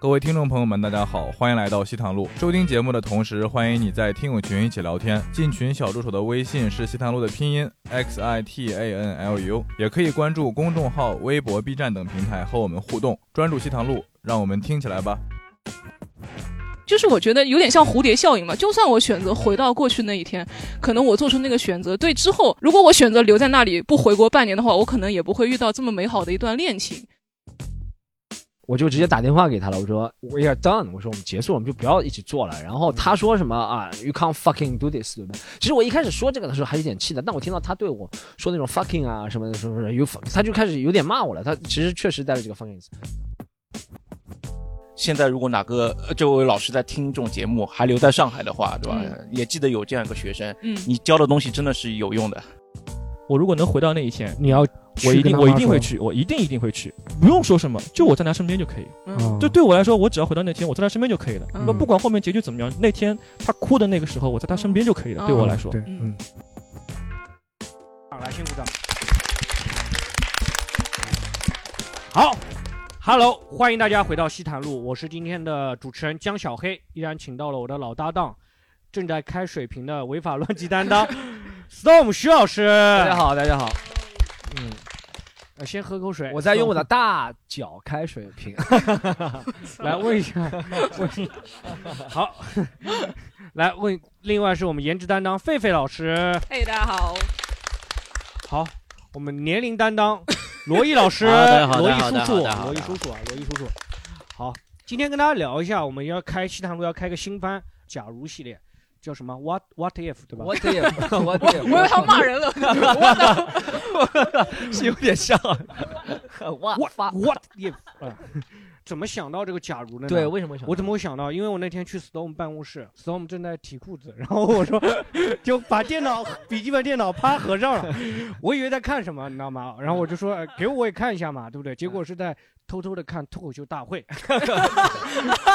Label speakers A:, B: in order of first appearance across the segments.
A: 各位听众朋友们，大家好，欢迎来到西塘路。收听节目的同时，欢迎你在听友群一起聊天。进群小助手的微信是西塘路的拼音 x i t a n l u，也可以关注公众号、微博、B 站等平台和我们互动。专注西塘路，让我们听起来吧。
B: 就是我觉得有点像蝴蝶效应嘛。就算我选择回到过去那一天，可能我做出那个选择，对之后，如果我选择留在那里不回国半年的话，我可能也不会遇到这么美好的一段恋情。
C: 我就直接打电话给他了，我说
D: 嗯
C: We are done，我说我们结束了，我们就不要一起做了。然后他说什么啊，You can't fucking do this，对不对？其实我一开始说这个的时候还有点气的，但我听到他对我说那种 fucking 啊什么的，什么什么 you，fuck，他就开始有点骂我了。他其实确实带了这个 fucking 词。
E: 现在如果哪个呃这位老师在听这种节目还留在上海的话，对吧？
F: 嗯
E: 也记得有这样一个学生，
B: 嗯
E: 你教的东西真的是有用的。
F: 我如果能回到那一天，
C: 你要去
F: 我一
C: 跟
F: 定
C: 他
F: 我一
C: 妈
F: 定
C: 说
F: 会去，我一定一定会去，不用说什么，就我在他身边就可以。
B: 嗯
F: 就对我来说，我只要回到那天，我在他身边就可以了。
B: 嗯
F: 那不管后面结局怎么样，那天他哭的那个时候，我在他身边就可以了。
B: 嗯
F: 对我来说，
C: 对，
B: 嗯
C: 嗯。
D: 好，来先鼓掌。
C: 好，
D: Hello，欢迎大家回到西坛路，我是今天的主持人江小黑，依然请到了我的老搭档，正在开水瓶的违法乱纪担 当 Storm 徐老师。
C: 大
D: 大
C: 家，好，大家好，嗯，
D: 呃、先喝口水。
C: 我在用我的
D: Storm
C: 大脚开水瓶。
D: 来问一下，问好， 来问，另外是我们颜值担当狒狒老师，
B: 嘿，哎大家好，
D: 好，我们年龄 担当罗毅老师，
G: 好大家好
D: 罗毅
G: 大家好
D: 叔叔，
G: 大家好
D: 罗毅叔叔啊，罗毅叔叔，好，今天跟大家聊一下，我们要开西塘路要开个新番，假如系列。叫什么？What What if 对吧
C: 我也， 我也，
B: 我要骂人了。
C: 是有点像。我
D: ？What
C: 发
D: What if 啊？怎么想到这个假如的呢？
C: 对，为什么想
D: 我怎么会想到？因为我那天去 Storm 办公室，Storm 正在提裤子，然后我说 就把电脑笔记本电脑啪合上了，我以为在看什么，你知道吗？然后我就 说、呃给我也看一下嘛，对不对？结果是在偷偷的看脱口秀大会，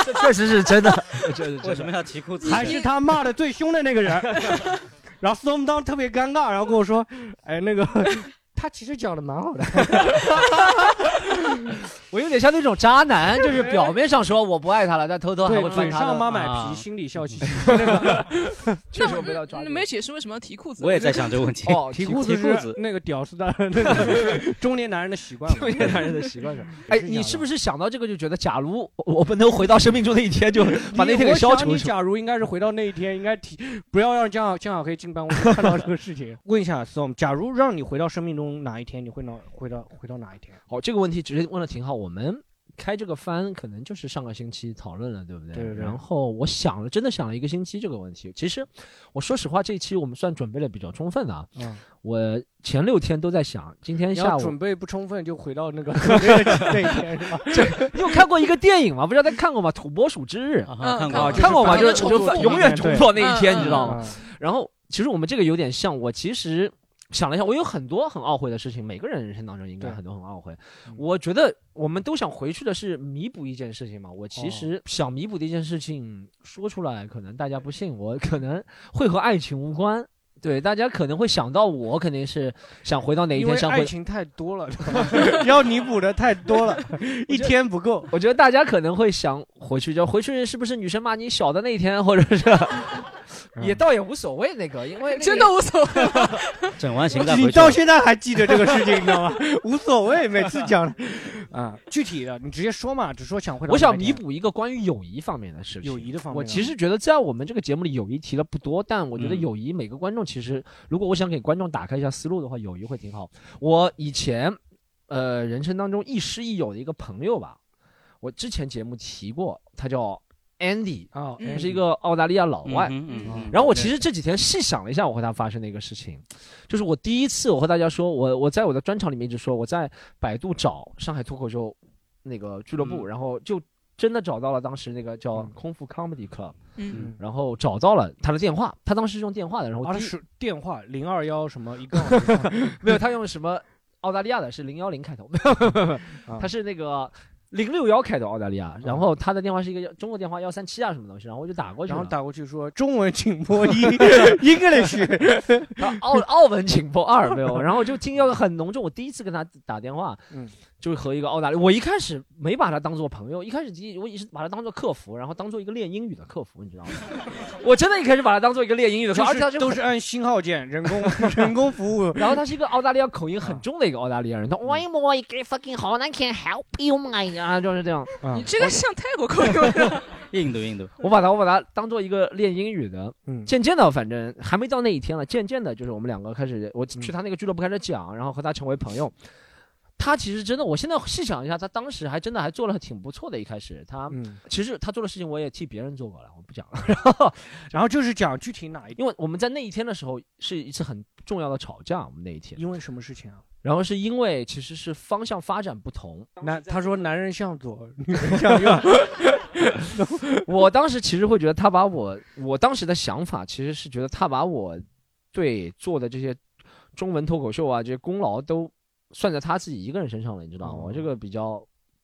C: 这 确实是真的，这是
G: 为
C: 真
G: 什
C: 的。
G: 么要提裤子？
D: 还是他骂的最凶的那个人。 然后 Storm 当时特别尴尬，然后跟我说：“哎，那个 他其实讲的蛮好的。
C: 我有点像那种渣男，就是表面上说我不爱他了，但偷”偷还
D: 对
C: 会，翻
D: 嘴
C: 他的。
D: 上妈买
C: 啊
D: 皮，心里笑嘻嘻。
C: 确实我被他抓
B: 你
C: 住。
B: 没解释为什么要提裤子？啊
G: 我也在想这个问题。
C: 哦，
D: 提
C: 裤
D: 裤
C: 子
D: 子
C: 是
D: 是那个屌丝的那 个中年男人的习惯嘛。
C: 中年男人的习惯是。哎，你是不
D: 是
C: 是想到这个就觉得，假如我我们能回到生命中的一 天，就把那天给消除
D: 你
C: 出 来？
D: 假如应该是回到那一天，应该提不要让江小江小黑进办公室看到这个事情。 问一下 Storm，假如让你回到生命中哪一天，你会哪回到回到哪一天？
C: 好，这个问题直接问的挺好。我们开这个番可能就是上个星期讨论了，对不对？
D: 对对对
C: 然后我想了，真的想了一个星期这个问题。其实我说实话，这一期我们算准备的比较充分的啊。
D: 嗯，
C: 我前六天都在想，今天
D: 你
C: 下
D: 要
C: 午
D: 准备不充分就回到那 个那一天 是吧？
C: 你有看过一个电影吗？不知道大家看过吗？《土拨鼠之日》
G: 啊
B: 嗯
G: 看
B: 啊
G: 过
B: 就
C: 看过吗？
B: 是
C: 就是我
B: 重
C: 就
B: 复
C: 反
B: 那
C: 永远
D: 天
C: 重
D: 对
C: 复那一天，你知道吗？
D: 嗯
C: 然后其实我们这个有点像，我其实想了一下，我有很多很懊悔的事情，每个人人生当中应该
D: 对
C: 很多很懊悔
D: 嗯。
C: 我觉得我们都想回去的是弥补一件事情嘛。我其
D: 哦
C: 实想弥补的一件事情，说出来可能大家不信，我可能会和爱情无关。对，大家可能会想到我，肯定是想回到哪一
D: 因为
C: 天想
D: 爱
C: 回。
D: 情太多了， 要弥补的太多 了，一天不够。
C: 我觉得大家可能会想回去，就回去是不是女生骂你小的那一天，或者是 也倒也无所谓那个，因为那个
B: 真的无所谓。
G: 整完形再回
D: 你
G: 去。
D: 到现在还记得这个事情，你知道吗？ 无所谓，每次讲啊，具体的你直接说嘛，只说想回到
C: 我想
D: 哪一
C: 弥
D: 天
C: 补一个关于友谊方面的事情。
D: 友谊的方面啊。
C: 我其实觉得在我们这个节目里，友谊提的不多，但我觉得
G: 嗯
C: 友谊每个观众其实，如果我想给观众打开一下思路的话，友谊会挺好。我以前，呃，人生当中亦师亦友的一个朋友吧，我之前节目提过，他叫 Andy，
D: 啊，
B: 嗯
C: 他
D: 哎
C: 是一个澳大利亚老
G: 嗯
C: 外。
G: 嗯嗯
D: 哦
G: 嗯
C: 然后我其实这几天细想了一下，我和他发生的一个事情，就是我第一次我和大家说，我我在我的专场里面一直说，我在百度找上海脱口秀那个俱乐部，
G: 嗯
C: 然后就真的找到了当时那个叫
D: 嗯
C: 空腹 Comedy Club，
B: 嗯，
C: 然后找到了他的电话，他当时是用电话的，然后
D: 啊，
C: 第
D: 他
C: 一
D: 是 电话零二幺什么一 个啊 啊
C: 没有他用什么澳大利亚的是零幺零开头，没有没有没有没有，他是那个。零六幺开头澳大利亚，然后他的电话是一个中国电话幺三七啊什么东西，然后我就打过去
D: 然
C: 了
D: 后。打过去说中文请 播一，English。
C: 啊澳澳文请拨二，没有。然后就听到很浓重，我第一次跟他打电话，
D: 嗯
C: 就和一个澳大利亚，我一开始没把他当做朋友，一开始第一我一直把他当做客服，然后当做一个练英语的客服，你知道吗？ 我真的一开始把他当做一个练英语的客服，而且他
D: 就是
C: 就
D: 都是按星号键，人工 人工服务。啊
C: 然后他是一个澳大利亚口音很重的一个澳大利亚人，他哦 Why more you get fucking hard? I can help you, my 啊，就是这样。
B: 你这个像泰国 口音了。
G: 印度印度，
C: 我把他我把他当做一个练英语的，
D: 嗯
C: 渐渐的反正还没到那一天了，渐渐的就是我们两个开始，我
D: 嗯
C: 去他那个俱乐部开始讲，然后和他成为朋友。他其实真的，我现在细想一下，他当时还真的还做了挺不错的。一开始他
D: 嗯，
C: 其实他做的事情我也替别人做过了，我不讲了。
D: 然后就是讲具体哪一，
C: 因为我们在那一天的时候是一次很重要的吵架，我们那一天，
D: 因为什么事情啊？
C: 然后是因为其实是方向发展不同，
D: 男他说男人向左，女人向右。
C: 我当时其实会觉得他把我，我当时的想法其实是觉得他把我对做的这些中文脱口秀啊这些功劳都算在他自己一个人身上了，你知道吗？
D: 哦
C: 我这个比较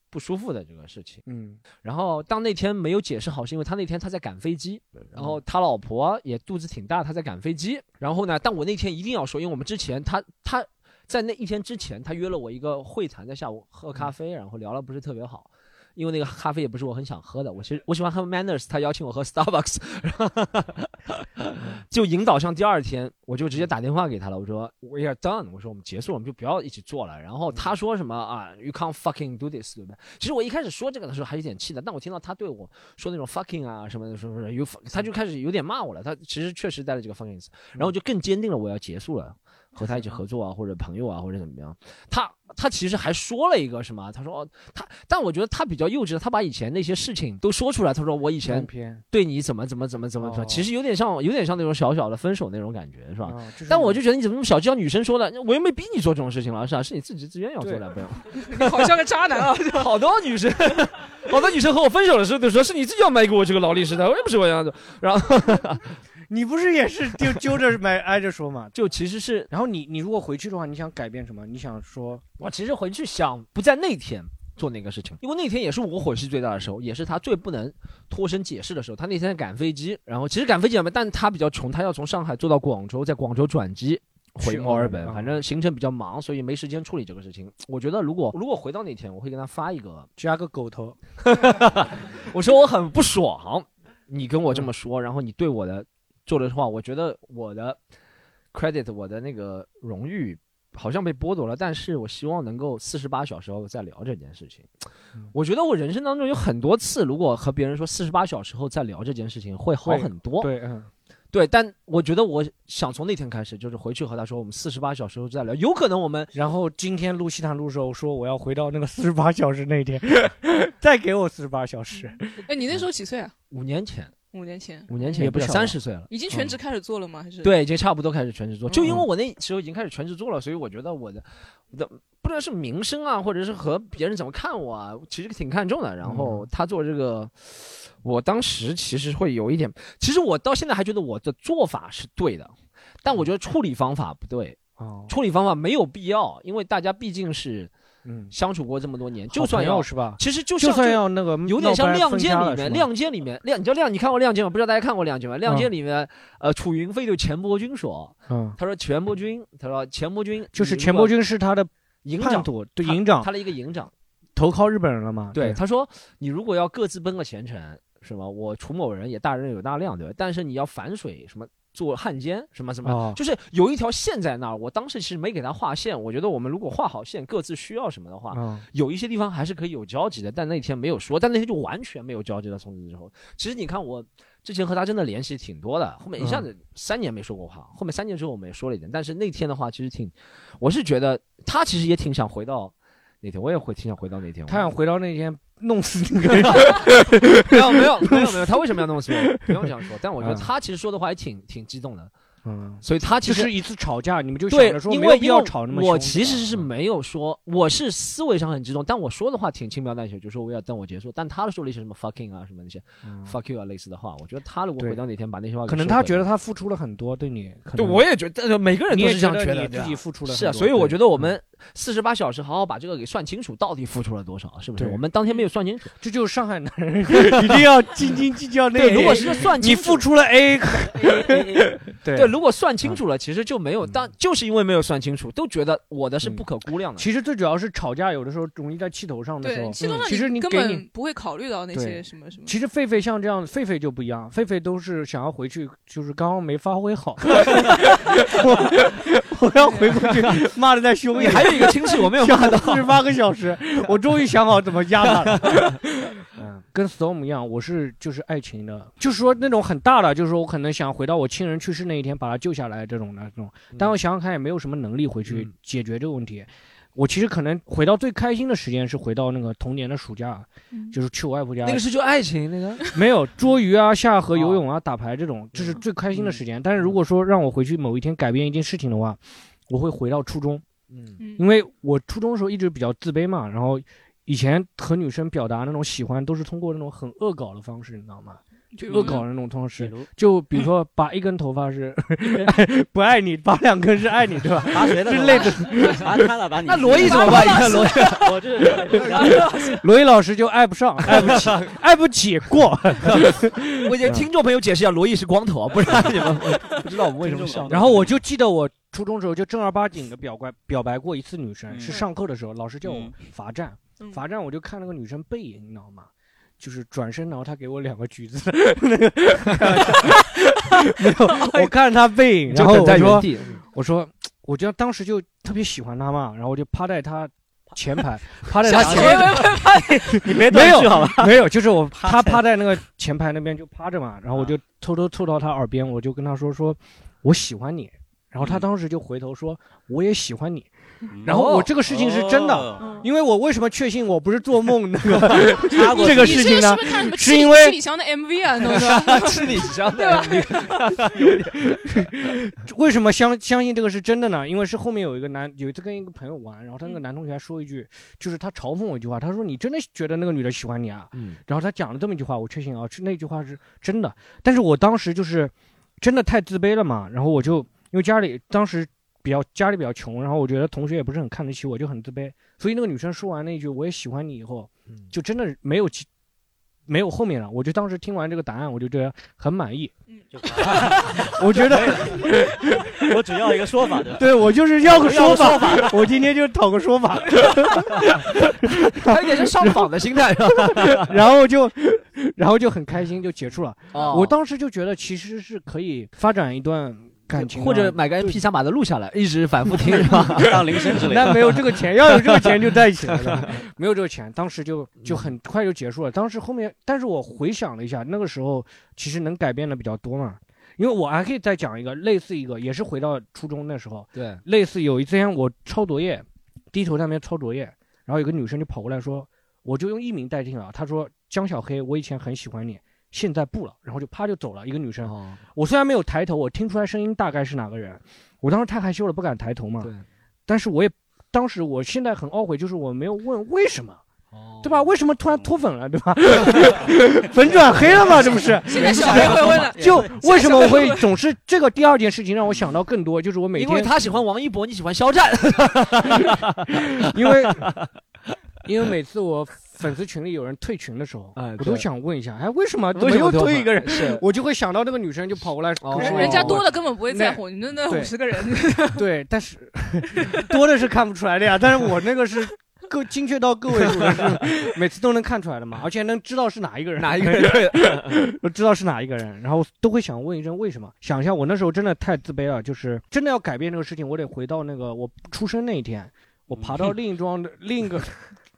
C: 不舒服的这个事情。
D: 嗯，
C: 然后当那天没有解释好，是因为他那天他在赶飞机，然
D: 嗯
C: 后他老婆也肚子挺大，他在赶飞机。然后呢，但我那天一定要说，因为我们之前他他在那一天之前，他约了我一个会谈，在下午喝
D: 嗯
C: 咖啡，然后聊了不是特别好。因为那个咖啡也不是我很想喝的，我其实我喜欢喝 Manners，他邀请我喝 Starbucks，就引导上第二天，我就直接打电话给他了，我说 We are done，我说我们结束了，我们就不要一起做了。然后他说什么啊，You can't fucking do this，对不对？其实我一开始说这个的时候还有点气的，但我听到他对我说那种 fucking 啊什么的，说说 you，fuck- 他就开始有点骂我了。他其实确实带了这个 fucking，词然后我就更坚定了我要结束了，和他一起合作啊，或者朋友啊，或者怎么样。他他其实还说了一个什么，他说哦，他，但我觉得他比较幼稚，他把以前那些事情都说出来。他说我以前
D: 偏
C: 对你怎么怎么怎么怎么，怎么，
D: 哦
C: 其实有点像有点像那种小小的分手那种感觉，是吧？
B: 哦
D: 啊，是
C: 但我就
D: 你
C: 觉得你怎么那么小，就像女生说的，我又没逼你做这种事情了，是吧？是你自己自愿要做的，不要。
B: 你 好像个渣 男啊！
C: 好多女生，好多女生和我分手的时候都说是你自己要卖给我这个劳力士的，我也不是我要的。
D: 你不是也是就揪着埋挨着说嘛？
C: 就其实是
D: 然后你你如果回去的话，你想改变什么？你想说
C: 我其实回去想不在那天做那个事情，因为那天也是我火气最大的时候，也是他最不能脱身解释的时候。他那天赶飞机，然后其实赶飞机嘛，但他比较穷，他要从上海坐到广州，在广州转机。回
D: 去
C: 墨尔本
D: 澳，门
C: 反正行程比较忙，所以没时间处理这个事情。我觉得如果如果回到那天，我会跟他发一个
D: 嗯加个狗头，
C: 我说我很不爽，你跟我这
D: 嗯
C: 么说，然后你对我的做的话，我觉得我的 credit，我的那个荣誉好像被剥夺了，但是我希望能够四十八小时后再聊这件事情。
D: 嗯
C: 我觉得我人生当中有很多次，如果和别人说四十八小时后再聊这件事情，会好
D: 会
C: 很多。
D: 对，嗯，
C: 对，但我觉得我想从那天开始，就是回去和他说，我们四十八小时后再聊，有可能我们
D: 然后今天录西坦录的时候说我要回到那个四十八小时那一天， 再给我四十八小时。
B: 哎，你那时候几岁啊？
C: 五年前，
B: 五年前，
C: 五年前
D: 也不小了
C: 三十岁了。
B: 已经全职开始做了吗？还是？
C: 对，已经差不多开始全职做。就因为
D: 嗯
C: 我那时候已经开始全职做了，所以我觉得我的我的不论是名声啊，或者是和别人怎么看我啊，其实挺看重的。然
D: 嗯
C: 后他做这个，我当时其实会有一点，其实我到现在还觉得我的做法是对的，但我觉得处理方法不对，
D: 嗯哦，
C: 处理方法没有必要，因为大家毕竟是
D: 嗯，
C: 相处过这么多年，就
D: 好
C: 算
D: 朋友
C: 要，
D: 是吧？
C: 其实就
D: 就
C: 像
D: 算要那个
C: 有点像《
D: 闹掰
C: 亮
D: 分
C: 剑
D: 家》
C: 里
D: 了，
C: 面，《亮剑》里面，亮，你知道亮，你看过《亮剑》吗？不知道大家看过《亮剑》吗？《亮剑》
D: 嗯
C: 里面，呃，楚云飞对钱伯钧说，
D: 是吗嗯，
C: 他说钱伯钧，他说钱伯钧
D: 就是
C: 你
D: 钱
C: 如
D: 伯
C: 果
D: 钧是他的
C: 营
D: 叛
C: 长，
D: 徒，对
C: 他
D: 营长
C: 他的一个营长，
D: 投靠日本人了嘛？
C: 对，他说你如果要各自奔个前程，是吧？我楚某人也大人有大量，对吧？但是你要反水什么做汉奸什么什么，
D: 哦
C: 就是有一条线在那儿。我当时其实没给他画线，我觉得我们如果画好线，各自需要什么的话，
D: 嗯
C: 有一些地方还是可以有交集的，但那天没有说，但那天就完全没有交集了。从此之后，其实你看我之前和他真的联系挺多的，后面一下子三年没说过话，后面三年之后我们也说了一点，但是那天的话其实挺，我是觉得他其实也挺想回到那天，我也会挺想回到那天。
D: 他想回到那天弄死那 个人。
C: 没 有没有没有没有，他为什么要弄死我？不用这样说，但我觉得他其实说的话也挺挺激动的，
D: 嗯，
C: 所以他其
D: 就
C: 实
D: 是一次吵架，你们就想
C: 对
D: 着，说
C: 因
D: 没有
C: 为
D: 必
C: 因
D: 要
C: 为
D: 吵那么凶。嗯
C: 我其实是没有说，我是思维上很激动，但我说的话挺轻描淡写，就说我要等我结束。但他说了一些什么 fucking 啊什么那些
D: 嗯
C: fuck you 啊类似的话，我觉得他如果
D: 对
C: 回到哪天把那些话给
D: 可能
C: 收
D: 他
C: 回来
D: 觉得他付出了很多对你，可
C: 对，
D: 能
C: 我也觉得，但是每个 人
D: 你
C: 都
D: 也
C: 是这样
D: 觉
C: 觉
D: 你
C: 得，
D: 自
C: 对吧
D: 己付出了很
C: 是啊，
D: 多
C: 所以我
D: 对嗯
C: 觉得我们四十八小时好好把这个给算清楚，到底付出了多少，是不是？
D: 对
C: 我们当天没有算清楚。
D: 这就是上海男 人一定要斤斤计较那
C: 对，
D: 个。
C: 如果是算
D: 你
C: 清楚
D: 付，出了 A，对嗯
C: 对，如果算清楚了，其实就没有，但就是因为没有算清楚，都觉得我的是
D: 嗯
C: 不可估量的。
D: 其实最主要是吵架，有的时候容易在气头上的时
B: 对，
D: 候。
B: 其实
D: 其实你
B: 根
D: 给
B: 本
D: 你，
B: 不会考虑到那些
D: 对
B: 什么什么。
D: 其实 狒狒像这样，狒狒就不一样，狒狒都是想要回去，就是刚刚没发挥好， 我我要回过去 骂的再 凶一点。
C: 还有一个亲戚我没有
D: 想
C: 看到，
D: 四十八个小时， 我终于想好怎么压他 了。嗯，跟 Storm 一样，我是就是爱情的，就是说那种很大的，就是说我可能想回到我亲人去世那一天把他救下来这种的这种，但我想想看也没有什么能力回去
C: 嗯
D: 解决这个问题。我其实可能回到最开心的时间是回到那个童年的暑假，
B: 嗯
D: 就是去我外婆家，
C: 那个是就爱情那 个，
D: 没有捉鱼啊、下河
C: 哦
D: 游泳啊、打牌这种，这是
G: 嗯
D: 最开心的时间。但是如果说让我回去某一天改变一件事情的话，我会回到初中。
C: 嗯，
B: 嗯
D: 因为我初中的时候一直比较自卑嘛，然后以前和女生表达那种喜欢都是通过那种很恶搞的方式，你知道吗？
B: 比如
D: 恶
B: 呢
D: 搞的那种方
G: 嗯比
D: 式，
G: 如
D: 就比如说拔一根头发 是 不爱你，拔两根是爱你，对吧？
G: 拔谁的
D: 之类的。
G: 拔他了，把你。
C: 那罗毅怎么办？你看罗毅，
G: 我这是然后
D: 罗毅老师就爱不 上，爱不起，爱不起过。
C: 我给听众朋友解释一下，罗毅是光头，啊不然你们 我不知道我们为什么笑。
D: 然后我就记得我初中时候就正儿八经的表白表白过一次女生，
G: 嗯
D: 是上课的时候，老师叫我
G: 嗯
D: 罚站，
B: 嗯
D: 罚站我就看那个女生背影，你知道吗？就是转身，然后她给我两个橘子， 没有，我 看她背影，然后
C: 就等在
D: 我
C: 原
D: 说，
C: 地，
D: 我说，我就当时就特别喜欢她嘛，然后我就趴在她前排，趴在她前排，
G: 你别
D: 没有
G: 去好吧？
D: 没有，就是我他
G: 趴
D: 趴在那个前排那边就趴着嘛，然后我
G: 啊
D: 就偷偷凑到他耳边，我就跟他说说我喜欢你，然后他
G: 嗯
D: 当时就回头说我也喜欢你，
G: 嗯
D: 然后我这个事情是真的，
G: 哦
B: 嗯
D: 因为我为什么确信我不是做梦那个
G: 插过
D: 这个
B: 你
D: 事
B: 这
D: 情
B: 个
D: 呢
B: 是不？是看什么
D: 是
B: 七里
D: 因为
B: 七里香的 MV 啊？弄的
C: 吃你香
B: 对吧
C: 的，你
D: 为什么相相信这个是真的呢？因为是后面有一个男有一次跟一个朋友玩，然后他那个
B: 嗯
D: 男同学还说一句，就是他嘲讽我一句话，他说你真的觉得那个女的喜欢你啊？
C: 嗯
D: 然后他讲了这么一句话，我确信啊，是那句话是真的。但是我当时就是真的太自卑了嘛，然后我就因为家里当时比较家里比较穷，然后我觉得同学也不是很看得起我，就很自卑。所以那个女生说完那句“我也喜欢你”以后，
C: 嗯
D: 就真的没有其没有后面了。我就当时听完这个答案，我就觉得很满意。
G: 就
D: 我觉得
G: 我只要一个说法，对吧？
D: 对我就是要个
G: 要
D: 说
G: 个
D: 法，我今天就讨个说法，
C: 他也是上访的心态是吧？
D: 然后就然后就很开心，就结束了。
C: 哦
D: 我当时就觉得其实是可以发展一段感情的，啊
C: 或者买个 MP 三把它录下来，一直反复听是 吧？
G: 当铃声之类的。
D: 那没有这个钱，要有这个钱就在一起了 的，没有这个钱，当时就
C: 嗯
D: 就很快就结束了。当时后面，但是我回想了一下，那个时候其实能改变的比较多嘛。因为我还可以再讲一个类似一个，也是回到初中那时候，
C: 对，
D: 类似有一天我抄作业，低头在那边抄作业，然后有个女生就跑过来说，我就用艺名代替了，她说江小黑，我以前很喜欢你，现在不了，然后就啪就走了，一个女生。
C: 哦，
D: 我虽然没有抬头，我听出来声音大概是哪个人，我当时太害羞了，不敢抬头嘛。
C: 对，
D: 但是我也当时我现在很懊悔，就是我没有问为什么，
C: 哦
D: 对吧？为什么突然脱粉了，对 吧？粉转黑了嘛，这不是？
B: 现在小黑会问了，
D: 就为什么我会总是这个第二件事情让我想到更多，就是我每
C: 因为
D: 天
C: 他喜欢王一博，你喜欢肖战，
D: 因为因为每次我粉丝群里有人退群的时候，
C: 哎
D: 我
C: 对
D: 都想问一下，哎，为什么
C: 为什么
D: 怎又退一个人？
C: 是
D: 我就会想到那个女生就跑过来跟
C: 哦
D: 我说，
B: 人人家多了根本不会在乎，你那那
D: 对
B: 五十个人，
D: 对，但是 多的是看不出来的呀。但是我那个是够精确到个位数的 是，每次都能看出来的 嘛，而且能知道是哪一个人，
C: 哪一 个人？对的
D: 都知道是哪一个人，然后都会想问一声为什么。想一下，我那时候真的太自卑了，就是真的要改变这个事情，我得回到那个我出生那一天，我爬到另一桩
C: 嗯
D: 的另一个。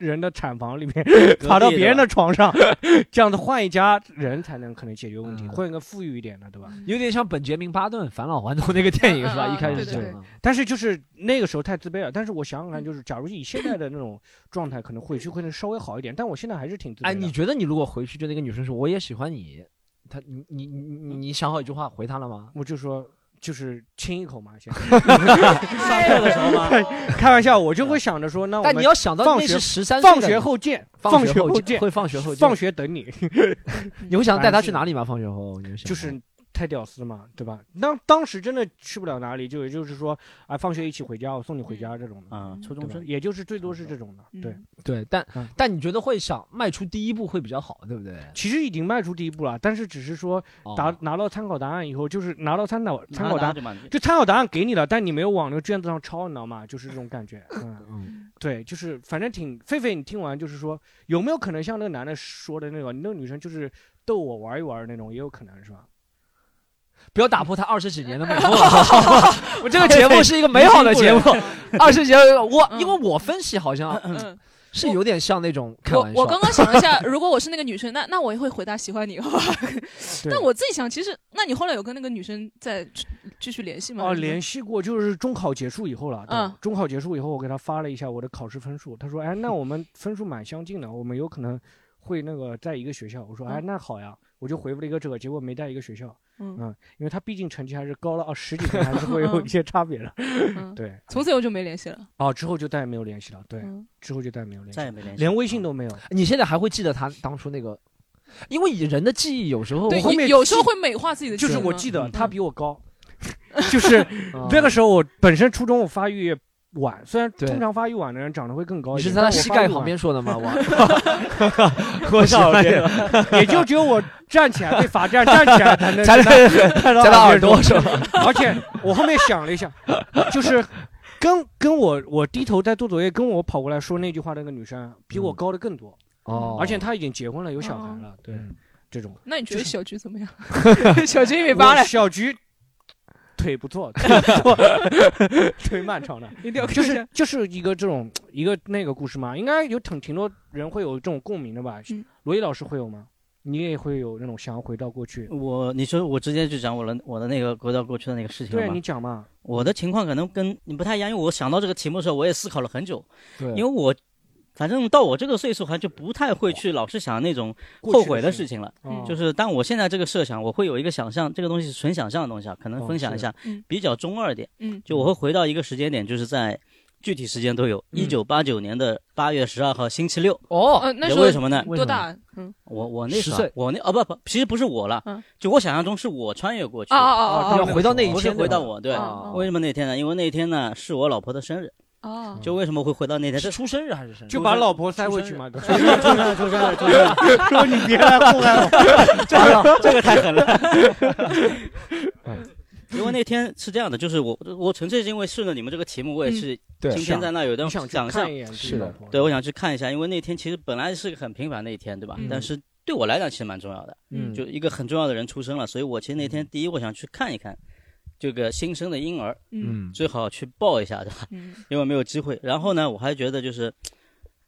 D: 人的产房 里面，爬到别人的床上， 这样子换一家人才能可能解决问题，
C: 嗯
D: 换一个富裕一点的，对吧？
C: 有点像本杰明巴顿《返老还童》那个电影是 吧？
B: 嗯嗯嗯
C: 一开始嗯是
B: 对对
C: 这
B: 对
C: 样。
D: 但是就是那个时候太自卑了。但是我想想看，就是假如以现在的那种状态，可能回去会能稍微好一点。但我现在还是挺自卑的。
C: 哎，你觉得你如果回去对那个女生说“我也喜欢你”，她你你你你你想好一句话回她了吗？
D: 我就说就是亲一口嘛， 先
G: 上课的时候吗？
D: 开玩笑，我就会想着说，那我
C: 但你
D: 们
C: 要想到
D: 放
C: 那
D: 学
C: 是十三
D: 放学后见，
C: 放
D: 学
C: 后
D: 见，
C: 会放学后见
D: 放学等你，
C: 你会想带她去哪里吗？放学后你会想
D: 就是太屌丝了嘛，对吧？当当时真的去不了哪里，就也就是说啊，放学一起回家，我送你回家这种的，
C: 嗯
G: 啊，初
D: 对
G: 中
D: 吧
G: 生
D: 也就是最多是这种的，对。
C: 对，但
D: 嗯
C: 但你觉得会想迈出第一步会比较好，对不对？
D: 其实已经迈出第一步了，但是只是说
C: 哦
D: 答拿到参考答案以后，就是拿到参考参考答
G: 拿
D: 案，
G: 着嘛，
D: 就参考答案给你了，但你没有往那个卷子上抄，你知道吗？就是这种感 觉。嗯，
C: 嗯
D: 对，就是反正挺狒狒，你听完就是说，有没有可能像那个男的说的那种，那个女生就是逗我玩一玩那种，也有可能是吧？
C: 不要打破他二十几年的美梦，好不好 我这个节目是一个美好的节目。 二十几年，我
B: 哎嗯
C: 因为我分析好像
B: 嗯，
C: 是有点像那种开
B: 我
C: 玩笑。
B: 我 刚刚想了 一下，如果我是那个女生，那那我也会回答喜欢你，好吧？
D: 对
B: 但我自己想，其实那你后来有跟那个女生再继续联系吗？
D: 哦，联系过，就是中考结束以后了。对
B: 嗯
D: 中考结束以后，我给他发了一下我的考试分数，他说：“哎，那我们分数蛮相近的，我们有可能会那个在一个学校。”我说：“哎，
B: 嗯
D: 那好呀。”我就回复了一个这个，结果没在一个学校。
B: 嗯
D: 嗯，因为他毕竟成绩还是高了啊，十几分还是会有一些差别的。
B: 嗯，
D: 对，
B: 从此我就没联系了。
D: 哦，之后就再也没有联系了。 对，
B: 嗯
D: 之后就再也没有联系
G: 再
D: 了，嗯
G: 也没联系，
D: 连微信都没有。
C: 嗯你现在还会记得他当初那个，因为人的记忆有时候
B: 对，
D: 后
B: 有
D: 面
B: 有时候会美化自己的记
D: 就
B: 忆吗，
D: 是我记得
B: 嗯
D: 他比我 高，就是
C: 嗯
D: 那个时候我本身初中我发育晚，虽然
C: 对
D: 通常发育晚的人长得会更高
C: 你
D: 一
C: 是
D: 点，
C: 在他
D: 但我
C: 膝
D: 发育
C: 盖
D: 晚
C: 旁，边说 的吗？我
G: 多少遍
D: 也就只有我站起来被罚站，站起来才能
C: 才 能
D: 看到
C: 在他
D: 别
C: 耳
D: 人
C: 朵
D: 说
C: 是吧？
D: 而且我后面想了一下，就是跟跟我我低头在做作业，跟我跑过来说那句话的那个女生比我高的更多，
C: 哦，
D: 而且她已经结婚了，有小孩了，对
C: 嗯
D: 这种。
B: 哦那你觉得小菊怎么 样？小菊一米八
D: 我
B: 嘞，
D: 小菊 腿不错，腿不错， 腿蛮长的。
B: 一定要看
D: 就
B: 一下
D: 是就是一个这种一个那个故事嘛，应该有挺挺多人会有这种共鸣的吧？
B: 嗯
D: 罗毅老师会有吗？你也会有那种想要回到过去？
G: 我你说我直接就讲我的我的那个回到过去的那个事情
D: 对
G: 了
D: 啊，
G: 吗
D: 你？讲嘛。
G: 我的情况可能跟你不太一样，因为我想到这个题目的时候，我也思考了很久，
C: 对
G: 因为我反正到我这个岁数，还就不太会去老是想那种后悔的事情了。
B: 嗯
D: 哦
G: 就是当我现在这个设想，我会有一个想象，这个东西是纯想象的东西啊，可能分享一下，
B: 是的嗯
G: 比较中二点。
B: 嗯
G: 就我会回到一个时间点，就是在具体时间都有，一九八九年的八月十二号星期六。
C: 哦，
B: 呃，那时候
G: 为什么呢？
B: 多大？嗯
G: 我我那时
C: 10
G: 候
C: 岁
G: 我那啊不不，其实不是我了
B: 嗯，
G: 就我想象中是我穿越过去
B: 哦，
C: 你要
B: 哦哦
C: 回到那一
G: 不是
C: 天，
G: 回到我对。
B: 哦
G: 为什么那天呢？因为那天呢是我老婆的生日。
B: 哦哦，
G: 就为什么会回到那天？这
C: 是出生日还是生日？
D: 就把老婆塞回去嘛。
G: 出生出生出生，
D: 说你别来祸害我。
G: 这个这个太狠 了。嗯因为那天是这样的，就是我我纯粹是因为顺着你们这个题目，我也是
C: 对
G: 今天在那有的
D: 你嗯想去
G: 想象
D: 看，一眼自己
C: 是的
D: 老婆？嗯
G: 对我想去看一下，因为那天其实本来是个很平凡的一天，对吧
B: 嗯？
G: 但是对我来讲其实蛮重要的，
C: 嗯
G: 就一个很重要的人出生了，所以我其实那
D: 嗯
G: 天第一我想去看一看这个新生的婴儿，
B: 嗯
A: 嗯，
G: 最好去抱一下，对吧？
B: 嗯
G: 因为没有机会。然后呢，我还觉得就是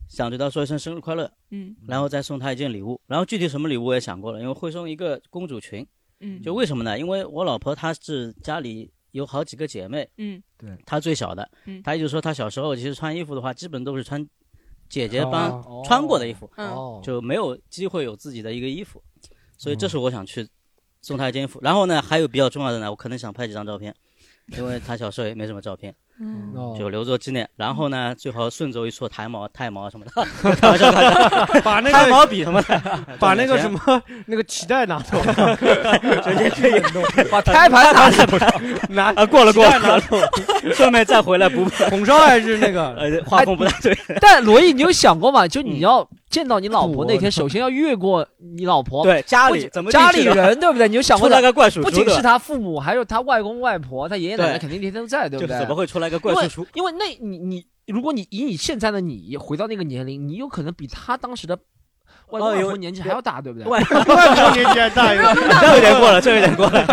G: 想对他说一声生日快乐，
B: 嗯
G: 然后再送他一件礼物。然后具体什么礼物我也想过了，因为会送一个公主裙。
B: 嗯，
G: 就为什么呢？因为我老婆她是家里有好几个姐妹，
B: 嗯
G: 她最小的
B: 嗯，
G: 她一直说她小时候其实穿衣服的话，基本都是穿姐姐帮
D: 啊
G: 穿过的衣服，
B: 嗯
C: 哦，
G: 就没有机会有自己的一个衣服。所以这是我想去送她一件衣服。然后呢，还有比较重要的呢，我可能想拍几张照片，因为她小时候也没什么照片。
B: 嗯
G: 就留作纪念。然后呢，最好顺走一撮胎毛、肽毛什么的，
D: 把 那
G: 胎
D: 个
G: 毛笔什么的，
D: 把那个什么 那个脐带拿 走，
G: 直接可以
C: 把胎盘拿 走，
D: 拿
G: 啊，过了过了，然 后顺便再回来 补补。
D: 红烧还是那 个？
G: 呃，画风不大对，
C: 哎但罗毅，你有想过 吗？就你要见到你老婆那天，首先要越过你老婆，
G: 嗯对家
C: 不
G: 里
C: 仅
G: 怎么啊
C: 家里人，对不对？你有想
G: 出
C: 过
G: 来
C: 的，
G: 个怪叔叔，
C: 不仅是他父母，还有他外公外婆，他爷爷奶
G: 对
C: 奶，肯定那天都在，对
G: 对吧，就
C: 不
G: 是
C: 对
G: 怎么？会出来个怪
C: 因为
G: 叔叔？
C: 因为那你你，如果你以你现在的你回到那个年龄，你有可能比他当时的外公
G: 哦
C: 外
G: 有
C: 婆年纪还要大，对不对？
G: 外
D: 外婆年纪还大一 点。
G: 这有点过了，这有点过了。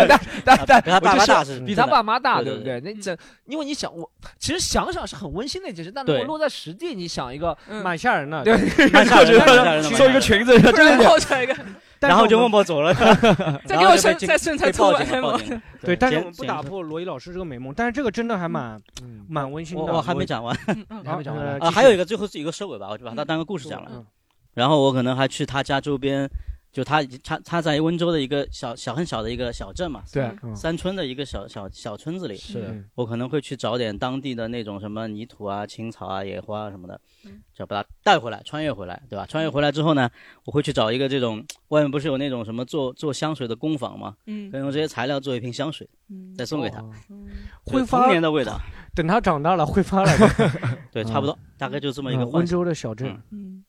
C: 但但
G: 比他爸
C: 我
G: 爸
C: 就说
G: 大是
C: 比他爸妈大，
G: 对
C: 对不对？那这因为你想，我其实想想是很温馨的一件事，但如
G: 对
C: 果落在实地，你想一个
B: 嗯，
D: 蛮吓人的，
C: 对
G: 蛮吓人的蛮 吓人的
D: 去
G: 蛮吓人的
C: 裙子，
B: 突然跳出来一个，
D: 但是
G: 然后就
D: 我
G: 默
D: 们
G: 默走了，
B: 再
G: 然
B: 给
G: 后
B: 我
G: 就
B: 生
G: 被警
B: 再生
G: 被
B: 再搓
G: 报
B: 完
G: 警了，
B: 毛
G: 报，警 了。
D: 对，但是
G: 检
D: 我们不打。
G: 检嗯
D: 破罗毅老师这个美梦，但是这个真的还蛮
C: 嗯
D: 蛮温馨
G: 我
D: 的。
G: 我 还没讲完
B: 嗯嗯
C: 还没讲完
D: 呃嗯
G: 啊，还有一个最后是一个收尾吧，我就把它当个故
D: 故
G: 事讲了。然后我可能还去他家周边就他他他在温州的一个小小很小的一个小镇嘛，
D: 对
G: 山
D: 嗯
G: 山村的一个小小小村子里，
D: 是的
G: 我可能会去找点当地的那种什么泥土啊、青草啊、野花啊什么的，就把它带回来，穿越回来，对吧？穿越回来之后呢，我会去找一个这种外面不是有那种什么做做香水的工坊嘛，
B: 嗯
G: 可以用这些材料做一瓶香水，
D: 嗯
G: 再送给他，
D: 哦
G: 对
D: 挥发
G: 童年的 味道，
D: 等他长大了挥发了，
G: 对，差不多， 大概就这么一
D: 嗯
G: 个
D: 温
G: 幻想
D: 州的小镇，
B: 嗯，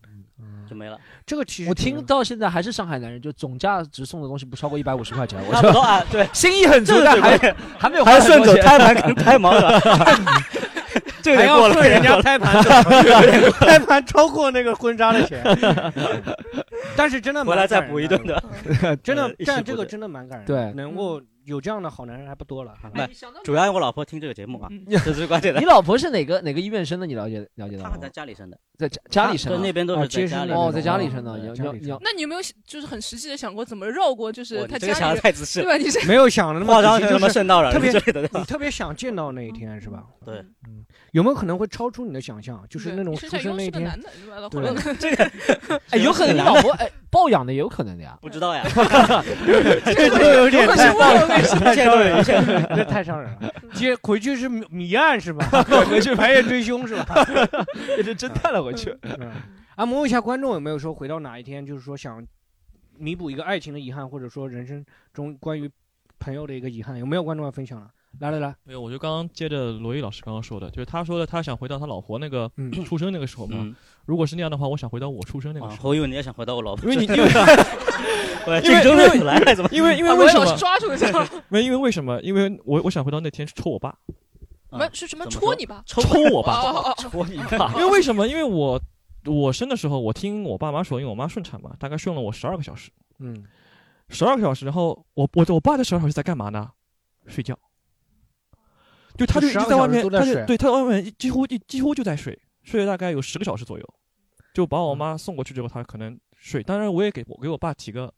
G: 就没了，
D: 这个其实
C: 我
D: 挺
C: 听到现在还是上海男人，就总价值送的东西不超过一百五十块钱，我
G: 差不多
C: 说
G: 啊，对，
C: 心意很足，
G: 这
C: 但
G: 是最
C: 还
G: 关键
C: 还没有花
G: 还
C: 很多
G: 顺手
C: 钱
G: 胎盘 跟胎毛了， 这
D: 还
G: 个
D: 要
G: 过
D: 付
G: 了，
D: 人家胎盘 的，胎盘超过那个婚纱的钱，但是真的
G: 回
D: 蛮
G: 来再
D: 感人
G: 补一顿的。
D: 真的
G: 呃一，起
D: 但
G: 补
D: 这个
G: 的
D: 真的蛮感人，
C: 对
D: 能够有这样的好男人还不多了哈。
G: 哎主要我老婆听这个节目啊，
B: 嗯
G: 这是关键的
C: 你。老婆是哪个哪个医院生的？你了解了解到
G: 他
C: 吗？
G: 在家里生的，
C: 在家家里
G: 对
C: 生啊
G: 那边都是
D: 哦
G: 在
D: 接
G: 家
D: 生
G: 里
D: 的那
C: 哦，
D: 种
C: 在家里生的，
G: 哦
C: 要
D: 家
C: 要
D: 里生
C: 要，
B: 那你有没有就是很实际的想过怎么绕过，就是
G: 哇
B: 他
G: 你这个
B: 家
G: 想
B: 里
G: 的
B: 人，
G: 太仔细
B: 对
G: 了，
B: 吧？你是
D: 没有想的那
G: 化
D: 么
G: 妆
D: 仔
G: 成
D: 细，
G: 什
D: 就
G: 么
D: 是
G: 圣道人
D: 特别
G: 之类的，对
D: 你
G: 吧？
D: 特别想见到那一天是吧？嗯
G: 对，
D: 有没有可能会超出你的想象？就
B: 就是
D: 那种出生
B: 优
D: 那一
B: 势的
D: 天，
B: 男的，是吧
D: 对
B: 回 来
C: 哎，有可能 你老婆哎抱养的也有可能的呀。
G: 不知 道呀，
D: 这就有点
B: 可是
D: 太
B: 我有那
D: 太
G: 见
D: 伤
G: 到
D: 人
G: 人
D: 了，这太伤人了。接回去是谜谜案是吧？回去白夜追凶是吧？
C: 也是侦探了回去。
D: 嗯，啊，问一下观众有没有说回到哪一天，就是说想弥补一个爱情的遗憾，或者说人生中关于朋友的一个遗憾，有没有观众要分享了？来来来，
F: 没有，我就刚刚接着罗毅老师刚刚说的，就是他说的，他想回到他老婆那个
D: 嗯
F: 出生那个时候嘛。
G: 嗯，
F: 如果是那样的话，我想回到我出生那个
G: 啊
F: 时候。
G: 我以为你也想回到我老婆，
F: 因为你因为
G: 我竞争对手来了，怎么？
F: 因为因
B: 啊
F: 为
B: 我
F: 为什
B: 老师
F: 么？
B: 抓住了这样，
F: 没有因为为什么？因为我我想回到那天抽我爸，
B: 什
G: 啊
B: 么是什么
G: 怎么
B: 戳
G: 说
B: 你吧？
F: 抽我爸，
B: 哦哦哦
G: 戳你吧
F: 因！为为什么？因为我我生的时候，我听我爸妈说，因为我妈顺产嘛，大概顺了我十二个小时，
D: 嗯，
F: 十二个小时。然后我我我爸这十二小时在干嘛呢？睡觉。就他就一直在外面
D: 12个小时都，在
F: 他
D: 睡
F: 就对他在外面一几乎一几乎就在睡，睡了大概有十个小时左右，就把我妈送过去之后，他可能睡。当然我也给我给我爸提个，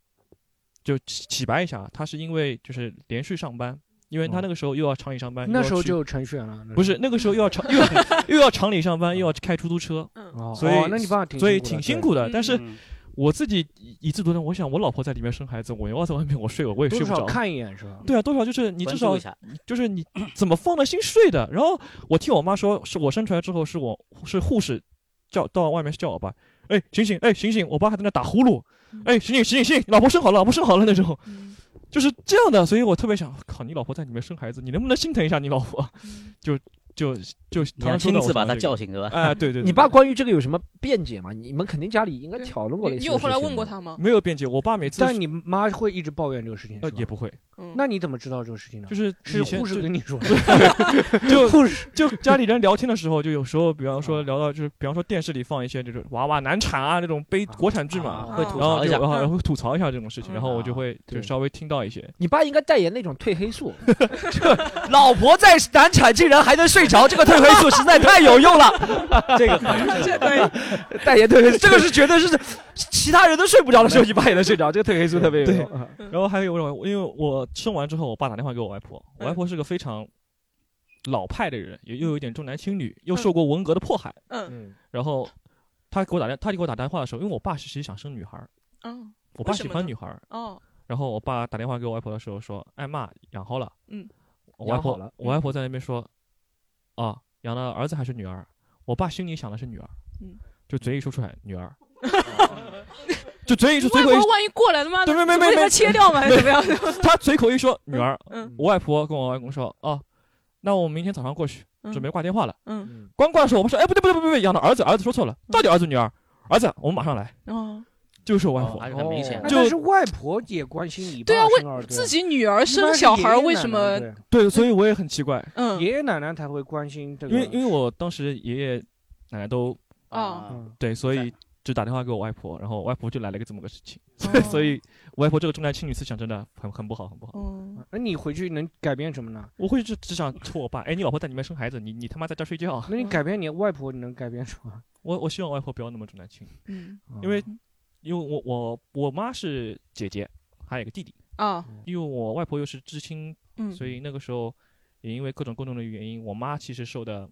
F: 就洗洗白一下，啊他是因为就是连续上班，因为他那个时候又要厂里上班，又
D: 那
F: 要
D: 时候
F: 去
D: 就有程序员了，那
F: 不是那个时候又 要厂又要又要厂里上班，又要开出租车，
D: 哦，
F: 所以
D: 哦那你爸挺
F: 所以
D: 的
F: 挺
D: 对
F: 辛苦的。但是
G: 嗯
F: 我自己一一致独断，我想我老婆在里面生孩子，我要在外面我睡我我也睡
D: 多
F: 不
D: 少
F: 着。
D: 看一眼是吧？
F: 对啊，多少就是你至
G: 关
F: 少
G: 注一下，
F: 就是你怎么放得心睡的？然后我听我妈说，是我生出来之后是我是护士叫到外面叫我爸，哎醒醒哎醒醒，我爸还在那打呼噜，哎醒醒醒醒，老婆生好了，老婆生好了那种，
B: 嗯
F: 就是这样的。所以我特别想，靠你老婆在里面生孩子，你能不能心疼一下你老婆？
B: 嗯
F: 就就就
G: 你要
F: 唐叔的
G: 亲
F: 我
G: 自
F: 想
G: 把
F: 到
G: 他
F: 这个
G: 叫醒，对吧？
F: 哎，对对，对
C: 你 爸关于这个有什么辩解吗？你们肯定家里 应该
B: 对
C: 讨论过类
B: 你
C: 似
B: 你
C: 的
B: 有后来
C: 事情
B: 问过
C: 吧？
B: 他吗？
F: 没有辩解，我爸每次
D: 但你妈会一直抱怨这个事情，
F: 呃
D: 是吧
F: 也不会，
B: 嗯，
D: 那你怎么知道这个事情呢？
F: 就是
D: 是
F: 以前
D: 护士
F: 就
D: 跟你说的，
F: 就
D: 护士
F: 就家里人聊天的时候，就有时候，比方
D: 啊
F: 说聊到就是，比方说电视里放一些这种娃娃难产啊这种悲国产剧嘛，
G: 啊会吐
F: 然后
G: 槽
F: 就
G: 一下
F: 然，后然后吐槽一下这种事情，然后我就会
D: 嗯啊对
F: 就稍微听到一 些。
C: 你爸应该代言那种褪黑素， 就老婆在难产，竟然还能睡着，这个褪黑素实在太有用了。
G: 这个好
B: 这对，
C: 代言褪黑素，这个是绝对是其他人都睡不着的时候，你爸也能睡着，这个褪黑素特别有用。
D: 啊
C: 嗯
F: 然后还有我，因为我生完之后，我爸打电话给我外婆，我外婆是个非常老派的人，也又有一点重男轻女，又受过文革的迫害，
B: 嗯
D: 嗯，
F: 然后她给我打电，她给我打电话的时候，因为我爸是其实想生女孩儿，
B: 嗯
F: 我爸
B: 为什
F: 喜
B: 么
F: 欢
B: 呢
F: 女孩儿，
B: 哦，
F: 然后我爸打电话给我外婆的时候说：“哎妈，养好了。”
B: 嗯，
F: 我外
C: 养
F: 婆
C: 好了嗯
F: 我外婆在那边说：“啊，养了儿子还是女儿？”我爸心里想的是女儿，
B: 嗯，
F: 就嘴里说出来女 儿，就嘴里说
B: 外
F: 随口一
B: 婆万一过来了吗？
F: 对没没
B: 不
F: 没
B: 给他
F: 没，
B: 切掉吗？还是怎么样？
F: 他随口一说女儿，
B: 嗯
F: 我外婆跟我外公说：“哦，那我明天早上过去，
B: 嗯
F: 准备挂电话了。”
B: 嗯
F: 刚挂的时候，我们说：“哎，不对不对不对不对，养了儿子，儿子说错了，到底儿子女儿？儿子，我们马上来。
B: 哦，”
F: 就是我外婆，
G: 还是很明显
D: 哎
F: 哦。
D: 但
F: 就是
D: 外婆也关心你爸
B: 对啊
D: 生儿子
B: 自己女儿生小孩儿为什么
D: 一般是爷爷奶奶
F: 对，所以我也很奇怪，
D: 对
B: 嗯
D: 爷爷奶奶才会关心这个？
F: 因为因为我当时爷爷奶奶都
B: 啊
G: 啊，
D: 嗯
F: 对，所
G: 在
F: 以就打电话给我外婆，然后我外婆就来了个这么个事情，
B: 哦
F: 所以我外婆这个重男轻女思想真的很很不好，很不好。
B: 嗯
D: 啊那你回去能改变什么呢？
F: 我会只只想抽我爸，哎，你老婆在里面生孩子，你你他妈在这睡觉。啊
D: 那
C: 嗯
D: 你改变你外婆，你能改变什么？
F: 我我希望我外婆不要那么重男轻女，
B: 嗯
F: 因为因为我我我妈是姐姐，还有一个弟弟，
B: 啊
F: 因为我外婆又是知青，
B: 嗯
F: 所以那个时候也因为各种各种的原因，我妈其实受的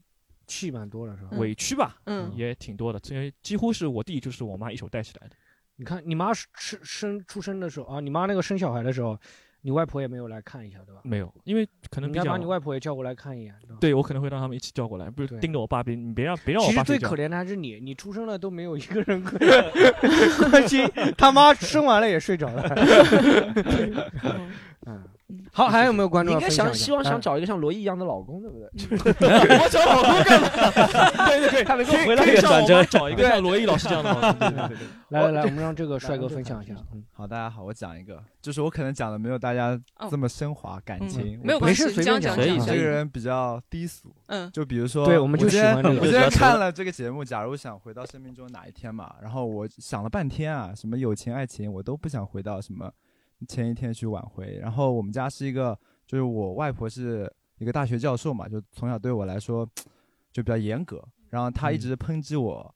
D: 气蛮多了是吧？
F: 委屈吧，
B: 嗯
F: 也挺多的，因为几乎是我弟就是我妈一手带起来的。
D: 你看你妈吃生出生的时候啊，你妈那个生小孩的时候，你外婆也没有来看一下，对吧？
F: 没有，因为可能
D: 你
F: 比
D: 要
F: 较
D: 把你外婆也叫过来看一眼，对吧？
F: 对我可能会让他们一起叫过来，不是
D: 嗯对
F: 盯着我爸，别你别让别让我
D: 其
F: 爸
D: 实最
F: 睡觉
D: 可。怜的还是你，你出生了都没有一个人 关 关心，他妈生完了也睡着了。 嗯，好，还有没有观
C: 你
D: 众
C: 应
D: 要
C: 该
D: 分享一下？
C: 想希望
D: 哎
C: 想找一个像罗毅一样的老公，对不对？
F: 我找老公干嘛？对对对，他能够回来
G: 可以
F: 也
G: 转折
F: 找一个像罗毅老师这样的吗？对对对对
D: 来来来，我们让这个帅哥分享一下。嗯
H: 好，大家好，我讲一个，就是我可能讲的没有大家
B: 哦
H: 这么升华感情，
B: 嗯没有
H: 我
B: 关
D: 没
B: 系，
D: 事随
B: 讲
D: 便
B: 讲
D: 讲
G: 可以
B: 讲
H: 我
G: 关系
H: 这个
B: 讲，
H: 人比较低俗，
B: 嗯
H: 就比如说，
D: 对我们就
H: 今
D: 喜
H: 天
D: 欢这个
H: 我今天看了这个节目，假如想回到生命中哪一天嘛，然后我想了半天啊，什么友情、爱情，我都不想回到什么前一天去挽回。然后我们家是一个，就是我外婆是一个大学教授嘛，就从小对我来说就比较严格，然后
D: 嗯
H: 她一直抨击我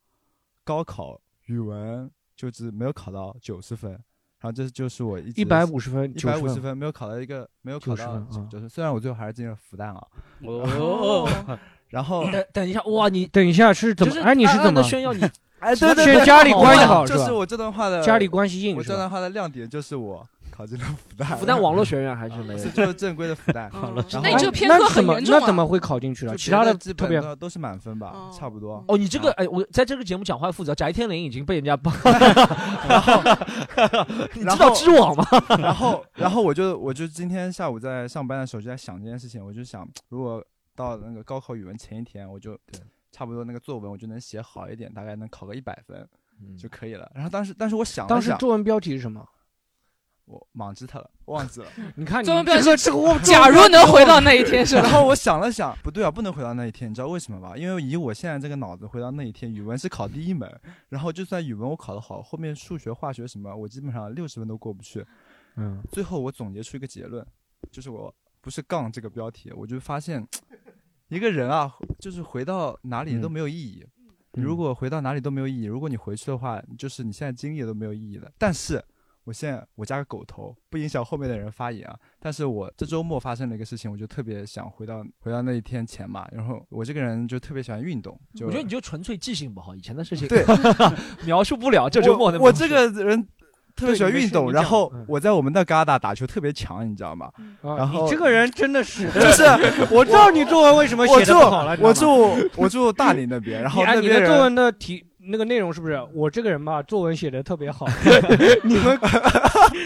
H: 高考语文就是没有考到九十分，然后这就是我一
D: 一
H: 一
D: 百。五十分，
H: 一百五
D: 90
H: 十，分没有考到一个没有考
D: 90
H: 到
D: 分啊
H: 九十，虽然我最后还是进了复旦啊，
G: 哦，
H: 然后
C: 等等一下，哇，你
D: 等一下是怎么？
C: 就是
D: 哎，你是
C: 暗
D: 怎
C: 暗
D: 么
C: 地？炫耀 你？哎，
D: 是
C: 对对对，
D: 炫家里
C: 好
D: 关系
C: 好
D: 好
H: 就是
D: 吧
H: 我这段话的
D: 家里关系硬
H: 我
D: 是
H: 这段
D: 吧？
H: 话的亮点就是我考进了复旦，
C: 复旦网络学院还是没有
H: 是 就是正规的复旦，
B: 嗯
H: 然
B: 那你
H: 后
B: 这个偏科
D: 哎那怎
B: 很
D: 么
B: 严重
D: 那怎
B: 啊！
D: 么会考进去
H: 就
D: 了？
H: 别
D: 其他的
H: 基
D: 特
H: 本
D: 别
H: 的都是满分吧
B: 哦，
H: 差不多。
C: 哦，你这个哎，我在这个节目讲话负责。翟天临已经被人家帮， 你知道知网吗？
H: 然后然后我就我就今天下午在上班的时候就在想这件事情，我就想如果到那个高考语文前一天，我就差不多那个作文我就能写好一点，大概能考个一百分
C: 嗯
H: 就可以了。然后当时但是我 想
D: 当
H: 了
D: 时
H: 想，
D: 作文标题是什么？
H: 我忘记它了，忘记了。
D: 你看你
B: 作文标
D: 这
B: 题
D: 个这个我
B: 假如能回到那一天，是吧？
H: 然后我想了想，不对啊，不能回到那一天，你知道为什么吧？因为以我现在这个脑子回到那一天，语文是考第一门，然后就算语文我考得好，后面数学、化学什么，我基本上六十分都过不去。
D: 嗯，
H: 最后我总结出一个结论，就是我不是杠这个标题，我就发现，一个人啊，就是回到哪
D: 嗯
H: 里都没有意义。你如果回到哪里都没有意义，如果你回去的话，就是你现在经历的都没有意义了。但是我现在我加个狗头，不影响后面的人发言啊。但是我这周末发生了一个事情，我就特别想回到回到那一天前嘛。然后我这个人就特别喜欢运动，就
C: 我觉得你就纯粹记性不好，以前的事情
H: 对
C: 描述不了。这周末的
H: 我我这个人特别喜欢
D: 对你没
H: 运
D: 事
H: 动，
D: 你
H: 然
D: 讲
H: 后
D: 嗯
H: 我在我们那旮沓打球特别强，你知道吗？
D: 啊
H: 然后
D: 你这个人真的是，
H: 就是
D: 我知道你作文为什么
H: 我
D: 写
H: 住
D: 的不好了，
H: 我
D: 知道吗
H: 住我住大理那边，然后
D: 你按
H: 那
D: 你的
H: 边
D: 作
H: 人
D: 文的题那个内容是不是？我这个人吧，作文写的特别好，你 们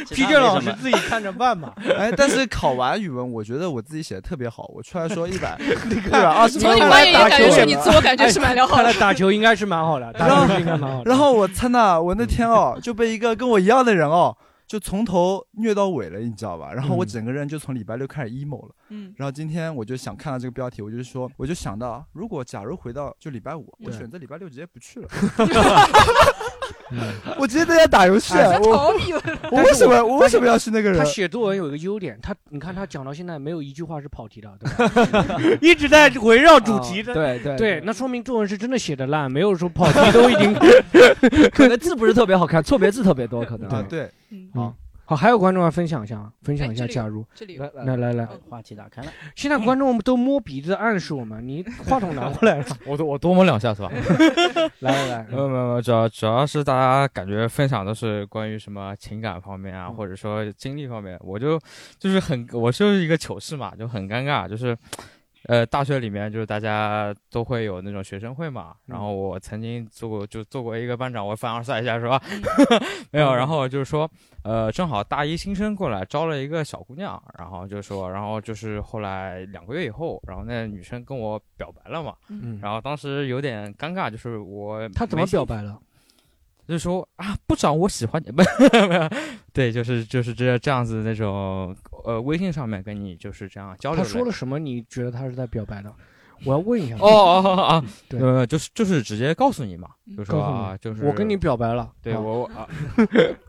G: 其
D: P
G: 他
D: J
G: 没什
D: 老师
G: 么
D: 自己看着办 吧。
H: 哎，但是考完语文，我觉得我自己写的特别好，我出来说一百一百二十
B: 从
H: 分
B: 你
H: 我
B: 发言
H: 来
B: 也
H: 打
B: 感
H: 球
B: 觉是
H: 了
B: 你自我感觉是蛮良好
D: 哎看
B: 的
D: 来。打球应该是蛮好的，打球是应该蛮
I: 哦
D: 好的。
H: 然后我天呐，我那天哦，就被一个跟我一样的人哦，就从头虐到尾了，你知道吧？然后我
D: 嗯
H: 整个人就从礼拜六开始 emo 了。
B: 嗯，
H: 然后今天我就想看到这个标题，我就说，我就想到，如果假如回到就礼拜五，我
D: 对
H: 选择礼拜六直接不 去了，
D: 嗯
H: 我直接在家打游
D: 啊
H: 戏。我
B: 哎逃避了。
H: 我为什么我为什么要是那个
D: 他
H: 人？
D: 写作文有一个优点，他你看他讲到现在没有一句话是跑题的，对吧？ 一直在围绕主题的。
C: 对对
D: 对，，那说明作文是真的写的烂，没有说跑题都已 经
C: 可能字不是特别好看，错别字特别多，可能
H: 啊，对，
B: 嗯，
D: 好。好，还有观众要分享一下啊，分享一下。
B: 哎这里
D: 假如
B: 这里有
C: 来
D: 来
C: 来，
D: 来来，
G: 话题打开了，
D: 现在观众都摸鼻子暗示我们，你话筒拿过来 了，
I: 我多我多摸两下 是吧？
D: 来来
I: 没有没有没有，主要主要是大家感觉分享都是关于什么情感方面啊，或者说经历方面，我就就是很我就是一个糗事嘛，就很尴尬，就是。呃，大学里面就是大家都会有那种学生会嘛，然后我曾经做过，就做过一个班长，我凡尔赛一下是 吧？没有，然后就是说，呃，正好大一新生过来招了一个小姑娘，然后就说，然后就是后来两个月以后，然后那女生跟我表白了嘛，
H: 啊
D: 嗯，
I: 然后当时有点尴尬，就是我
D: 他怎
I: 没
D: 么表
I: 兴
D: 白了？
I: 就说啊，部长，我喜欢你，不是，没有，对，就是就是这这样子那种，呃，微信上面跟你就是这样交流
D: 他
I: 了。
D: 说了什么？你觉得他是在表白的？我要问一下。
I: 哦哦哦哦，
D: 嗯对
I: 呃，就是就是直接告诉你嘛，
B: 嗯
I: 就说
D: 告诉你
I: 啊，就是
D: 我跟你，表白了。
I: 对
D: 啊
I: 我我 啊，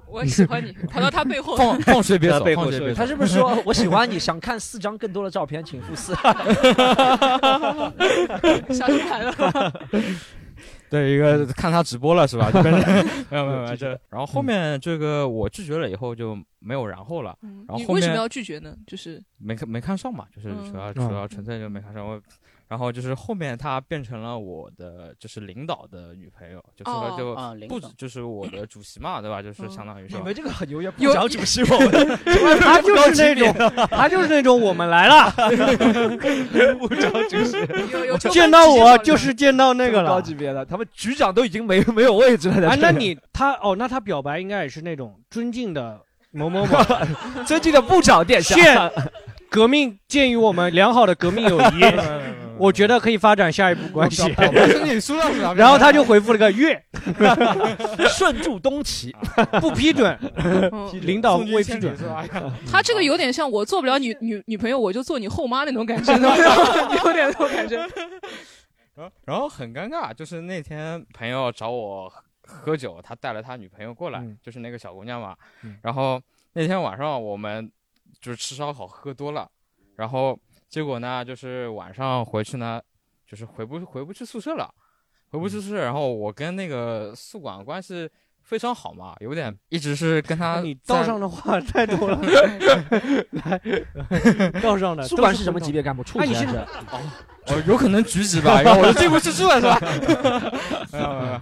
B: 我喜欢你，跑到他背后。
I: 放放水别
G: 在
I: 走，
G: 背后
I: 放水
G: 说
I: 别
G: 一
I: 走
C: 他。是不是说我喜欢你，想看四张更多的照片，请复四？
B: 想出来
G: 啊
B: 了。
I: 对，一个看他直播了是吧？就变 成没有没有没有这，然后后面这个我拒绝了以后就没有然后了，
B: 嗯
I: 然后
B: 你
I: 后
B: 为什
I: 面
B: 么要拒绝呢？就是
I: 没看没看上嘛，就是
C: 哦
B: 嗯
I: 主要
D: 嗯
I: 主要纯粹就没看上我。然后就是后面她变成了我的就是领导的女朋友，就是说
G: 哦
I: 就
G: 啊领
I: 不
G: 导
I: 止就是我的主席嘛，对吧？
D: 嗯
I: 就是相当于说
C: 你们这个很优越，不
B: 有
C: 讲主席 我们
D: 他就是那 种，他就是那 种我们来 了，
I: 不讲主席，
B: 有有
D: 见到我就是见到那个
C: 高
D: 了
C: 级。别的，他们局长都已经没没有位置了。在
D: 啊，
C: 这
D: 那
C: 里
D: 你他哦，那他表白应该也是那种尊敬的某某 某，
C: 尊敬的部长殿下，
D: 现 革命鉴于我们良好的革命友 谊，我觉得可以发展下一步关系。
H: 不是你 输到哪边？
D: 然后他就回复了个月，
C: 顺驻东齐，
D: 不批准，
B: 嗯
D: 领导
I: 宋军
D: 未批
I: 千里
D: 准。
I: 是吧？
D: 嗯
B: 他这个有点像我做不了女女女朋友，我就做你后妈那种感觉， 有点那种感觉。
I: 然后然后很尴尬，就是那天朋友找我喝喝酒，他带了他女朋友过来，
D: 嗯
I: 就是那个小姑娘嘛。
D: 嗯
I: 然后那天晚上我们就是吃烧烤喝多了，然后结果呢，就是晚上回去呢，就是回不回不去宿舍了，回不去
D: 嗯
I: 宿舍。然后我跟那个宿管关系非常好嘛，有点一直是跟他
D: 你
I: 在
D: 道上的话 太多 了，来，道上的
C: 宿管是什么级？别干部？处级
D: 哎你
C: 还
D: 是
C: 是？
I: 我哦有可能局级吧，因为我就进不去住了，是吧？ 没有没有，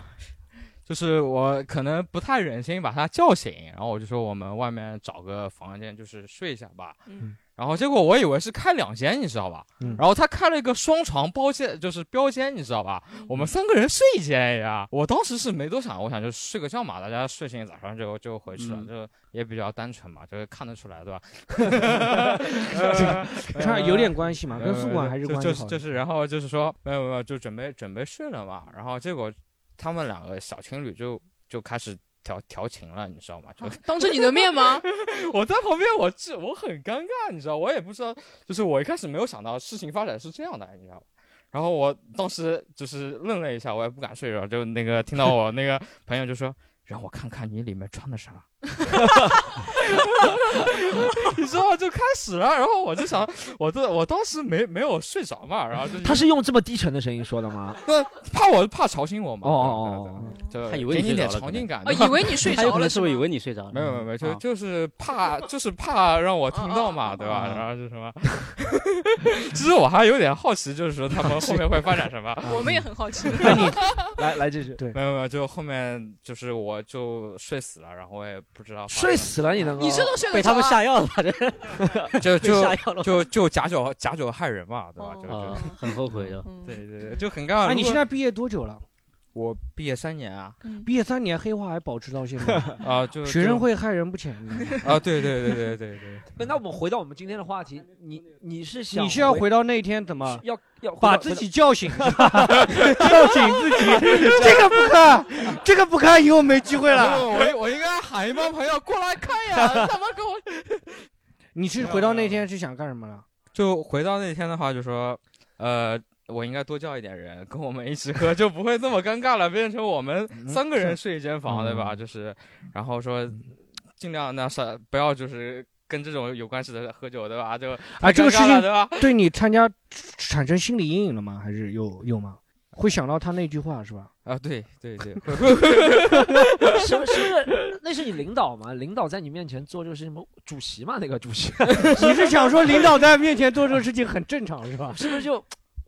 I: 就是我可能不太忍心把他叫醒，然后我就说我们外面找个房间就是睡一下吧。
B: 嗯
I: 然后结果我以为是开两间，你知道吧？
D: 嗯
I: 然后他开了一个双床包间，就是标间，你知道吧？我们三个人睡一间呀。我当时是没多想，我想就睡个觉嘛，大家睡醒早上就就回去了，
G: 嗯
I: 就也比较单纯嘛，就是看得出 来，对吧？呃
D: 差有点关系嘛，跟宿管还是
I: 就
D: 关系
I: 就
D: 好
I: 是
D: 的。
I: 就是，然后就是说没有没有，就准备准备睡了嘛，然后结果他们两个小情侣就就开始调调情了，你知道吗？就
B: 当着你的面吗？
I: 我在旁边，我这我很尴尬，你知道，我也不知道，就是我一开始没有想到事情发展是这样的，你知道吧？然后我当时就是愣了一下，我也不敢睡着，就那个听到我那个朋友就说。让我看看你里面穿的啥， 你知道吗就开始了，然后我就想， 我这我当时没没有睡着嘛，然后就
C: 他是用这么低沉的声音说的吗？
I: 那怕我怕吵醒我嘛？
C: 哦哦哦
I: 对，对对
G: 他以
I: 就
G: 为
I: 给
G: 你
I: 你
G: 睡
I: 点
G: 着了
I: 场景感。
B: 啊，以为你睡
G: 他有
B: 着
G: 可能
B: 了
G: 是
B: 是
G: 不
B: 吗
G: 是以为你睡着了？
I: 没
C: 嗯
I: 有没有没有，就
G: 啊
I: 就是怕就是怕让我听到嘛，对吧？
G: 啊
I: 然后就什么，其实我还有点好奇，就是说他们后面会发展什么。
B: 我们也很好奇。
C: 来来继续，对，
I: 没有没有，就后面就是我就睡死了，然后我也不知道发
C: 睡死了你能够？
B: 你这都睡得
G: 被
B: 着
G: 他
B: 啊
G: 们下药了，这
I: 生 就
G: 被
I: 就
G: 下药了
I: 就就假酒假酒害人嘛，对吧？就
G: 啊
I: 就，
G: 很后悔的。
B: 嗯
I: 对对对，就很尴尬。
D: 啊，你
I: 如果
D: 现在毕业多久了？
I: 我毕业三年啊
D: 毕业三年，黑化还保持到现在，
I: 啊，就
D: 学生
I: 就
D: 会害人不浅。
I: 啊，对对对对对对。
C: 不哎那我们回到我们今天的话题，你你是想
D: 你是要回到那天怎么
C: 要要回到
D: 把自己叫醒，叫醒自己？这个不看，这个不看，以后没机会了。
I: 不我我 应该喊一帮朋友过来看 呀！他妈给我！
D: 你是回到那天是想干什么了？
I: 就回到那天的话，就说，呃，我应该多叫一点人跟我们一起喝，就 不会这么尴尬了，变成我们
D: 嗯
I: 三个人睡一间房，对吧？就是，然后说，尽量那啥，不要就是跟这种有关系的喝酒，对吧？就
D: 啊，这个
I: 尴
D: 事
I: 尬了
D: 情
I: 对吧？
D: 对你参加产生心理阴影了吗？还是有有吗？会想到他那句话是吧？
I: 啊，对对对，
C: 什么 是那是你领导吗？领导在你面前做这个事情吗？主席嘛，那个主席
D: 你是想说领导在面前做这个事情很正常是吧？
C: 是不是就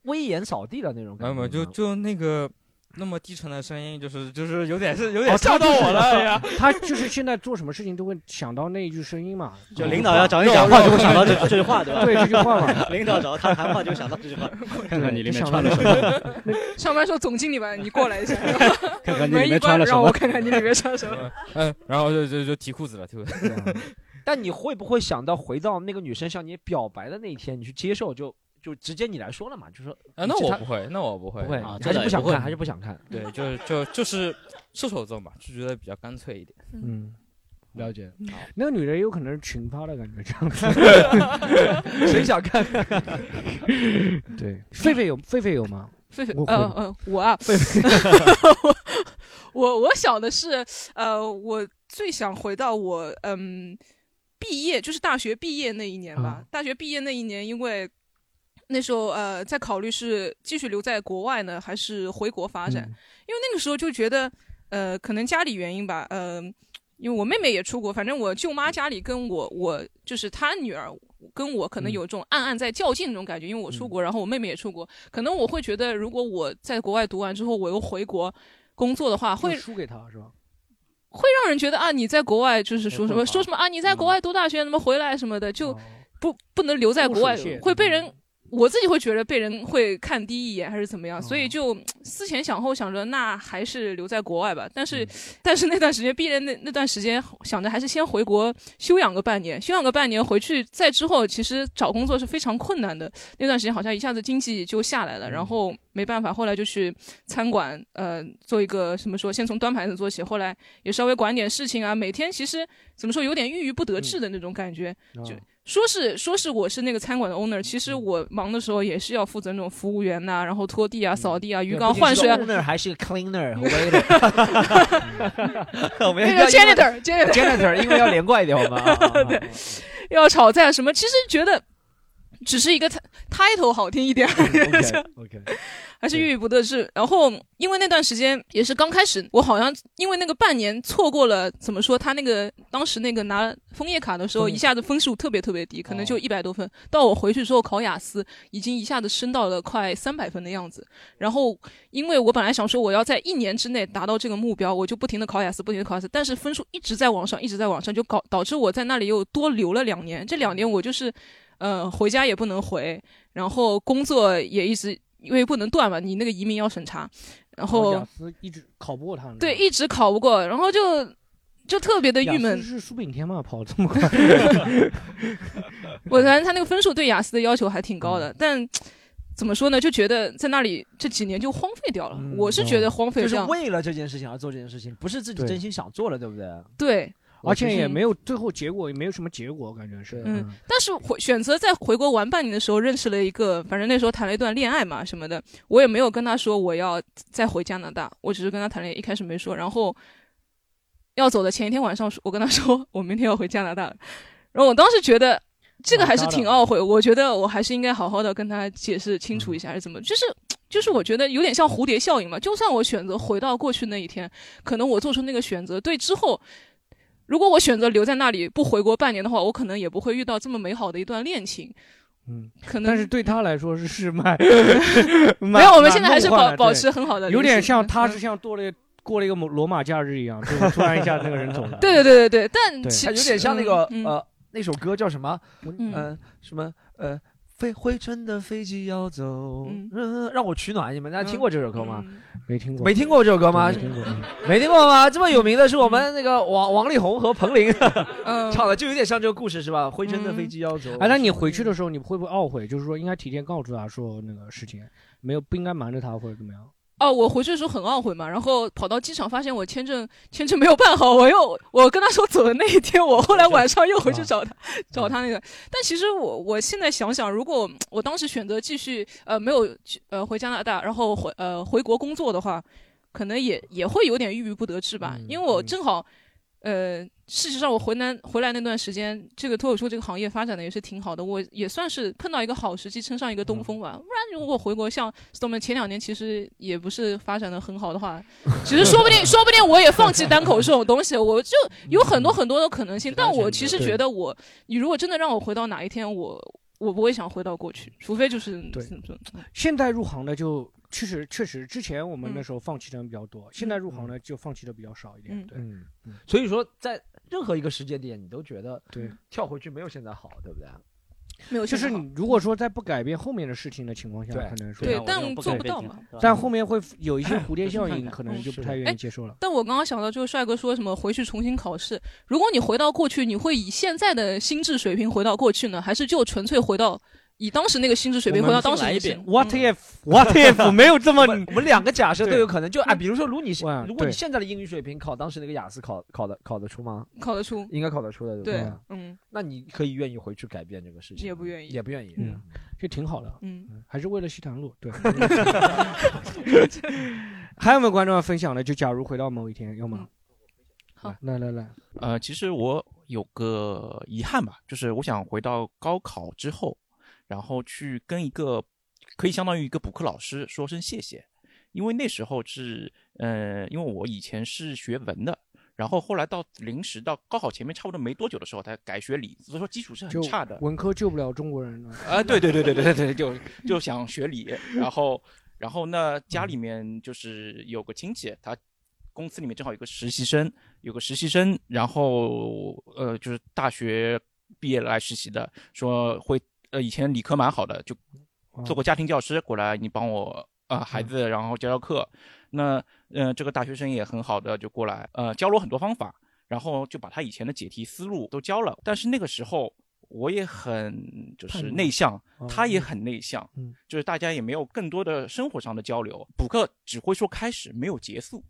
C: 威严扫地的那种
I: 没
C: 感
I: 有
C: 觉呢？
I: 没有，就
D: 嗯
I: 就那个那么低沉的声音，就是就是有点是有
D: 哦
I: 点吓到我了，哎呀！
D: 他就是现在做什么事情都会想到那一句声音嘛，
C: 哦
G: 就领导要找你讲话，就会想到这这句话，对吧？
D: 对这句话嘛。
G: 领导找他谈话就想到这 句话，
E: 看看你里
D: 就
E: 面
D: 想
E: 穿
D: 到
E: 了
D: 那
E: 什
D: 句
E: 么，
D: 话
B: 上班说总经理吧，你过来一下，
E: 看看你
B: 门
E: 里
B: 一
E: 面穿
B: 关，
E: 了什
B: 让我
E: 么。
B: 看看你里面穿什 么。
I: 嗯，然后就就就提裤子了，提裤子。
C: 但你会不会想到回到那个女生向你表白的那一天，你去接受就就直接你来说了嘛？就说
I: 啊，那我不会，那我不会，
C: 不会，
G: 啊
C: 你
G: 这
C: 还是
G: 倒
C: 不
G: 也
C: 想
G: 不会
C: 看，还是不想看。
I: 对，就就就是射手座嘛，就觉得比较干脆一点。
D: 嗯，了解。 那个女的有可能是群发的感觉，这样 子。
C: 谁想看？
D: 对，狒狒有狒狒有吗？
B: 狒狒
D: 我，会
B: 呃呃，我 啊，我 我我想的是，呃，我最想回到我嗯毕业，就是大学毕业那一年
E: 啊
B: 吧。大学毕业那一年，因为那时候呃在考虑是继续留在国外呢，还是回国发展，因为那个时候就觉得呃可能家里原因吧，嗯、因为我妹妹也出国，反正我舅妈家里跟我，我就是她女儿跟我可
D: 嗯
B: 能有这种暗暗在较劲那种感觉，因为我出国，然后我妹妹也出国，可能我会觉得，如果我在国外读完之后，我又回国工作的话，会
D: 输给他是吧？哎
B: 会让人觉得啊，你在国外就是说什么说什么啊，你
D: 嗯
B: 在国外读大学，怎么回来什么的，
D: 哦
B: 就不不能留在国外
D: 流水线，
B: 会被人。我自己会觉得被人会看低一眼还是怎么样，所以就思前想后想着，那还是留在国外吧。但是， 但是那段时间毕业那那段时间想着还是先回国休养个半年，休养个半年回去再之后，其实找工作是非常困难的。那段时间好像一下子经济就下来了，然后没办法，后来就去餐馆呃做一个什么说，先从端盘子做起，后来也稍微管点事情啊，每天其实怎么说有点郁郁不得志的那种感觉，就说是说是我是那个餐馆的 owner，其实我忙的时候也是要负责那种服务员呐、然后拖地啊、扫地啊、鱼缸换水啊。
C: 那还是个 cleaner 和 waiter，我们
B: 那
C: 要
B: 个 janitor janitor
C: janitor，因为要连贯一点，好 吗？啊啊啊
B: 要炒菜啊什么，其实觉得只是一个 title 好听一点，
D: 嗯 OK，
B: 还是郁郁不得志。然后因为那段时间也是刚开始，我好像因为那个半年错过了，怎么说？他那个当时那个拿枫叶卡的时候，一下子分数特别特别低，可能就一百多分。到我回去之后考雅思，已经一下子升到了快三百分的样子。然后因为我本来想说我要在一年之内达到这个目标，我就不停的考雅思，不停的考雅思，但是分数一直在往上，一直在往上，就搞导致我在那里又多留了两年。这两年我就是。呃，回家也不能回，然后工作也一直因为不能断嘛，你那个移民要审查，然后
D: 雅思一直考不过他，
B: 对一直考不过，然后就就特别的
D: 雅
B: 郁
D: 思
B: 闷。
D: 是苏炳添嘛，跑这么 快，
B: 我感觉他那个分数对雅思的要求还挺高
D: 嗯
B: 的，但怎么说呢，就觉得在那里这几年就荒废掉了。
D: 嗯
B: 我是觉得荒废
C: 就是
B: 掉，
C: 为了这件事情而做这件事情，不是自己
D: 对
C: 真心想做了，对不对？
B: 对，
D: 而且也没有最后结果，也没有什么结果，感觉是。
B: 嗯，但是回选择在回国玩半年的时候，认识了一个，反正那时候谈了一段恋爱嘛什么的，我也没有跟他说我要再回加拿大，我只是跟他谈恋爱，一开始没说，然后要走的前一天晚上说，我跟他说 我明天要回加拿大了，然后我当时觉得这个还是挺懊悔，我觉得我还是应该好好的跟他解释清楚一下，还是怎么，就是就是我觉得有点像蝴蝶效应嘛，就算我选择回到过去那一天，可能我做出那个选择对之后。如果我选择留在那里不回国半年的话，我可能也不会遇到这么美好的一段恋情。
D: 嗯，
B: 可能
D: 但是对他来说是是蛮，
B: 没
D: 没
B: 有，我们现在还是保保持很好的联系，
D: 有点像他
B: 嗯
D: 是像多了过了一个罗马假日一样，就是突然一下那个人走了。
B: 对对对对对，但
D: 对
B: 其
C: 它有点像那个
B: 嗯嗯
C: 呃那首歌叫什么？
B: 嗯
C: 嗯，什么呃飞回程的飞机要走，
B: 嗯
C: 嗯，让我取暖你们。大家听过这首歌吗？
B: 嗯
D: 没听过，
C: 没听过这首歌吗嗯
D: 没？听过。
C: 没听过吗？这么有名的是我们那个王王力宏和彭羚
B: 嗯，
C: 唱的，就有点像这个故事是吧？回程的飞机要走。
D: 哎，那你回去的时候，你会不会懊悔？就是说，应该提前告诉他说那个事情，没有不应该瞒着他或者怎么样？
B: 哦，我回去的时候很懊悔嘛，然后跑到机场发现我签证 签证没有办好，我又我跟他说走的那一天，我后来晚上又回去找他找他那个，但其实我我现在想想，如果我当时选择继续呃没有去呃回加拿大，然后回呃回国工作的话，可能也也会有点郁郁不得志吧，因为我正好呃事实上我回南回来那段时间，这个脱口秀这个行业发展的也是挺好的，我也算是碰到一个好时机，乘上一个东风吧，不然如果回国像 Storm 前两年其实也不是发展的很好的话，其实说不定说不定我也放弃单口这种东西，我就有很多很多的可能性。但我其实觉得我，你如果真的让我回到哪一天，我我不会想回到过去，除非就是嗯
D: 对
B: 怎么说
D: 现在入行的就确实确实，之前我们那
B: 嗯
D: 时候放弃的人比较多，现在入行的就放弃的比较少一点。
B: 嗯
D: 对，
C: 嗯，所以说在任何一个时间点，你都觉得嗯
D: 对
C: 跳回去没有现在好，对不对？
B: 没有，
D: 就是
B: 幸好
D: 你如果说在不改变后面的事情的情况下，
C: 对
D: 可能说
B: 对
G: 我，
B: 但
G: 这种
B: 做
G: 改
B: 不
G: 变
B: 到
G: 挺
B: 嘛。
G: 好
D: 但后面会有一些蝴蝶效
G: 看
D: 应，
G: 看
D: 可能就不太
C: 哎
D: 愿意接受了。
B: 哎但我刚刚想到，就是帅哥说什么回去重新考试。如果你回到过去，你会以现在的心智水平回到过去呢，还是就纯粹回到以当时那个心智水平
D: 我
B: 回
D: 们
B: 到当时
G: 来
B: 那
G: 一
B: 个
G: 遍
B: 心
D: What if What if 没有这么
C: 我们我们两个假设都
D: 对
C: 有可能，就啊，比如说，如你现
D: 哇
C: 如果
D: 对
C: 你现在的英语水平考当时那个雅思考考的考得出吗？
B: 考得出？
C: 应该考得出的，不
B: 对
C: 对？，
B: 嗯
C: 那你可以愿意回去改变这个事情吗，
B: 也不愿意
C: 也不愿意。
D: 嗯就挺好的，
B: 嗯，
D: 还是为了西塘路。 对。还有没有观众要分享的？就假如回到某一天，要吗？
B: 嗯好
D: 来，来来来，
E: 呃，其实我有个遗憾吧，就是我想回到高考之后，然后去跟一个可以相当于一个补课老师说声谢谢，因为那时候是呃，因为我以前是学文的，然后后来到临时到高考前面差不多没多久的时候才改学理，所以说基础是很
D: 就
E: 差的。
D: 文科救不了中国人了。
E: 啊，对对对对对对对，就就想学理，然后然后呢，家里面就是有个亲戚，他公司里面正好有个实习生，有个实习生，然后呃，就是大学毕业来实习的，说会呃以前理科蛮好的，就
F: 嗯
E: 做过家庭教师过来，你帮我呃孩子，然后教教课。那呃这个大学生也很好的，就过来呃教了我很多方法，然后就把他以前的解题思路都教了。但是那个时候我也很就
F: 叛
E: 是
F: 逆
E: 内向
F: 哦，
E: 他也很内向，
F: 嗯
E: 就是大家也没有更多的生活上的交流。补课只会说开始，没有结束。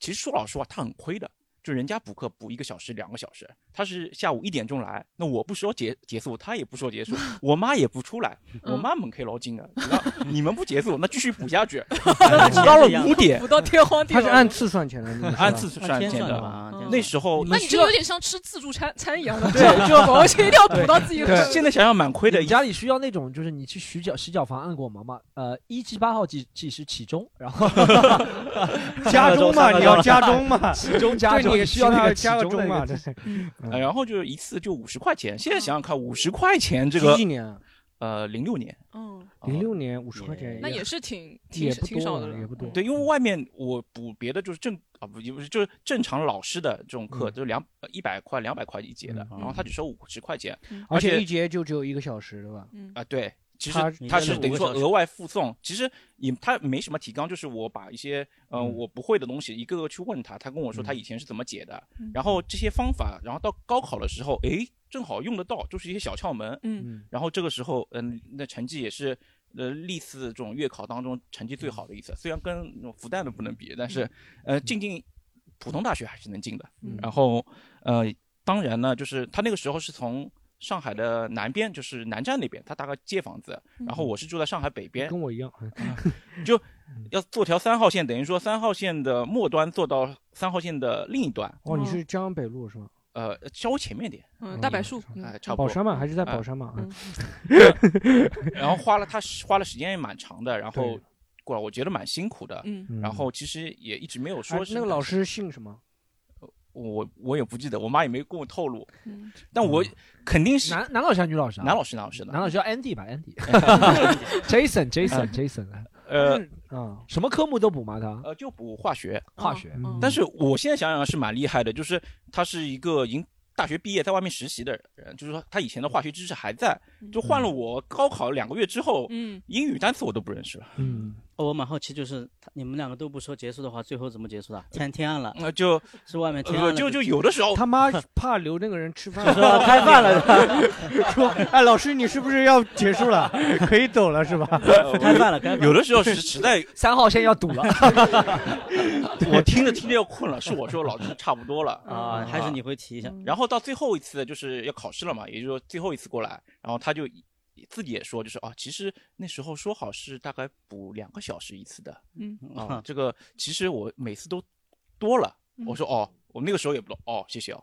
E: 其实说老实话，他很亏的。就人家补课补一个小时、两个小时，他是下午一点钟来，那我不说结结束，他也不说 结束，我妈也不出来，
B: 嗯
E: 我妈猛 K 老金啊，只要你们不结束，那继续补下去， 那直到了五点
B: 补，到天荒地
D: 他
B: 老。
D: 是按次算钱的，你知道吗
E: 按次算
G: 天
E: 钱
G: 算的
E: 的。
G: 吧，
B: 嗯
E: 那时候
B: 那你就
E: 知道
B: 有点像吃自助餐餐一样的， 对， 就而且一定要补到自己的。
E: 现在想想蛮亏的
C: 你，家里需要那种，就是你去洗脚洗脚房按过门吗？呃，一至八号计计时起钟，然后
D: 加钟嘛，
G: 上个周上个周
D: 你要加钟嘛，
C: 起钟加
D: 对，
C: 钟，
D: 你
C: 需要那个起
D: 加个
C: 钟的
D: 钟
C: 那
D: 嘛，嗯
C: 个
D: 这
C: 计
D: 是
E: 呃然后就是一次就五十块钱。现在想想看，五十块钱这
D: 嗯几
E: 个
D: 几年啊？
E: 呃零六年，
B: 嗯，
E: 呃
D: 零六年五十块
G: 也
D: 钱，
B: 那也是挺挺
D: 也不
B: 挺少
D: 多
B: 的
D: 了，
B: 了，
D: 也不多。
E: 对，因为外面我补别的就是正啊不也不是就是正常老师的这种课，
D: 嗯
E: 就是两呃一百块两百块一节的，
G: 嗯
E: 然后他只收五十块钱
D: 嗯而
E: 而
D: 且
E: 且
D: 一节就只有一个小时，对吧？
B: 嗯
E: 啊、对。其实
D: 他
E: 他
G: 你这
E: 是
G: 是
E: 等于
G: 五个
E: 说
G: 小时
E: 额外附送，其实也他没什么提纲，就是我把一些嗯、呃
D: 嗯
E: 我不会的东西一个个去问他，他跟我说他以前是怎么解的，
B: 嗯
E: 然后这些方法，然后到高考的时候，诶，正好用得到，就是一些小窍门，
B: 嗯，
D: 嗯，
E: 然后这个时候，嗯，那成绩也是，呃，历次这种月考当中成绩最好的一次。虽然跟那种复旦的不能比，但
D: 嗯
E: 是，呃，进进普通大学还是能进的。
B: 嗯
E: 然后，呃，当然呢，就是他那个时候是从上海的南边，就是南站那边，他大概借房子。然后我是住在上海北
D: 嗯
E: 边，啊
D: 跟我一样， 嗯
E: 要坐条三号线，等于说三号线的末端坐到三号线的另一端，
D: 哦，你
B: 哦
D: 是江阳北路是吗？
E: 呃，稍微前面一点，
B: 嗯，大柏树，
E: 哎、
B: 嗯
E: 差不
D: 宝
E: 多。
D: 山嘛，还是在宝
E: 啊
D: 山嘛？啊
B: 嗯
E: 然后花了他花了时间也蛮长的，然后
D: 对
E: 过来我觉得蛮辛苦的。
B: 嗯，
D: 嗯
E: 然后其实也一直没有
D: 哎
E: 说是、
D: 那个老，师姓什么？
E: 我我也不记得，我妈也没跟我透露，
B: 嗯
E: 但我肯定是
C: 男男老师还是女老师啊？
E: 男老师，男老师
C: 男
E: 的，
C: 老师叫 Andy 吧，Andy，Jason，Jason，Jason，
E: 嗯呃
D: 啊，
C: 什么科目都补吗？他
E: 呃，就补化学，
C: 嗯哦化学
B: 嗯
E: 但是我现在想想是蛮厉害的，就是他是一个已经大学毕业在外面实习的人，就是说他以前的化学知识还在，就换了我高考两个月之后，
B: 嗯，
E: 英语单词我都不认识了，
D: 嗯，
G: 哦我蛮好奇，就是他你们两个都不说结束的话，最后怎么结束的？天天暗了，
E: 那、呃就是
G: 外面 天暗
E: 呃
G: 了，
E: 就就有的时候
D: 他妈怕留那个人吃 饭，
G: 是吧？开饭了，是吧
D: 说，哎，老师，你是不是要结束 了？可以走呃了是吧？
G: 开饭了，开饭了。
E: 有的时候是实在
C: 三号线要堵了，
E: 我听着听着要困了，是我说老师差不多了。 嗯
G: 啊，还是你会提一下。
E: 然后到最后一次就是要考试了嘛，也就是说最后一次过来，然后他就自己也说，就是啊，其实那时候说好是大概补两个小时一次的
B: 嗯
E: 啊，这个其实我每次都多了。
B: 嗯
E: 我说哦，我那个时候也不多哦，谢 谢哦，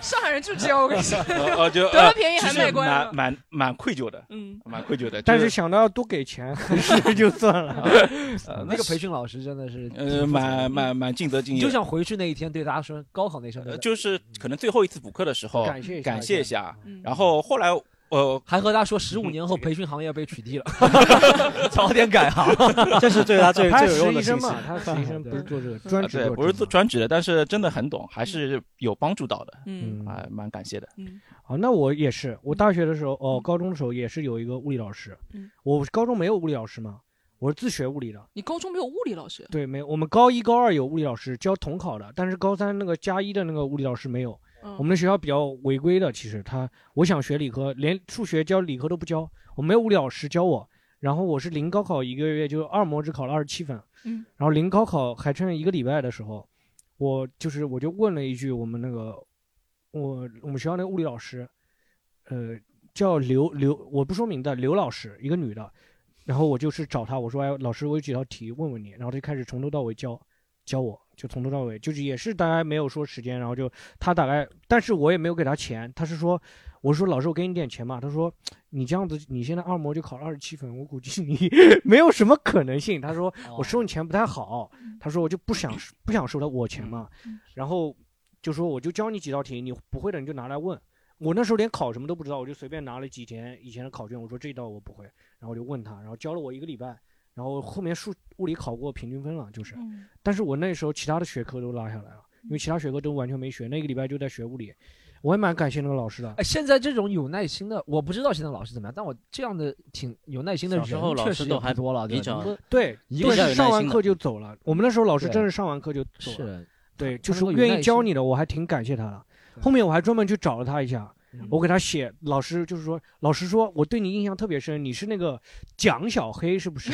B: 上海人就这样， 我跟你说，
E: 呃呃就
B: 得了
E: 呃
B: 便宜还
E: 其实
B: 卖乖了
E: 蛮蛮蛮愧疚的，
B: 嗯，
E: 蛮愧疚的。
D: 但
E: 就是
D: 想到要多给钱，还 是就算 了。
E: 呃
C: 那个培训老师真的是
E: 呃蛮蛮蛮尽责尽
C: 你就
E: 业，
C: 想回去那一天对大家说高考那一声，
E: 呃就是可能最后一次补课的时候
D: 感谢一下
E: 哦感谢一下，啊
B: 嗯
E: 然后 后来呃
C: 还和他 说十五年后培训行业被取缔了，早点改
E: 啊
C: 行。
G: 这是对他 最
D: 他
G: 最有
D: 实
G: 用
D: 习
G: 的信
D: 生
G: 息。
D: 嘛，他实习 生不是做这个专
E: 啊
D: 职
E: 对，
D: 做
E: 不是
D: 这
E: 做
D: 个
E: 专职的，但是真的很懂，还是有帮助到的，
B: 嗯
D: 嗯
E: 啊、蛮感谢的。
B: 嗯
D: 哦，那我也是，我大学的时候，哦，
B: 嗯
D: 高中的时候也是有一个物理老师。
B: 嗯
D: 我高中没有物理老师嘛，我是自学物理的。
B: 你高中没有物理老师？
D: 对，没有，我们高一、高二有物理老师教统考的，但是高三那个加一的那个物理老师没有。
B: 嗯
D: 我们的学校比较违规的，其实他我想学理科，连数学教理科都不教，我没有物理老师教我。然后我是临高考一个月，就二模只考了二十七分，
B: 嗯，
D: 然后临高考还剩一个礼拜的时候，我就是我就问了一句我们那个我我们学校那个物理老师，呃，叫刘刘，我不说名字，刘老师，一个女的。然后我就是找她，我说：“哎，老师，我有几道题问问你。”然后她就开始从头到尾教教我，就从头到尾，就是也是大概没有说时间，然后就他大概，但是我也没有给他钱，他是说，我说老师我给你点钱嘛，他说你这样子你现在二模就考了二十七分，我估计你 没有什么可能性，他说我收你钱不太好，他说我就不想不想收他我钱嘛，然后就说我就教你几道题，你不会的你就拿来问。我那时候连考什么都不知道，我就随便拿了几天以前的考卷，我说这道我不会，然后我就问他，然后教了我一个礼拜，然后后面数物理考过平均分了，就是，但是我那时候其他的学科都拉下来了，因为其他学科都完全没学，那个礼拜就在学物理，我也蛮感谢那个老师的。
C: 哎，现在这种有耐心的，我不知道现在老师怎么样，但我这样的挺有耐心的
G: 小
C: 人
G: 时候老
C: 确
G: 师
C: 实
G: 都
C: 也不
G: 还
C: 多了，
G: 比
C: 对吧
G: 较
C: 你说
D: 对，
C: 一
G: 个比
D: 对
G: 较有
D: 是上
G: 耐
D: 完
G: 心的
D: 课就走了。我们那时候老师
C: 对
D: 真是上完课就走了。
C: 是
D: 对，
C: 他
D: 就是
C: 如果有
D: 愿
C: 耐
D: 意教
C: 心
D: 你的，我还挺感谢他的。后面我还专门去找了他一下，
C: 嗯
D: 我给他写，老师就是说，老师说我对你印象特别深，你是那个蒋小黑是不 是？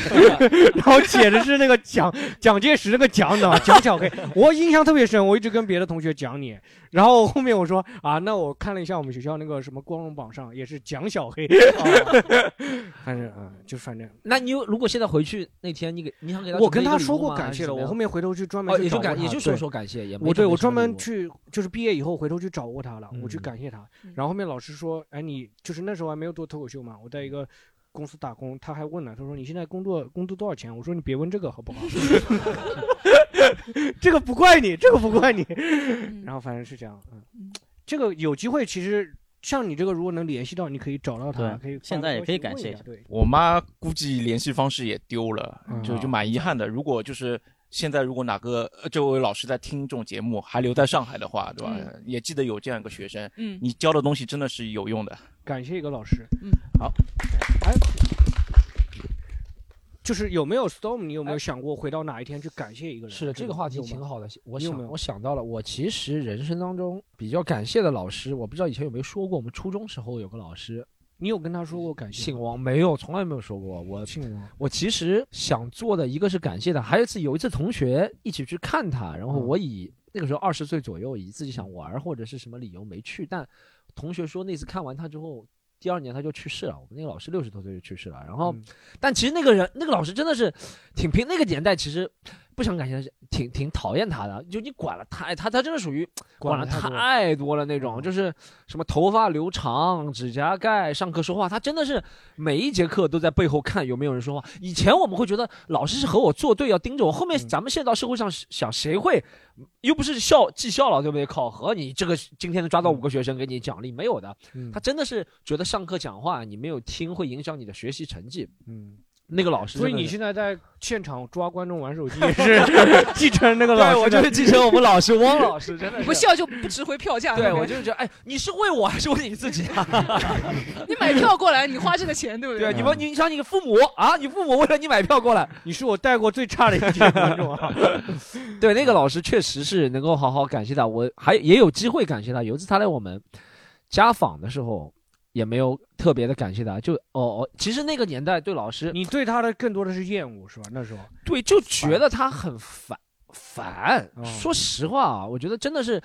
D: 然后写的是那个蒋蒋介石那个蒋的蒋小黑，我印象特别深，我一直跟别的同学讲你。然后后面我说啊，那我看了一下我们学校那个什么光荣榜上也是蒋小 黑，啊 反正啊，就反正
C: 那你有如果现在回去那天你给你想给他
D: 我
C: 准
D: 跟
C: 备一
D: 他
C: 个礼
D: 说
C: 物
D: 过
C: 吗
D: 感
C: 还是
D: 谢
C: 怎
D: 了，
C: 么
D: 我
C: 样
D: 后面回头去专门
C: 哦
D: 去
C: 也
D: 找
C: 就
D: 过
C: 感也
D: 他
C: 就
D: 对
C: 说说感谢，也没
D: 我对
C: 准备
D: 我
C: 什么
D: 专门
C: 礼物
D: 去就是毕业以后回头去找过他了，我去
C: 嗯
D: 感谢他
B: 嗯。
D: 然后后面老师说，哎，你就是那时候还没有做脱口秀嘛，我在一个。公司打工，他还问了，他说你现在工作工资多少钱？我说你别问这个好不好， 这个不怪你，这个不怪你。 然后反正是这样，嗯
B: 嗯，
D: 这个有机会其实像你这个如果能联系到，你可以找到他，
G: 对
D: 可以
G: 现
D: 发
G: 在也
D: 消
G: 可以
D: 息
G: 感
D: 问
G: 谢一
D: 一
G: 下
D: 下，对，
E: 我妈估计联系方式也丢了，
D: 嗯
G: 啊
E: 就就蛮遗憾的。如果就是现在，如果哪个呃这位老师在听这种节目，还留在上海的话，对吧？
D: 嗯
E: 也记得有这样一个学生，
B: 嗯
E: 你教的东西真的是有用的。
D: 感谢一个老师。
B: 嗯，
E: 好。
D: 哎，就是有没有 Storm？你有没有想过回到哪一天去感谢一个人？
C: 哎是的，这个话题
D: 有吗
C: 挺。好的。我
D: 你有
C: 想
D: 没，有
C: 我想到了，我其实人生当中比较感谢的老师，我不知道以前有没有说过，我们初中时候有个老师
D: 你有跟他说过感谢
C: 姓
D: 吗？
C: 王，没有，从来没有说过。我
D: 姓王，
C: 我其实想做的一个是感谢他，还有一次有一次同学一起去看他，然后
D: 嗯
C: 我以、那个时候二十岁左右，以自己想玩儿或者是什么理由没去，但同学说那次看完他之后。第二年他就去世了，我们那个老师六十多岁就去世了。然后，
D: 嗯
C: 但其实那个人，那个老师真的是挺拼。那个年代其实不想感谢他，是挺挺讨厌他的。就你管了他，哎他他真的属于管了
D: 了太多了
C: 太多嗯了那种，就是什么头发留长、指甲盖、上课说话，他真的是每一节课都在背后看有没有人说话。以前我们会觉得老师是和我作对，要盯着我。后面
D: 嗯
C: 咱们现在到社会上想，谁会又不是校绩效了，对不对？考核你这个今天抓到五个学生给你奖励没有的？
D: 嗯
C: 他真的是觉得上课讲话你没有听会影响你的学习成绩。
D: 嗯，
C: 那个老师真
D: 所
C: 的
D: 以
C: 是，
D: 你现在在现场抓观众玩手 机也是继承那个老
C: 对
D: 师
C: 我
D: 的
C: 就是继承我们老师汪老师，真的
B: 不
C: 是。
B: 笑就不值回票价。
C: 对，我就是觉得，哎，你是为我还是为你自己啊？
B: 你买票过来，你花这个钱，对不嗯
C: 对啊，
B: 对？
C: 你们你像你父母啊，你父母为了你买票过来，
D: 你是我带过最差的一届观众啊。
C: 对，那个老师确实是能够好好感谢他，我还也有机会感谢他。有一次他来我们家访的时候，也没有特别的感谢他，就哦哦，其实那个年代对老师，
D: 你对他的更多的是厌恶是吧？那时候，
C: 对就觉得他很烦烦。
D: 哦
C: 说实话啊，我觉得真的是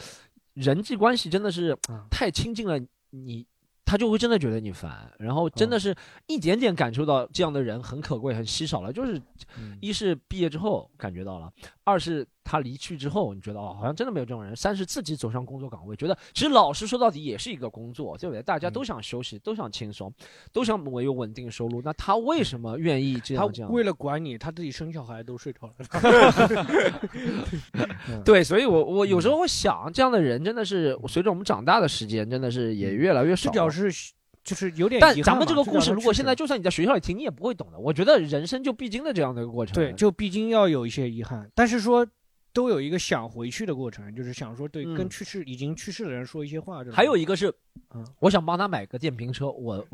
C: 人际关系真的是
D: 啊
C: 太亲近了，你。他就会真的觉得你烦，然后真
D: 哦
C: 的是一点点感受到这样的人很可贵、很稀少了。就是
D: 嗯
C: 一是毕业之后感觉到了，二是他离去之后，你觉得哦，好像真的没有这种人；三是自己走上工作岗位，觉得其实老师说到底也是一个工作，对不对？大
D: 嗯
C: 家都想休息，都想轻松，都想我有稳定收入。那他为什么愿意这
D: 嗯他
C: 样这样？
D: 为了管你，他自己生小孩都睡着了。
C: 嗯
D: 嗯
C: 对，所以我我有时候会想，这样的人真的是随着我们长大的时间，真的是也越来越
D: 这
C: 少了。
D: 嗯表示就是有点遗憾
C: 但
D: 嘛。
C: 咱们这个
D: 表
C: 故事，
D: 示
C: 如果
D: 确实
C: 现
D: 嗯
C: 在就算你在学校里听，你也不会懂的。我觉得人生就必经的这样的一个过程。
D: 对，就毕竟要有一些遗憾，但是说都有一个想回去的过程，就是想说对、
C: 嗯
D: 跟去世已经去世的人说一些话这种。
C: 还有一个是
D: 嗯，
C: 我想帮他买个电瓶车，我。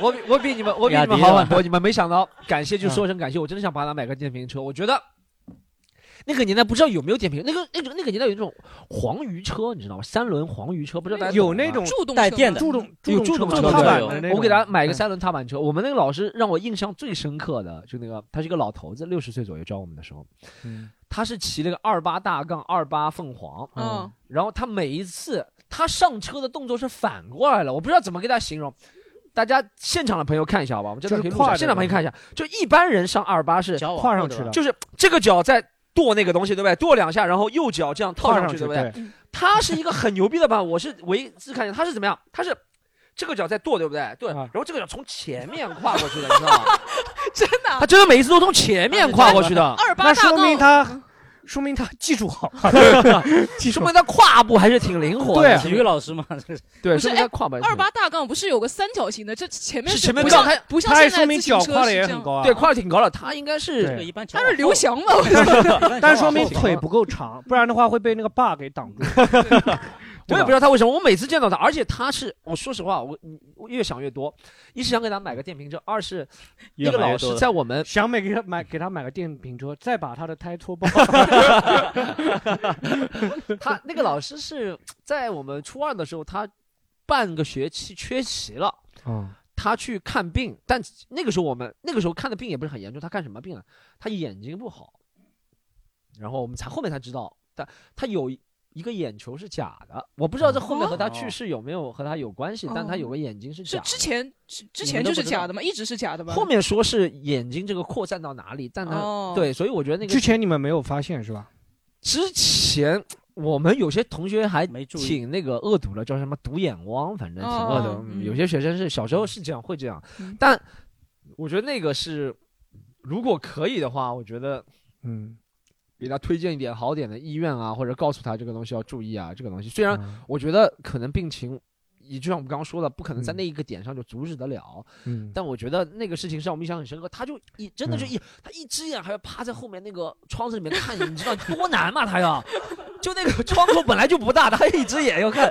C: 我比我比你们我比
G: 雅
C: 你们
G: 迪
C: 好
G: 了
C: 很多，你们没想到，感谢就说声感谢，我真的想帮他买个电瓶车。我觉得那个年代不知道有没有电瓶，那个那种那个年代有一种黄鱼车，你知道吗？三轮黄鱼车，不知道大家
D: 有
C: 懂吗
D: 那种
B: 助动
G: 带
B: 车
G: 电的
D: 注重
C: 有
D: 注重
C: 助动
D: 踏
C: 车
D: 板
G: 有
D: 的那
C: 我给
D: 种
C: 他买一个
D: 嗯
C: 三轮踏板车。我们那个老师让我印象最深刻的，就那个他是一个老头子，六十岁左右教我们的时候，
D: 嗯
C: 他是骑那个二八大杠二八凤凰，
B: 嗯，
C: 然后他每一次他上车的动作是反过来了，我不知道怎么给大家形容。大家现场的朋友看一下好吧，我们这段
D: 就是
C: 可以录
D: 跨
C: 下
D: 着
C: 现场朋友看一下，就一般人上二八是
G: 交往
D: 跨上
G: 后的
D: 去的
G: 吧
C: 就是这个脚在跺那个东西，对不对？跺两下，然后右脚这样套
D: 跨
C: 上去，
D: 去
C: 对不对？他是一个很牛逼的办法，我是唯一看见他是怎么样，他是这个脚在跺，对不对？对，然后这个脚从前面跨过去的，你知道吗？
B: 真的啊，
C: 他真的每一次都从前
D: 啊
C: 面跨过去的，
B: 二八
D: 那
B: 大嗯
D: 说明
B: 杠，
D: 他，说明他技术 好，技术
C: 说明他胯部还是挺灵活的。
G: 体育
E: 啊
G: 老师嘛，这是哎
C: 对，
B: 不啊是
C: 说
B: 哎
C: 明他胯部还是挺
B: 二八大杠不是有个三角形的？这前面
C: 是前面
B: 不
C: 杠
B: 像
C: 它
B: 不像
D: 他还
B: 现
D: 说
B: 在
D: 明
B: 自
D: 脚
B: 行车
D: 胯的
B: 是
D: 也
B: 这样
D: 很高啊。
C: 对，胯挺高了，他应该
G: 这
C: 是
G: 个一般。
B: 他是刘，翔 嘛？ 我
D: 但是说明
C: 往后
D: 腿不够长， 不然的话会被那个把给挡住。
C: 我也不知道他为什么，我每次见到他，而且他是，我说实话，我我越想越多，一是想给他买个电瓶车，二是那个老师在我们
D: 想买给他买给他买个电瓶车，再把他的胎搓爆。
C: 他那个老师是在我们初二的时候，他半个学期缺席了，
D: 啊，
C: 他去看病，但那个时候我们那个时候看的病也不是很严重，他看什么病啊？他眼睛不好，然后我们才后面才知道，但他有一个眼球是假的，我不知道这后面和他去世有没有和他有关系，但他有个眼睛是
B: 哦是
C: 假的。
B: 之前之之
G: 你
B: 前
G: 们都
B: 就是
G: 不知道
B: 假的嘛，一直是假的吧？
C: 后面说是眼睛这个扩散到哪里，但他、
B: 哦，，
C: 对，所以我觉得那个
D: 之前你们没有发现是吧？
C: 之前我们有些同学还
G: 没注意
C: 挺那个恶毒的，叫什么独眼汪，反正挺恶毒的。
B: 哦
C: 嗯
B: 嗯
C: 有些学生是小时候是这样，会这样，
B: 嗯
C: 但我觉得那个是，如果可以的话，我觉得
D: 嗯，
C: 给他推荐一点好点的医院啊，或者告诉他这个东西要注意啊，这个东西。虽然
D: 嗯
C: 我觉得可能病情。也就像我们刚刚说的，不可能在
D: 嗯
C: 那一个点上就阻止得了，
D: 嗯，
C: 但我觉得那个事情让我们印象很深刻。他就一真
G: 嗯
C: 的就一、他一只眼还要趴在后面那个窗子里面看，你知道多难吗？ 他要，就那个窗口本来就不大，他一只眼要 看，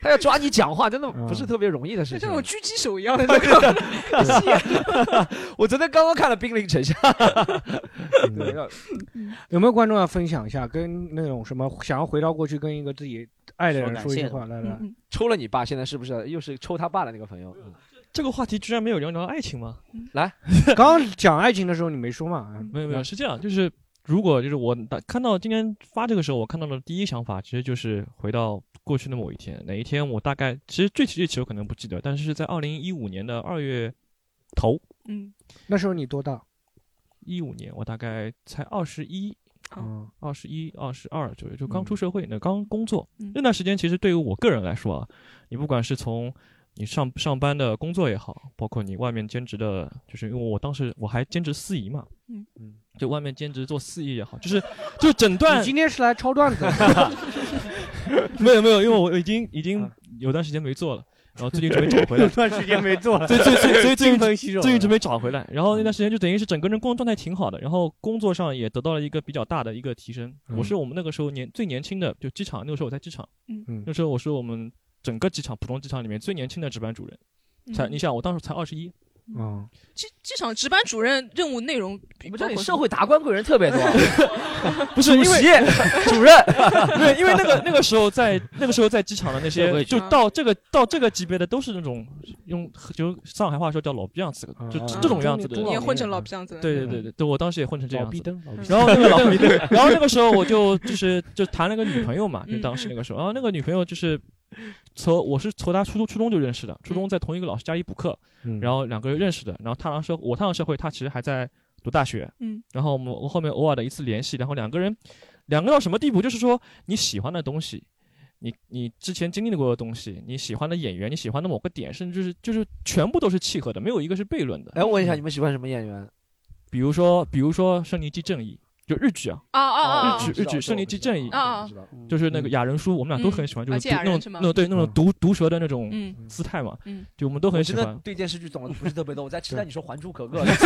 C: 他要抓你讲话，真的
G: 嗯
C: 不是特别容易的事
B: 就
C: 情
B: 像。有狙击 手一样的那个戏，
C: 我昨天刚刚看了《兵临 城下》，对，要
B: 嗯
D: 有没有观众要分享一下，跟那种什么想要回到过去跟一个自己爱的人
G: 说
D: 说一句
G: 感谢
D: 话？来来，
B: 嗯
C: 抽了你爸，现在是不是又是抽他爸的那个朋友？嗯
F: 这个话题居然没有聊聊爱情吗？
D: 刚刚讲爱情的时候你没说嘛？嗯
F: 没有没有，是这样，就是如果就是我打看到今天发这个时候，我看到的第一想法其实就是回到过去的某一天，哪一天我大概其实具体日期我可能不记得，但是是在二零一五年的二月头，
B: 嗯，
D: 那时候你多大？
F: 一五年我大概才二十一。
B: 好
D: 嗯
F: 二十一、二十二左右，就
D: 嗯
F: 刚出社会呢，刚工作
B: 嗯
F: 那段时间，其实对于我个人来说啊，你不管是从你上上班的工作也好，包括你外面兼职的，就是因为我当时我还兼职司仪嘛，
B: 嗯
D: 嗯，
F: 就外面兼职做司仪也好，就是就整段
D: 你今天是来抄段子的？ 啊
F: 没有没有，因为我已经已经有段时间没做了，然后最近准备 找回来，
D: 段时间没做了，
F: 最 最最最最
D: 金
F: 近
D: 盆洗手了。
F: 最近准备找回来，然后那段时间就等于是整个人工作状态挺好的，然后工作上也得到了一个比较大的一个提升。
D: 嗯
F: 我是我们那个时候年最年轻的，就机场那个时候我在机场，
D: 嗯
F: 那时候我是我们整个机场普通机场里面最年轻的值班主任，才你想我当时才二十一，
D: 嗯，
B: 机机场值班主任任务内容比，
C: 你
B: 包
C: 们这里
B: 括
C: 社会达官贵人特别多，
F: 不是因 为
C: 主任，
F: 对，因为那个那个时候在那个时候在机场的那
G: 社
F: 些，
G: 会
F: 就
G: 局
F: 到这个到这个级别的都是那种用就上海话说叫老逼样子的，就
D: 啊
F: 这这种样子的
B: 什
F: 人
B: 么你。也混成
D: 嗯
B: 老逼样子了，
F: 对对对对，对我当时也混成这
D: 老
F: 样子
D: 逼
F: 的。
D: 灯，老逼
F: 然后 那个老然后那个时候我就就是就谈了个女朋 友嘛，就
B: 嗯
F: 当时那个时候，然后那个女朋友就是从我是从她初中初中就认
B: 嗯
F: 识的，初中在同一个老师家里补课，
D: 灯。
F: 然后两个人认识的，然后踏上社我踏上社会，她其实还在读大学，
B: 嗯，
F: 然后我们我后面偶尔的一次联系，然后两个人两个到什么地步，就是说你喜欢的东西。你你之前经历过的东西，你喜欢的演员，你喜欢的某个点，甚至就是就是全部都是契合的，没有一个是悖论的。
C: 哎，我问一
B: 嗯
C: 下，你们喜欢什么演员？
F: 比如说，比如说《圣尼基正义》，就日剧啊，
D: 哦
B: 啊啊
E: 嗯
B: 啊
F: 日
B: 啊
F: 剧！日剧圣灵之正义
B: 啊
C: 哦知道嗯
F: 就是那个雅人书，我们俩都很喜欢，就
B: 而
F: 是
B: 且嗯
F: 毒
B: 哦雅
F: 那
B: 人
F: 种
B: 是吗
F: 那种对那种
D: 嗯
F: 毒毒舌的那种
B: 嗯，
F: 姿态嘛
B: 嗯，
F: 就我们都
C: 我
F: 很喜
C: 真的
F: 欢。
C: 对电视剧懂的不是特别多，我在期待
D: 对
C: 你说《还珠格格》呢， 你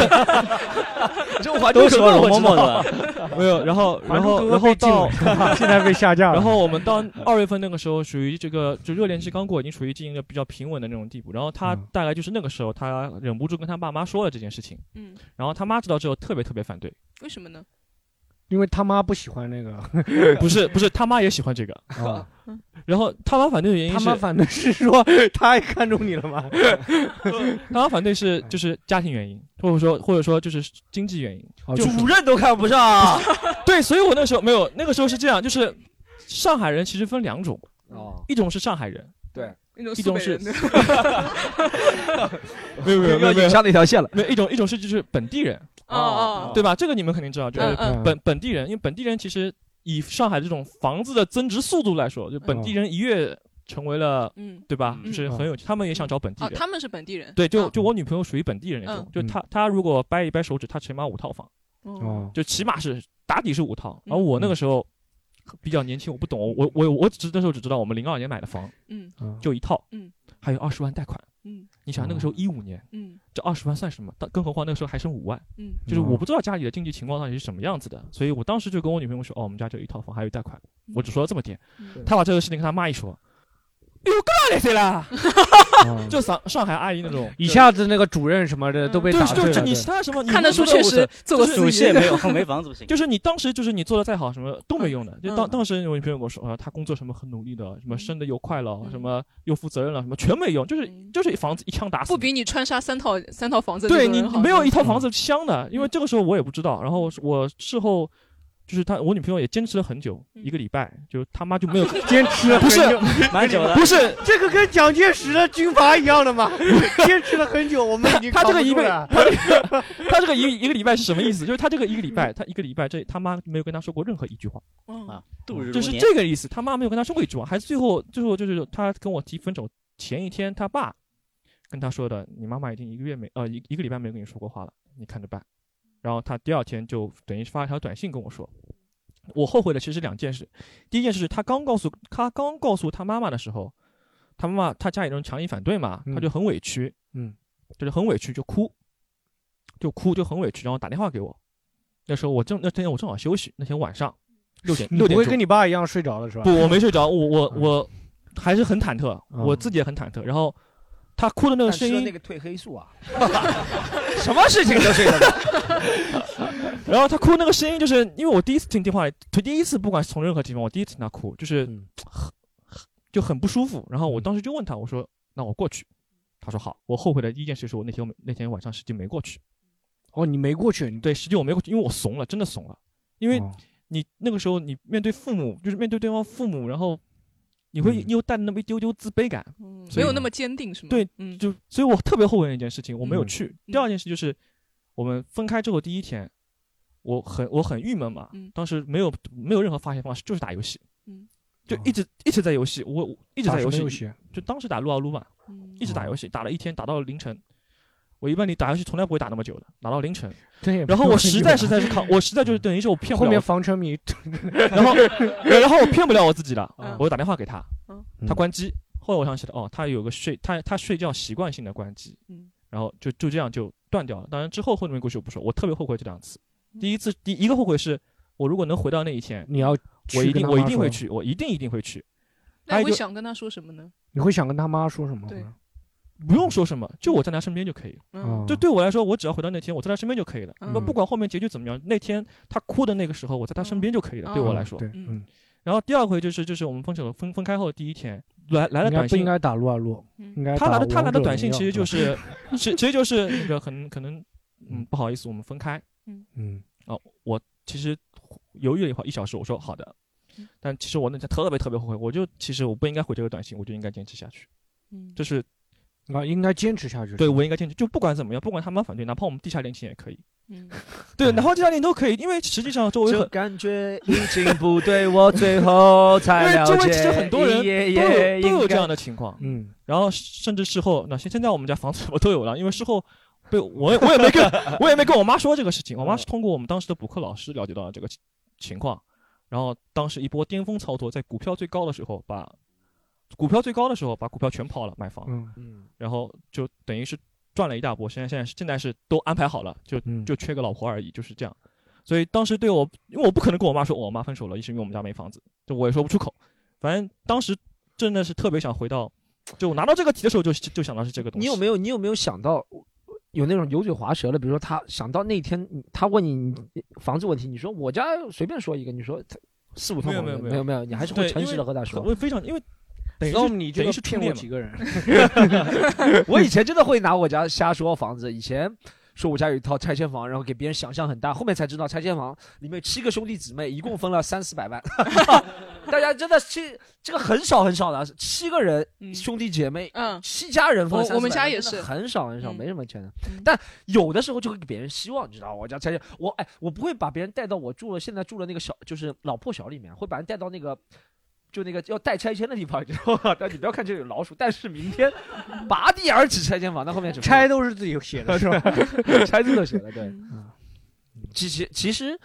C: 这《还珠格格》我知道。
F: 没有，然 后然后然
D: 还
F: 后
D: 珠格格
F: 到
D: 被禁 了现在被下架了。
F: 然后我们到二月份那个时候，属于这个就热恋期刚过，已经处于进行一个比较平稳的那种地步。然后他
D: 嗯
F: 大概就是那个时候，他忍不住跟他爸妈说了这件事情，
B: 嗯，
F: 然后他妈知道之后特别特别 反对，
B: 为什么呢？
D: 因为他妈不喜欢那个，
F: 不是不是他妈也喜欢这个，
D: 啊、
F: 然后他妈反对的原 因
D: 他
F: 是
D: 妈反正是说他也看中你了 吗？
F: 他妈反对是就是家庭原因，或者说或者说就是经济原因。
D: 哦
F: 就
C: 主任都看不上。啊
F: 对，所以我那时候没有，那个时候是这样，就是上海人其实分两种，
C: 哦，
F: 一种是上海人，
B: 那种苏
F: 一种
B: 北
F: 是
B: 人的
F: 没有没有没有没有
C: 上那条线了。
F: 没有，一种一种是就是本地人，
B: 哦哦
F: 对吧？这个你们肯定知道，就是
B: 嗯嗯
F: 本本地人，因为本地人其实以上海这种房子的增值速度来说，就本
C: 嗯
F: 地人一跃成为了，
B: 嗯
F: 对吧？
B: 嗯
F: 就是很有，他们也想找本地
B: 哦，
F: 人
B: 他。们是本地人。
F: 对，就
B: 嗯
F: 就我女朋友属于本地人那种
B: 嗯，
F: 就她她如果掰一掰手指，她起码五套房，
B: 哦，
F: 就起码是打底是五套。
B: 嗯
F: 而我那个时候比较年轻，我不懂，我我我只那时候只知道我们零二年买的房
B: 嗯
F: 就一套，
B: 嗯，
F: 还有二十万贷款。
B: 嗯
F: 你想那个时候一五年，
B: 嗯
F: 这二十万算什么？但更何况那个时候还剩五万，
B: 嗯
F: 就是我不知道家里的经济情况到底是什么样子的，所以我当时就跟我女朋友说，哦，我们家就一套房，还有贷款，我只说了这么点。
B: 嗯
F: 她把这个事情跟她妈 一说，有个来谁啦？就上上海阿姨那种，
D: 一下子那个主任什么的都被
F: 就
D: 打
F: 是
D: 碎
F: 就
D: 了。
F: 是
D: 对
F: 嗯你其他 什么你
B: 看得出
F: 能不能
B: 确实做过
F: 就是
G: 主线没有， 没房子不行。
F: 就是你当时就是你做的再好，什么都没用的。就当
B: 嗯
F: 当时我女朋友跟我说，啊，她工作什么很努力的，什么
B: 嗯
F: 升的又快了，
B: 嗯
F: 什么又负责任了，什么全没用，就是
B: 嗯
F: 就是房子一枪打死
B: 不
F: 你。
B: 比你穿杀三套三套房子
F: 对
B: 那
F: 你
B: 种人
F: 你
B: 好嗯
F: 没有一套房子香的，因为这个时候我也不知道。然后我事后就是她，我女朋友也坚持了很久，
B: 嗯
F: 一个礼拜，就他妈 就 没有
D: 坚持了
F: 不是
D: 很 久，
G: 蛮久的
F: 不是
D: 这个跟蒋介石的军阀一样的 嘛，坚持了很久，我们已经
F: 他这个一
D: 扛不住
F: 辈
D: 了，
F: 她这个一一个礼拜是什么意思？就是她这个一个礼拜，她一个礼拜这他妈没有跟她说过任何一句话。
B: 嗯
G: 啊度日如
F: 就是
G: 年，
F: 这个意思。他妈没有跟他说过一句话，还是最后最后就是他跟我提分手前一天，他爸跟他说的，你妈妈已经一个月没呃一一个礼拜没跟你说过话了，你看着办。然后他第二天就等于是发了条短信跟我说，我后悔的其实两件事，第一件事是他刚告诉他刚告诉他妈妈的时候，他妈妈他家里人强硬反对嘛，
C: 嗯
F: 他就很委屈，
C: 嗯，
F: 就是很委屈就哭，就哭就很委屈，然后打电话给我。那时候我正那天我正好休息，那天晚上六点
D: 你
F: 六点
D: 不会
F: 钟
D: 跟你爸一样睡着了是吧？嗯
F: 不，我没睡着，我我
C: 嗯
F: 我还是很忐忑，我自己也很忐忑。然后他哭的那个声音，
C: 个褪黑素啊，
F: 什么事情都睡着然后他哭那个声音，就是因为我第一次听电话，第一次不管是从任何地方，我第一次听他哭，就是
C: 嗯
F: 很就很不舒服。然后我
D: 嗯
F: 当时就问他，我说：“那我过去。”他说：“好。”我后悔的第一件事是我那天那天晚上实际没过去。
D: 哦，你没过去，你
F: 对，实际我没过去，因为我怂了，真的怂了，因为
C: 哦
F: 你那个时候你面对父母，就是面对对方父母，然后你会
C: 嗯
F: 又带那么一丢丢自卑感。
B: 嗯
F: 所
B: 没
F: 以
B: 有那么坚定是吗？
F: 对，
B: 嗯
F: 就所以我特别后悔的一件事情，我没有
C: 嗯
F: 去。第二件事就是我们分开之后第一天，我很我很郁闷嘛，
B: 嗯
F: 当时没有没有任何发泄方式，就是打游戏，
B: 嗯
F: 就一直、一直在游戏，我我一直
D: 啊打什
F: 在游
D: 么
F: 戏，
D: 游戏？啊
F: 就当时打撸啊撸嘛，
B: 嗯
F: 一直打游戏，打了一天，打到凌晨。我一般你打游戏从来不会打那么久的，打到凌晨。
D: 对也不
F: 然后我实在
D: 用
F: 实在是 靠，我实在就是等于是我骗不
D: 后
F: 了
D: 面
F: 我，
D: 房车迷，
F: 然后然后我骗不了我自己了，
B: 嗯
F: 我就打电话给他
B: 嗯，
F: 他关机。后来我想起来，哦，他有个睡，他他睡觉习惯性的关机，
B: 嗯
F: 然后就就这样就断掉了。当然之后后面故事我不说，我特别后悔这两次。
B: 嗯
F: 第一次，第一个后悔是我如果能回到那一天，
D: 你要去
F: 我一
D: 跟
F: 定
D: 他
F: 我一
D: 妈
F: 定
D: 说
F: 会，去，我一定一定会去。
B: 那你
F: 还有一
B: 会
F: 个
B: 想跟他说什么呢？
D: 你会想跟他妈说什么？
B: 对
F: 不用说什么，就我在他身边就可以了。
B: 嗯
D: 嗯
F: 就对我来说，我只要回到那天，我在他身边就可以了。
B: 嗯
F: 那不管后面结局怎么样，那天他哭的那个时候，我在他身边就可以了。
B: 嗯
F: 对
B: 嗯
F: 我来说，
D: 对，
B: 嗯
D: 嗯，
F: 然后第二回就是就是我们分手分分开后的第一天，来来了
D: 应该
F: 短
D: 不
F: 信嗯
D: 应，该打撸啊撸？应该
F: 他来的
D: 打
F: 他来的
D: 王者
F: 短信
D: 荣耀
F: 其实就
D: 对
F: 是， 其其实就是那个很可能，嗯，不好意思，我们分开。哦
D: 嗯，
F: 我其实犹豫了一会儿一小时，我说好的，但其实我那天特别特别后悔，我就其实我不应该回这个短信，我就应该坚持下去，
B: 嗯，
F: 就是
D: 啊，应该坚持下去。
F: 对我应该坚持，就不管怎么样，不管他们反对，哪怕我们地下恋情也可以，
B: 嗯
F: 对，哪怕地下恋情都可以，因为实际上周围
G: 这
F: 很
G: 感觉已经不对，我最后才了解。
F: 因为周围其实很多人
G: 也
F: 都有
G: 也
F: 都有
G: 应
F: 这
G: 该
F: 样的情况，
D: 嗯，
F: 然后甚至事后，那现现在我们家房子什么都有了，因为事后被我也我也没跟 我也没跟我妈说这个事情，我妈是通过我们当时的补课老师了解到了这个情情况，然后当时一波巅峰操作，在股票最高的时候把股票最高的时候把股票全抛了买房，
D: 嗯
C: 嗯
F: 然后就等于是赚了一大波，现在现在是现在是都安排好了，就
D: 嗯
F: 就缺个老婆而已，就是这样。所以当时对我，因为我不可能跟我妈说，哦我妈分手了，也是因为我们家没房子，就我也说不出口。反正当时真的是特别想回到，就我拿到这个题的时候就就想到是这个东西。
C: 你有没有你有没有想到有那种油嘴滑舌的？比如说他想到那天你他问你你房子问题，你说我家随便说一个，你说他四五套
F: 没有
C: 房子
F: 没有
C: 没有没有，你还是会
F: 对
C: 诚实
F: 因
C: 的
F: 为
C: 和他说。
F: 我非常因为等于
D: 那
F: 是
D: 你这
F: 等
D: 个
F: 于是初
D: 骗过
F: 恋嘛
D: 几，个人？
C: 我以前真的会拿我家瞎说房子，以前说我家有一套拆迁房，然后给别人想象很大，后面才知道拆迁房里面七个兄弟姊妹一共分了三四百万， 大家真的七这个很少很少的，七个人、兄弟姐妹，
B: 嗯，
C: 七家人分了
B: 我
C: 300
B: 我们家
C: 万
B: 也
C: 真的
B: 是嗯
C: 很少很少，没什么钱的。但有的时候就会给别人希望，你知道吗，我家拆迁，我哎，我不会把别人带到我住了现在住的那个小，就是老破小里面，会把人带到那个。就那个要带拆迁的地方，你知道吗？但你不要看这里有老鼠，但是明 天拔地而起拆迁房，那后面怎么拆
D: 都是自己写 的是吧
C: 拆字都写的，对。
B: 嗯
C: 其实其实，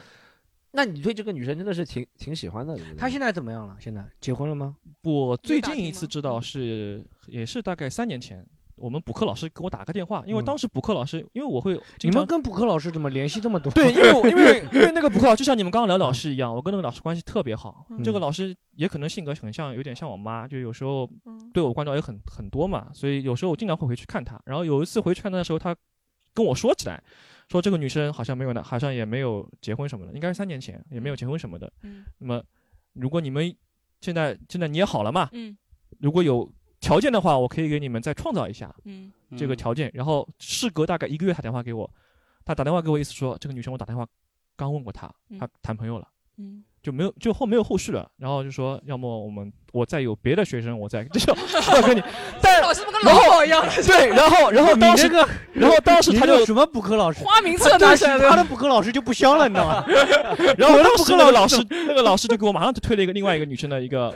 C: 那你对这个女生真的是挺挺喜欢的。
D: 她现在怎么样了？现在结婚了吗？
F: 我最近一次知道是也是大概三年前，我们补课老师给我打个电话，因为当时补课老师，因为我会
D: 嗯你
F: 经
D: 们
F: 常
D: 跟补课老师怎么联系这么多？
F: 对，因为我 因为因为那个补课老师就像你们刚刚聊老师一样，我跟那个老师关系特别好。
D: 嗯
F: 这个老师也可能性格很像，有点像我妈，就有时候对我关照也很很多嘛，所以有时候我经常会回去看她。然后有一次回去看她的时候，她跟我说起来，说这个女生好像没有男，好像也没有结婚什么的，应该是三年前也没有结婚什么的。
B: 嗯
F: 那么如果你们现在现在你也好了嘛，
B: 嗯
F: 如果有条件的话，我可以给你们再创造一下。
B: 嗯
F: 这个条件，然后事隔大概一个月打电话给我，他打电话给我意思说，这个女生我打电话刚问过她，她
B: 嗯
F: 谈朋友了，
B: 嗯，
F: 就没有就后没有后续了，然后就说要么我们我再有别的学生，我再 这种我跟你，但
B: 老师不跟
F: 然
B: 老
F: 后
B: 鸨一样的，
F: 对，然后然后
D: 你
F: 当时
D: 这个
F: 然后当时
D: 你
F: 他
D: 这个
F: 就
D: 什么补课老师？
B: 花名册拿
D: 他
B: 起来
D: 他的
B: 的，
D: 补课老师就不香了，你知道吗？
F: 然后当时那个老
D: 我
F: 师那个老师就给我马上就推了一个另外一个女生的 一个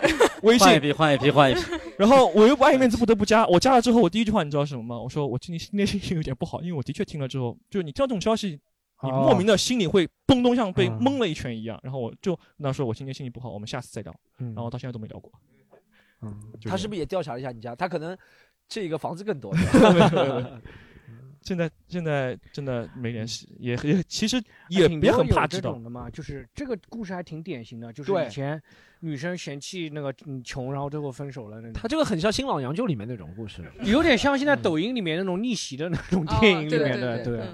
F: 微
G: 换一
F: 信，
G: 批，换一批，换一批。
F: 然后我又不碍于面子不得不加，我加了之后我第一句话你知道是什么吗？我说我今天内心有点不好，因为我的确听了之后，就是你知道这种消息你莫名
D: 的
F: 的心里会嘣咚像被
D: 哦嗯
F: 蒙了一拳一样。然后我就跟他说我今天心情不好，我们下次再聊。
D: 嗯
F: 然后到现在都没聊过。
C: 她是不是也调查了一下你家？她可能这个房 子更多。
F: 现在现在真的没联系，也也其实
D: 嗯
F: 也
D: 挺
F: 也
D: 多
F: 很
D: 有
F: 怕
D: 这
F: 知道
D: 种。的嘛，就是这个故事还挺典型的，就是
C: 对
D: 以前女生嫌弃那个你穷，然后最后分手了那种，
C: 她这个很像《新老娘舅》里面嗯那种故事。
D: 有点像现在抖音里面那种逆袭的那种
B: 哦
D: 电影里
B: 对
D: 面
B: 对
D: 的，
B: 对
D: 对，啊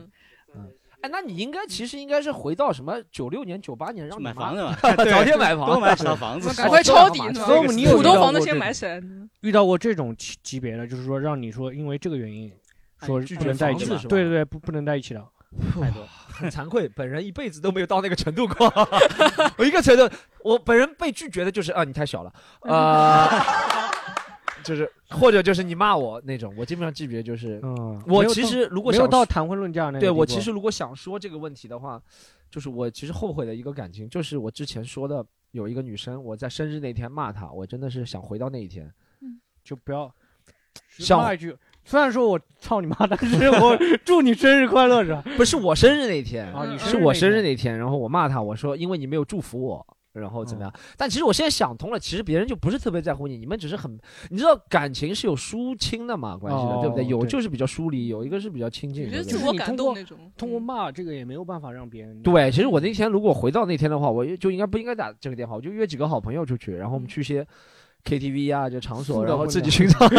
B: 嗯
C: 哎，那你应该其实应该是回到什么九六年、九八年，让你
G: 买
C: 妈
G: 房 子嘛，
C: 早点买
G: 多
C: 房。
G: 买几套房子。
B: 赶快抄底，
D: 所以你有
B: 浦东
D: 遇到
B: 房的
D: 过
B: 先
D: 这
B: 买
D: 种
B: 起来。
D: 遇到过这种级级别的，就是说让你说因为这个原因说
C: 哎拒
D: 不
C: 绝
D: 能在一起
C: 房
D: 了
C: 子是，吧
D: 对对对，不不能在一起了。
J: 嗯
G: 太多，
C: 很惭愧，本人一辈子都没有到那个程度 过。 我一个程度，我本人被拒绝的就是啊，你太小了，
B: 嗯
C: 呃，就是或者就是你骂我那种，我基本上拒绝就是。
D: 嗯，
C: 我
D: 没有
C: 其
D: 到
C: 实如果
D: 没有
C: 想
D: 到谈婚论嫁那个地步，
C: 对我其实如果想说这个问题的话，就是我其实后悔的一个感情，就是我之前说的有一个女生，我在生日那天骂她，我真的是想回到那一天。
B: 嗯
D: 就不要
C: 像
D: 骂一句。虽然说我操你妈，但是 我祝你生日快乐是吧？
C: 不是我生日那天，
D: 啊，你
C: 是我生日那天，然后我骂她，我说因为你没有祝福我。然后怎
D: 哦
C: 么样？但其实我现在想通了，其实别人就不是特别在乎你，你们只是很，你知道感情是有疏亲的嘛，关系的，对不对？
D: 哦
C: 有
D: 对
C: 就是比较疏离，有一个是比较亲近
B: 你
C: 的。
B: 这
C: 对不
B: 自
C: 对
B: 我感动那种，嗯
D: 通过骂这个也没有办法让别人
C: 对，其实我那天如果回到那天的话，我就应该不应该打这个电话，我就约几个好朋友出去，然后
D: 嗯
C: 我们去一些 KTV 啊，就场
D: 是
C: 所，
D: 的
C: 然后
D: 是的
C: 自己 寻找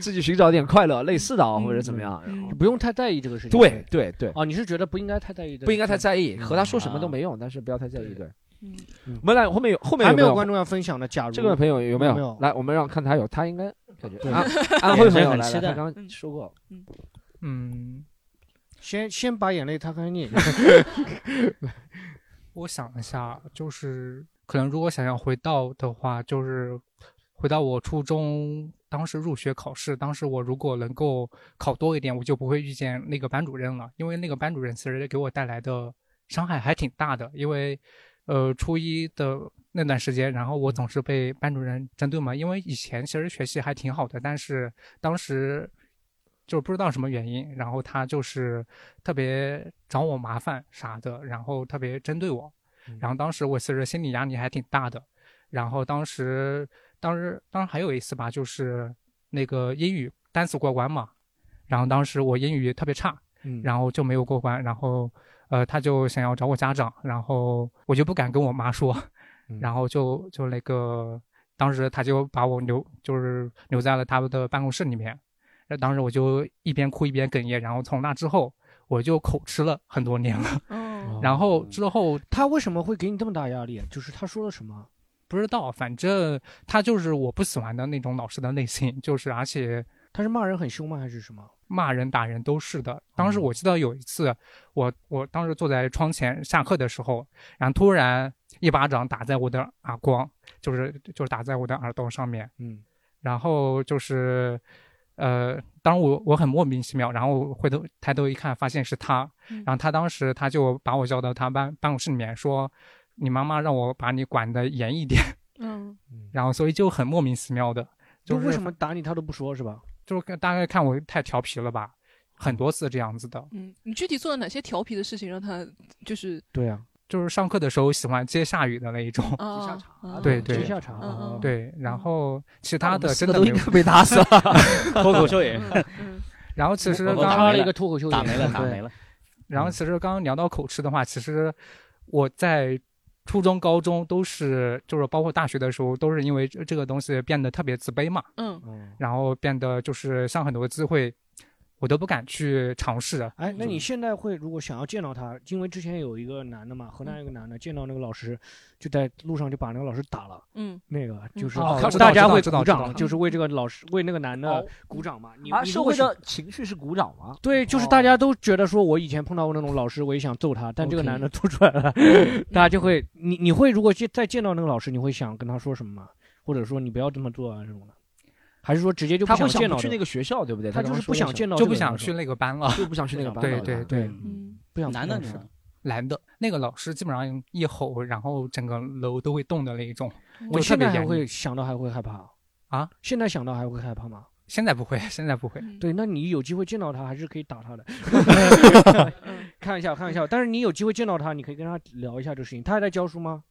C: 自己寻找点快乐，类似的啊，或者怎
D: 嗯
C: 么样。然后
D: 不用太在意这个事情。
C: 对对对，
D: 啊，你是觉得不应该太在意的，
C: 不应该太在意，和他说什么
G: 啊
C: 都没用，但是不要太在意。对，
B: 嗯
D: 嗯
C: 我们来后面有后面
D: 还
C: 有
D: 没
C: 没
D: 有观众要分享的，假如
C: 这个朋友有没
D: 没有
C: 来，我们让看他有，他应该感觉
D: 对
C: 安安徽朋友
G: 很
C: 来
G: 期
C: 了，
G: 待
C: 他刚刚说过，
B: 嗯
H: 嗯，
D: 先先把眼泪擦干 净。
K: 我想一下，就是可能如果想要回到的话，就是回到我初中当时入学考试，当时我如果能够考多一点，我就不会遇见那个班主任了，因为那个班主任其实给我带来的伤害还挺大的，因为呃初一的那段时间，然后我总是被班主任针对嘛，因为以前其实学习还挺好的，但是当时就不知道什么原因，然后他就是特别找我麻烦啥的，然后特别针对我，然后当时我其实心理压力还挺大的，然后当时当时当时还有一次吧，就是那个英语单词过关嘛，然后当时我英语特别差，
D: 嗯
K: 然后就没有过关，然后呃他就想要找我家长，然后我就不敢跟我妈说，
D: 嗯
K: 然后就就那个当时他就把我留就是留在了他们的办公室里面，那当时我就一边哭一边哽咽，然后从那之后我就口吃了很多年了，
B: 嗯，
K: 然后之后
D: 哦他为什么会给你这么大压力？就是他说了什么？
K: 不知道，反正他就是我不喜欢的那种老师的类型，就是而且
D: 他是骂人很凶吗？还是什么？哦
K: 骂人、打人都是的。当时我记得有一次，我我当时坐在窗前下课的时候，然后突然一巴掌打在我的耳光，就是就是打在我的耳朵上面，
C: 嗯，
K: 然后就是，呃，当然我我很莫名其妙，然后我回头抬头一看，发现是他，
D: 嗯
B: 然
K: 后他当时他就把我叫到他办办公室里面说，你妈妈让我把你管得严一点，
B: 嗯，
K: 然后所以就很莫名其妙的，
D: 就
K: 就是
D: 为什么打你他都不说是吧？
K: 就是看大概看我太调皮了吧，很多次这样子的。
B: 嗯，你具体做了哪些调皮的事情，让他就是
K: 对
G: 啊
K: 呀、就是上课的时候喜欢接下雨的那一种。
B: 啊，啊
K: 对对，
D: 接下场
B: 嗯嗯
K: 对，然后其他
G: 我
K: 的
G: 们四
K: 真
G: 个
K: 的
G: 都
K: 没有
G: 应该被打死了 脱口秀演员
B: 嗯
K: 然后其实
G: 我
K: 刚
G: 我
K: 刚
G: 打没
D: 一个脱口秀
G: 打
D: 演
G: 没
D: 员
G: 了，打
D: 对
G: 没了。
K: 然
G: 嗯
K: 后其实刚刚聊到口吃的话，其实我在初中、高中都是，就是包括大学的时候，都是因为这这个东西变得特别自卑嘛，
B: 嗯
K: 然后变得就是像很多机会，我都不敢去尝试。
D: 哎，那你现在会如果想要见到他，因为之前有一个男的嘛，河南有个男的见到那个老师，就在路上就把那个老师打了。
B: 嗯，
D: 那个
B: 嗯
D: 就是
K: 哦
D: 看
K: 知道
D: 大家
K: 知道
D: 会
K: 知道
D: 鼓
K: 知道
F: 啊
D: 掌，就是为这个老师为那个男的鼓掌嘛。你
C: 哦啊，
D: 你
C: 社
D: 如果
C: 会
D: 是
C: 的情绪是鼓掌吗？
D: 对，就是
C: 哦
D: 大家都觉得说，我以前碰到过那种老师，我也想揍他，但这个
C: OK
D: 男的吐出来了，大家就会，你你会如果见再见到那个老师，你会想跟他说什么吗？或者说你不要这么做啊什么的，还是说直接就
C: 他
D: 不
C: 会
D: 见
C: 想
D: 到
C: 不去那
D: 个，
C: 个学校，对不对？
D: 他就是不想见
C: 到，
D: 到，
K: 就不想去，那个班了。
C: 就不想去那个 班
K: 对
C: 了。
K: 对
C: 吧
K: 对，
B: 嗯
D: 不想
G: 男的女
D: 是
G: 的，
K: 男的那个老师基本上一吼，然后整个楼都会动的那一种。
B: 嗯
D: 我
K: 就特
D: 现
K: 别
D: 在还
K: 严
D: 会想到还会害怕
K: 啊？
D: 现在想到还会害怕吗？
K: 现在不会，现在不会。
B: 嗯
D: 对，那你有机会见到他，还是可以打他的。
B: 嗯
D: 看一下，看一下。但是你有机会见到他，你可以跟他聊一下这个事情。他还在教书吗？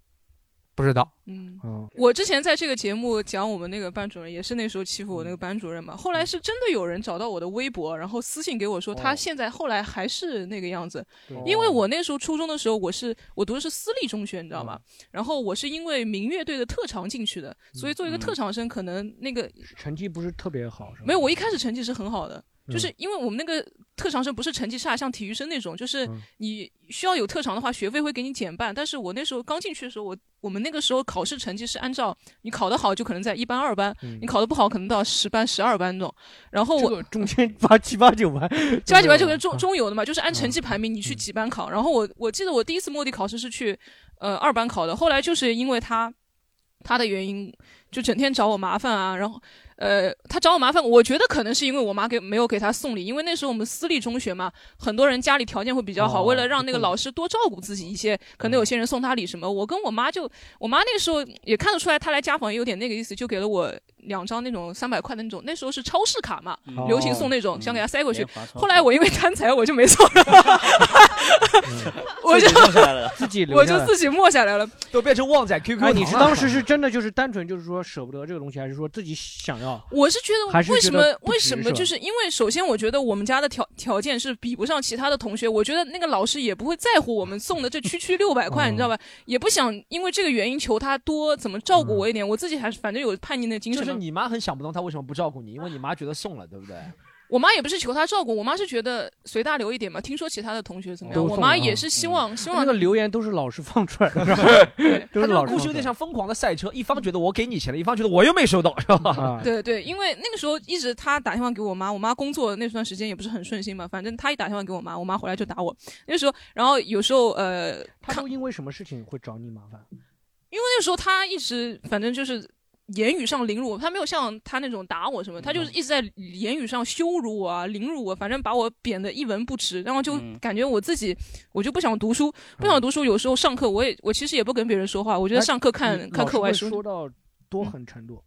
K: 不知道，
B: 嗯。
D: 嗯，
B: 我之前在这个节目讲我们那个班主任，也是那时候欺负我那个班主任嘛。后来是真的有人找到我的微博，然后私信给我说他现在后来还是那个样子，因为我那时候初中的时候，我是我读的是私立中学，你知道吗？然后我是因为民乐队的特长进去的，所以作为一个特长生，可能那个
D: 成绩不是特别好，是吧？
B: 没有，我一开始成绩是很好的，就是因为我们那个特长生不是成绩差，像体育生那种，就是你需要有特长的话，学费会给你减半。但是我那时候刚进去的时候，我我们那个时候考试成绩是按照你考得好就可能在一班、二班，你考得不好可能到十班、十二班这种。然后
D: 这
B: 我
D: 个中间八七八九嗯班，
B: 七八九班就跟
D: 啊
B: 中中游的嘛，就是按成绩排名你去几班考。然后我我记得我第一次摸底考试是去呃二班考的，后来就是因为他他的原因，就整天找我麻烦啊，然后。呃，他找我麻烦，我觉得可能是因为我妈给没有给他送礼，因为那时候我们私立中学嘛，很多人家里条件会比较好，
D: 哦
B: 为了让那个老师多照顾自己一些，可能有些人送他礼什么。我跟我妈就，我妈那时候也看得出来，她来家访也有点那个意思，就给了我两张那种三百块的那种，那时候是超市卡嘛，
G: 嗯
B: 流行送那种，
G: 嗯
B: 想给她塞过去
G: 年。华超市
B: 后来我因为贪财，我就没送了，我就
G: 自己弄下来了，
D: 自己留
B: 我
D: 下
B: 就
D: 来。
B: 自己默下来了。
C: 都变成旺仔 QQ
D: 哎，
C: 了。
D: 你是当时是真的就是单纯就是说舍不得这个东西，还是说自己想要？
B: 我是觉
D: 还
B: 得
D: 是
B: 为什么
D: 觉得不
B: 为
D: 值
B: 什
D: 是
B: 么
D: 吧
B: 就是因为首先我觉得我们家的条条件是比不上其他的同学，我觉得那个老师也不会在乎我们送的这区区六百块，你知道吧？也不想因为这个原因求他多怎么照顾我一点，我自己还是反正有叛逆的精
C: 就
B: 神
C: 是
B: 嘛。
C: 你妈很想不通她为什么不照顾你，因为你妈觉得送了，对不对？
B: 我妈也不是求他照顾，我妈是觉得随大流一点嘛。听说其他的同学怎么样，
D: 都
B: 我
D: 送
B: 妈
D: 了
B: 也
D: 啊
B: 是希望 希
D: 那
B: 望
D: 个留言都是老师放出来 的，是吧都
C: 她
D: 是
C: 这个
D: 老师
C: 故
D: 放
C: 事有
D: 出来
C: 点
D: 的
C: 像疯狂的赛车，一方觉得我给你钱了，一方觉得我又没收到，是吧？
D: 啊。
B: 对对，因为那个时候一直他打电话给我妈，我妈工作那段时间也不是很顺心嘛，反正他一打电话给我妈，我妈回来就打我。那时候，然后有时候呃，
D: 他都因为什么事情会找你麻烦？
B: 因为那时候他一直反正就是言语上凌辱我，他没有像他那种打
D: 嗯
B: 我什么，他就是一直在言语上羞辱我啊、凌辱我，反正把我贬得一文不值，然后就
G: 嗯
B: 感觉我自己我就不想读书，
D: 嗯
B: 不想读书，有时候上课我也我其实也不跟别人说话，我觉得
D: 哎
B: 上课看
D: 你
B: 看
D: 老
B: 课
D: 师
B: 外
D: 会
B: 书，嗯
D: 说到多狠程度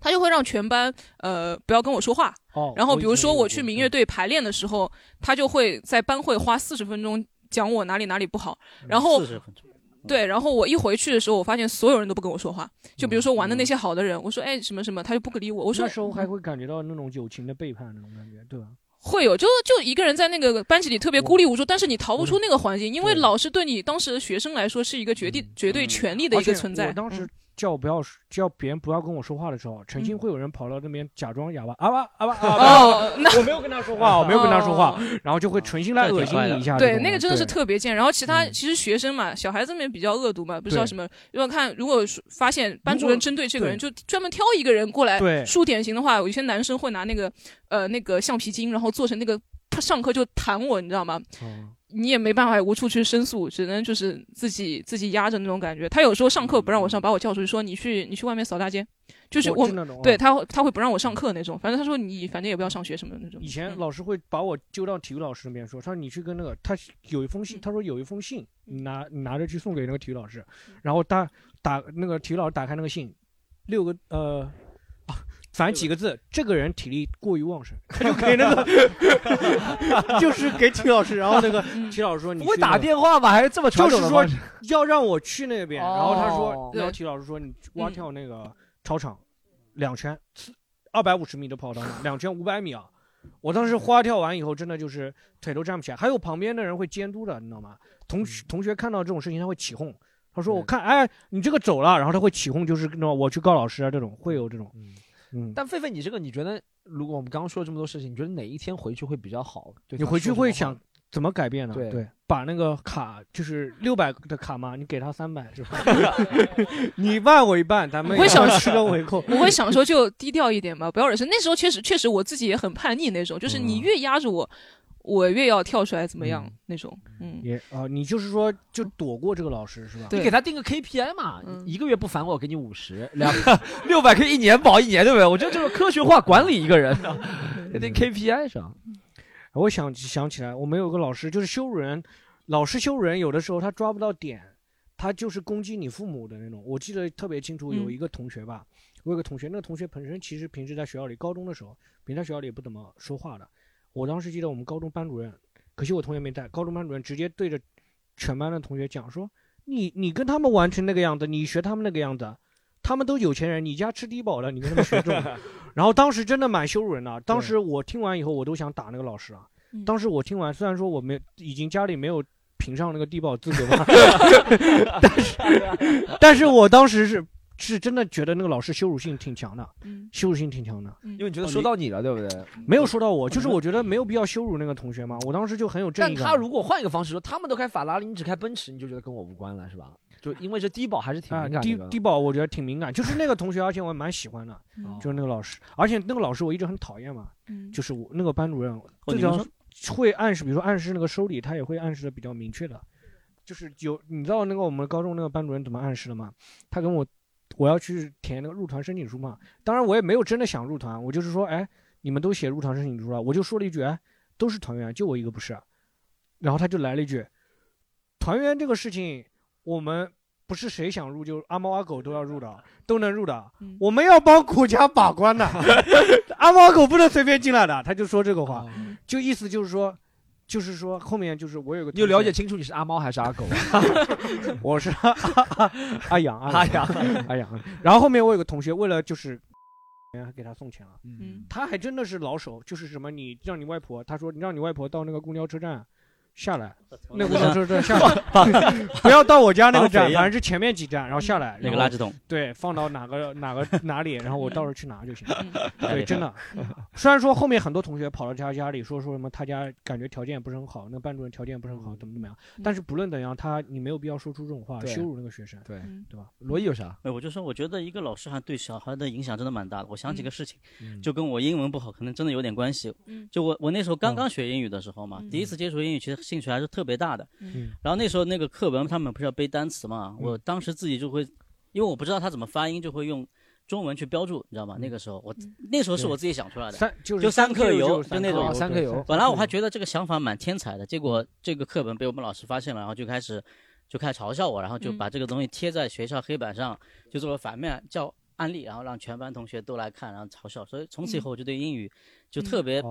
B: 他就会让全班呃不要跟我说话，
D: 哦。
B: 然后比如说我
D: 以前也有
B: 去
D: 过
B: 民乐，队排练的时候，他就会在班会花四十分钟讲我哪里哪里不好，
D: 嗯
B: 然后
G: 40分钟
B: 对，然后我一回去的时候，我发现所有人都不跟我说话，就比如
D: 嗯
B: 说玩的那些好的人，我说哎什么什么，他就不理我。我
D: 我
B: 说
D: 那时候还会感觉到那种友情的背叛那种感觉，对吧？
B: 会有，就就一个人在那个班级里特别孤立无助，但是你逃不出那个环境，因为
D: 嗯对嗯
B: 老师对你当时的学生来说是一个绝对绝对权力的
D: 而
B: 一个
D: 且
B: 存在。
D: 我当时
B: 嗯
D: 叫不要叫别人不要跟我说话的时候，诚心
B: 嗯
D: 会有人跑到那边假装哑巴啊吧啊吧啊
B: 哦
D: 吧，
B: 那
D: 我没有跟他说话，我没有跟他说话
B: 哦，
D: 然后就会诚心来恶心你一下这种。嗯
B: 对，那个真的是特别贱。然后其他其实学生嘛，小孩子们比较恶毒嘛，不知道
D: 对
B: 什么。如果看如果说发现班主
D: 如
B: 任
D: 果
B: 针对这个人，就
D: 对
B: 专门挑一个人过来
D: 对
B: 竖典型的话，有些男生会拿那个呃那个橡皮筋，然后做成那个，他上课就弹我，你知道吗？
D: 哦
B: 你也没办法无处去申诉，只能就是自己自己压着那种感觉。他有时候上课不让我上，把我叫出去说你去你去外面扫大街，就
D: 嗯
B: 是
D: 我
B: 我
D: 是那种啊
B: 对他会他会不让我上课那种，反正他说你反正也不要上学什么的那种。
D: 以前老师会把我揪到体育老师那边说，他说你去跟那个他有一封信，他说有一封信，你拿你拿着去送给那个体育老师，然后他打那个体育老师打开那个信，六个呃。啊反正几个字，这个人体力过于旺盛，他就给那个， 就是给体育老师，然后那个体育老师说你
C: 不会
D: 去那
C: 打
D: 个
C: 电话吧？还是这么
D: 就
C: 传
D: 是
C: 统的
D: 说
C: 方式
D: 要让我去那边，然后他
C: 哦
D: 说，然后
C: 对
D: 体育老师说你蛙跳那个操场两圈，二百五十米的跑道嘛，两圈五百米啊。我当时花跳完以后，真的就是腿都站不起来，还有旁边的人会监督的，你知道吗？同
C: 嗯
D: 学同学看到这种事情，他会起哄，他说：“我看，哎，你这个走了。”然后他会起哄，就是那种我去告老师啊，这种会有这种，嗯，
C: 但狒狒，你这个你觉得，如果我们刚刚说了这么多事情，你觉得哪一天回去会比较好？对
D: 你
C: 他
D: 回
C: 说
D: 去
C: 什么
D: 会
C: 话
D: 想怎么改变呢？
C: 对
D: 对，把那个卡就是六百的卡嘛，你给他三百 是吧？你半我一半，咱们
B: 我会想
D: 要吃个 回扣。
B: 我会想说就低调一点吧，不要惹事。那时候确实确实我自己也很叛逆那种，就是你越压着我，我越要跳出来怎么样、那种。嗯嗯，
D: 也啊、你就是说就躲过这个老师是吧？
C: 你
B: 对
C: 给他定个 KPI 嘛，啊
B: 嗯
C: 一个月不烦我，给你五十， 两六百可以一年保一年，对不对？我觉得这是科学化管理一个人的，得定 KPI 上。
D: 我想想起来，我们有个老师就是羞辱人，老师羞辱人，有的时候他抓不到点，他就是攻击你父母的那种。我记得特别清楚，有
L: 嗯
D: 一个同学吧，我有个同学，那个同学本身其实平时在学校里，高中的时候，平时在学校里也不怎么说话的。我当时记得我们高中班主任，可惜我同学没在，高中班主任直接对着全班的同学讲说：“你你跟他们玩成那个样子，你学他们那个样子。”啊他们都有钱人，你家吃低保的，你跟他们学
C: 嗯
D: 这种，然后当时真的蛮羞辱人的。啊当时我听完以后，我都想打那个老师啊。
B: 嗯
D: 当时我听完，虽然说我没已经家里没有评上那个低保资格吧，但是但是我当时是是真的觉得那个老师羞辱性挺强的，
B: 嗯
D: 羞辱性挺强的。哦
C: 因为你觉得说到你了，对不对？
D: 没有说到我，就是我觉得没有必要羞辱那个同学嘛。我当时就很有正
C: 但
D: 义
C: 他
D: 感。
C: 如果换一个方式说，他们都开法拉利，你只开奔驰，你就觉得跟我无关了，是吧？就因为这低保还是挺
D: 啊
C: 敏，感
D: 低
C: 的。
D: 低保我觉得挺敏感，就是那个同学，而且我也蛮喜欢的，
C: 嗯
D: 就是那个老师，而且那个老师我一直很讨厌嘛，
B: 嗯
D: 就是我那个班主任，
G: 哦你
D: 这
G: 们
D: 条
G: 说
D: 会暗示，比如说暗示那个收礼，他也会暗示的比较明确的，就是有你知道那个我们高中那个班主任怎么暗示的吗？他跟我我要去填那个入团申请书嘛，当然我也没有真的想入团，我就是说，哎，你们都写入团申请书了，我就说了一句，哎，都是团员，就我一个不是，啊然后他就来了一句，团员这个事情，我们不是谁想入就阿猫阿狗都要入的，都能入的，我们要帮国家把关的，阿猫阿狗不能随便进来的。他就说这个话，就意思就是说，就是说后面就是我有个
C: 你就了解
D: 同
C: 清楚你是阿猫还是阿狗。
D: 学，啊 我是阿阿阳阿阳
C: 阿阳
D: 阿阳，然后后面我有个同学为了就是。人还给他送钱了，
C: 嗯
D: 他还真的是老手，就是什么你让你外婆，他说你让你外婆到那个公交车站下来，那公交车站下 来，不要到我家那个
G: 绑
D: 站，
G: 匪一样
D: 反正是前面几站，然后下来
G: 那个
D: 然
G: 垃
D: 后
G: 圾桶
D: 对，放到哪个 哪个哪里，然后我到时候去拿就行。
G: 太厉害
D: 对，
G: 了
D: 真的。虽然说后面很多同学跑到他家里说说什么他家感觉条件也不是很好，那班主任条件不是很好，怎么怎么样，但是不论怎样，他你没有必要说出这种话，
C: 对
D: 羞辱那个学生，
C: 对
D: 对吧？
C: 罗毅有啥？
G: 没有，我就说，我觉得一个老师还对小孩的影响真的蛮大的。我想起个事情，
C: 嗯
G: 就跟我英文不好可能真的有点关系。
B: 嗯
G: 就我我那时候刚刚学英语的时候嘛，第一次接触英语，其实兴趣还是特别大的。
D: 嗯
G: 然后那时候那个课文他们不是要背单词嘛，
D: 嗯
G: 我当时自己就会，因为我不知道他怎么发音，就会用中文去标注，你知道吗？那个时候我那时候是我自己想出来的，
D: 三就是
G: 就
D: 三
G: 课
D: 游，
G: 就那
C: 哦
G: 种
C: 三课游
G: 本来我还觉得这个想法蛮天才的，结果这个课本被我们老师发现了，然后就开始就开始嘲笑我，然后就
B: 嗯
G: 把这个东西贴在学校黑板上，就做了反面教案例，然后让全班同学都来看，然后嘲笑。所以从此以后我就对英语就特别，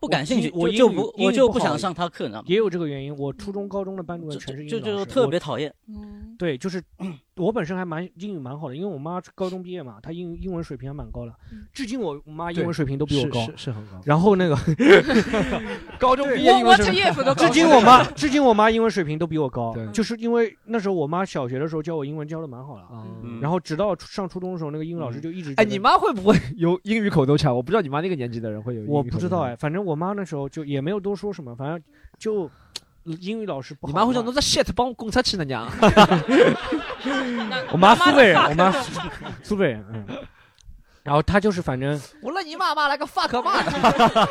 G: 不感兴趣
D: 哦我
G: 我就
D: 英语
G: 不
D: 英语
G: 我就
D: 不
G: 不想
D: 好
G: 上他课你知道吗
D: 也有这个原因，我初中、高中的班主任全是英
G: 嗯
D: 语
G: 就就
D: 老师
G: 特别讨厌。
D: 我对，就是我本身还蛮英语蛮好的，因为我妈高中毕业嘛，她英英文水平还蛮高的，至今我妈英文水平都比我高，
C: 是是是很高。
D: 然后 那个，
C: 高中毕业英文水平
D: 至今我 妈至今我妈英文水平都比我高，就是因为那时候我妈小学的时候教我英文教的蛮好的，
G: 嗯
D: 然后直到上初中的时候，那个英语老师就一直觉
C: 哎，
D: 得
C: 你妈会不 会 有英语口头禅？我不知道你妈那个年纪的人会有英语口头
D: 我不
C: 禅。
D: 知道哎，反正我妈那时候就也没有多说什么，反正就英语老师不好
C: 你
D: 嘛。
C: 妈会说：“侬这 shit 帮共产去呢娘。
D: 我妈苏北人，我 妈苏 苏北人，嗯。然后她就是反 正
C: 我了你妈妈来个 fuck 妈 的。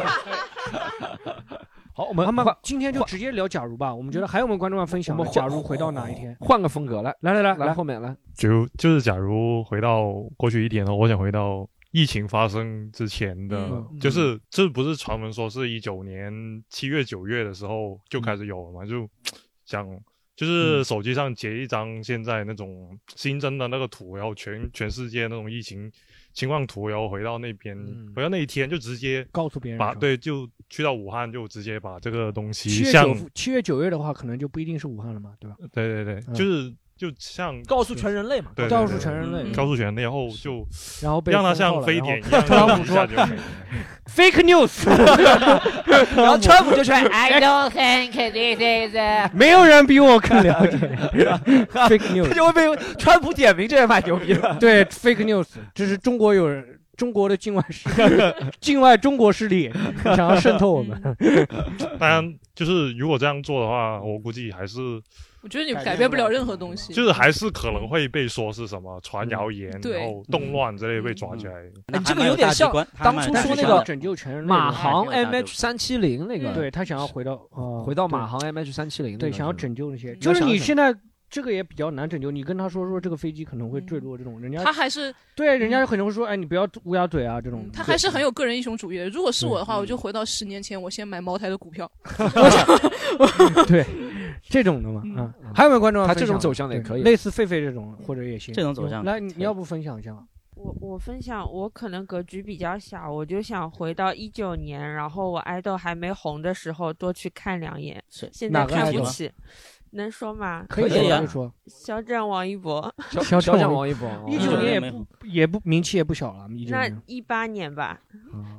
D: 好，我们今天就直接聊假如吧，我们觉得还有没有观众要分享的？
C: 嗯我们
D: 假
C: 换
D: 如回到哪一天？
C: 换个风格，来
D: 来来来
C: 来后面来。
L: 就就是假如回到过去一点呢，我想回到疫情发生之前的，
M: 嗯
L: 就是这不是传闻说是一九年七月九月的时候就开
D: 嗯
L: 始有了嘛？就想就是手机上截一张现在那种新增的那个图，然后全全世界那种疫情情况图，然后回到那边，回到那一天就直接
D: 嗯告诉别人
L: 把
D: 是吧
L: 对就去到武汉就直接把这个东西
D: 七月
L: 像
D: 九七月九月的话，可能就不一定是武汉了嘛，对吧？
L: 对对对，
D: 嗯
L: 就是就像
D: 告诉全人类嘛
L: 对，对
D: 告
L: 对
D: 诉全人
L: 嗯
D: 类
L: 告诉全人类，然后就
D: 然后被
L: 让它
D: 封号
L: 像
D: 了
L: 非
D: 然后
L: 典 一样，
D: 特朗普
L: 一下
D: 说
L: 就没了
D: fake news，
C: 然后川普就 哎出
D: 说
C: 来
K: 哎
J: I don't think this is a
D: 没有人比我更了解 fake news，
C: 他就会被川普点名，这也蛮牛逼的。
D: 对 fake news，这是中国有人，中国的境外势， 境外中国势力 想要渗透我们。
L: 当然，就是如果这样做的话，我估计还是
B: 我觉得你改变不了任何东西，
L: 就是嗯还是可能会被说是什么传谣言，
B: 对
L: 然后动乱之类被抓起来。
C: 你这个有点像当初说那个马航 MH 三七零那个，
D: 对他想要回到呃
C: 回到马航 MH 三七零，
D: 对，想要拯救那些，
C: 你要
D: 就是
C: 想
D: 你
C: 想
D: 现在这个也比较难拯救。你跟他说说这个飞机可能会坠落，这种人家
B: 他还是
D: 对人家可能会说，哎，你不要乌鸦嘴啊，这种
B: 他还是很有个人英雄主义的。如果是我的话，我就回到十年前，我先买茅台的股票。
D: 对这种的嘛
B: 嗯
D: 啊。还有没有观众要
C: 他
D: 分
C: 这种
D: 享
C: 走向的也
D: 对
C: 可以
D: 类似狒狒这种或者也行，嗯
G: 这种走向
D: 来，你你要不分享一下吧？
J: 我我分享，我可能格局比较小，我就想回到一九年，然后我爱豆还没红的时候多去看两眼。
G: 是
J: 现
D: 哪
J: 在
D: 个
J: 看
D: 爱
J: 不
D: 豆啊
J: 起，能说吗？
D: 可以可以说啊可以说。
J: 肖战、王一博，
D: 肖
C: 肖战
D: 王
C: 王一博
D: 一哦
C: 19
D: 九
C: 年
D: 年也
C: 没
D: 不也不名气也不小了，一九
J: 嗯那嗯
D: 年。哦
J: 一八年吧，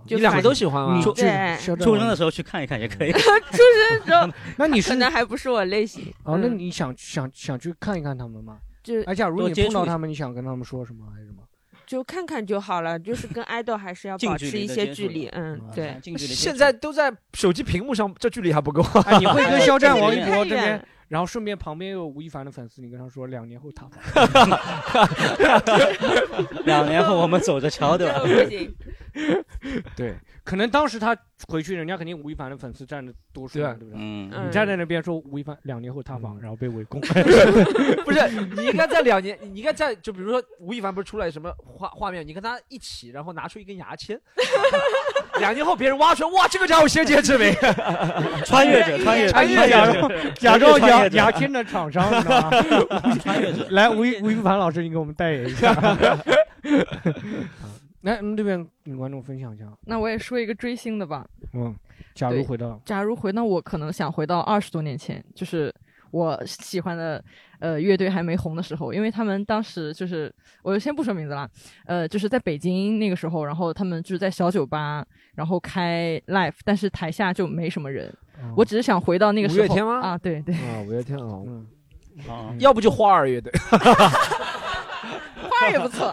J: 就
D: 你两个
J: 反
D: 都喜欢吗
J: 你
D: 出
J: 对，
D: 肖战，
G: 出 生的时候去看一看也可以。，
J: 出生的时候
D: 那你是
J: 可能还不是我 类型。
D: 哦，那你想想想去看一看他们吗？
J: 就
D: 哎，假如
J: 多
D: 你
J: 接
D: 碰
J: 触
D: 到
J: 一
D: 他
J: 下
D: 们，你想跟他们说什么还是什么？
J: 就看看就好了，就是跟爱豆还是要
C: 近
J: 保
C: 距
J: 持
C: 离
J: 一
C: 的
J: 些
C: 接
J: 距
C: 触
J: 离。嗯，
D: 啊
J: 对。
C: 现在都在手机屏幕上，这距离还不够。
D: 哎，你 会跟肖战、王一
J: 太
D: 博
J: 远
D: 这边
J: 了，
D: 然后顺便旁边有吴亦凡的粉丝，你跟他说两年后他
G: 两年后我们走着瞧对吧 这不行
D: 对，可能当时他回去，人家肯定吴亦凡的粉丝占着多数嘛，
C: 对
D: 对不对？
G: 嗯
D: 你站在那边说吴亦凡两年后塌房，然后被围 攻，
C: 不是，你应该在两年，你应该在就比如说吴亦凡不是出来什么画画面，你跟他一起，然后拿出一根牙签， 两年后别人挖出来，哇，这个家伙先见之明，
G: 穿越者穿越者
D: 哎呀假装 假装牙牙签的厂商，你知道吗？
G: 穿越者
D: 来，吴亦吴亦凡老师，你给我们代言一下。 来，我们这边女观众分享一下，
N: 那我也说一个追星的吧。
D: 嗯，假如回到
N: 假如回到我可能想回到二十多年前，就是我喜欢的呃乐队还没红的时候，因为他们当时就是我先不说名字啦，呃，就是在北京那个时候，然后他们就是在小酒吧，然后开 live，但是台下就没什么人。我只是想回到那个时候
C: 五月天吗
N: 啊，对对，
C: 啊，五月天
D: 哦
C: 啊，
G: 啊，
C: 要不就花儿 乐队，
N: 花儿也不错。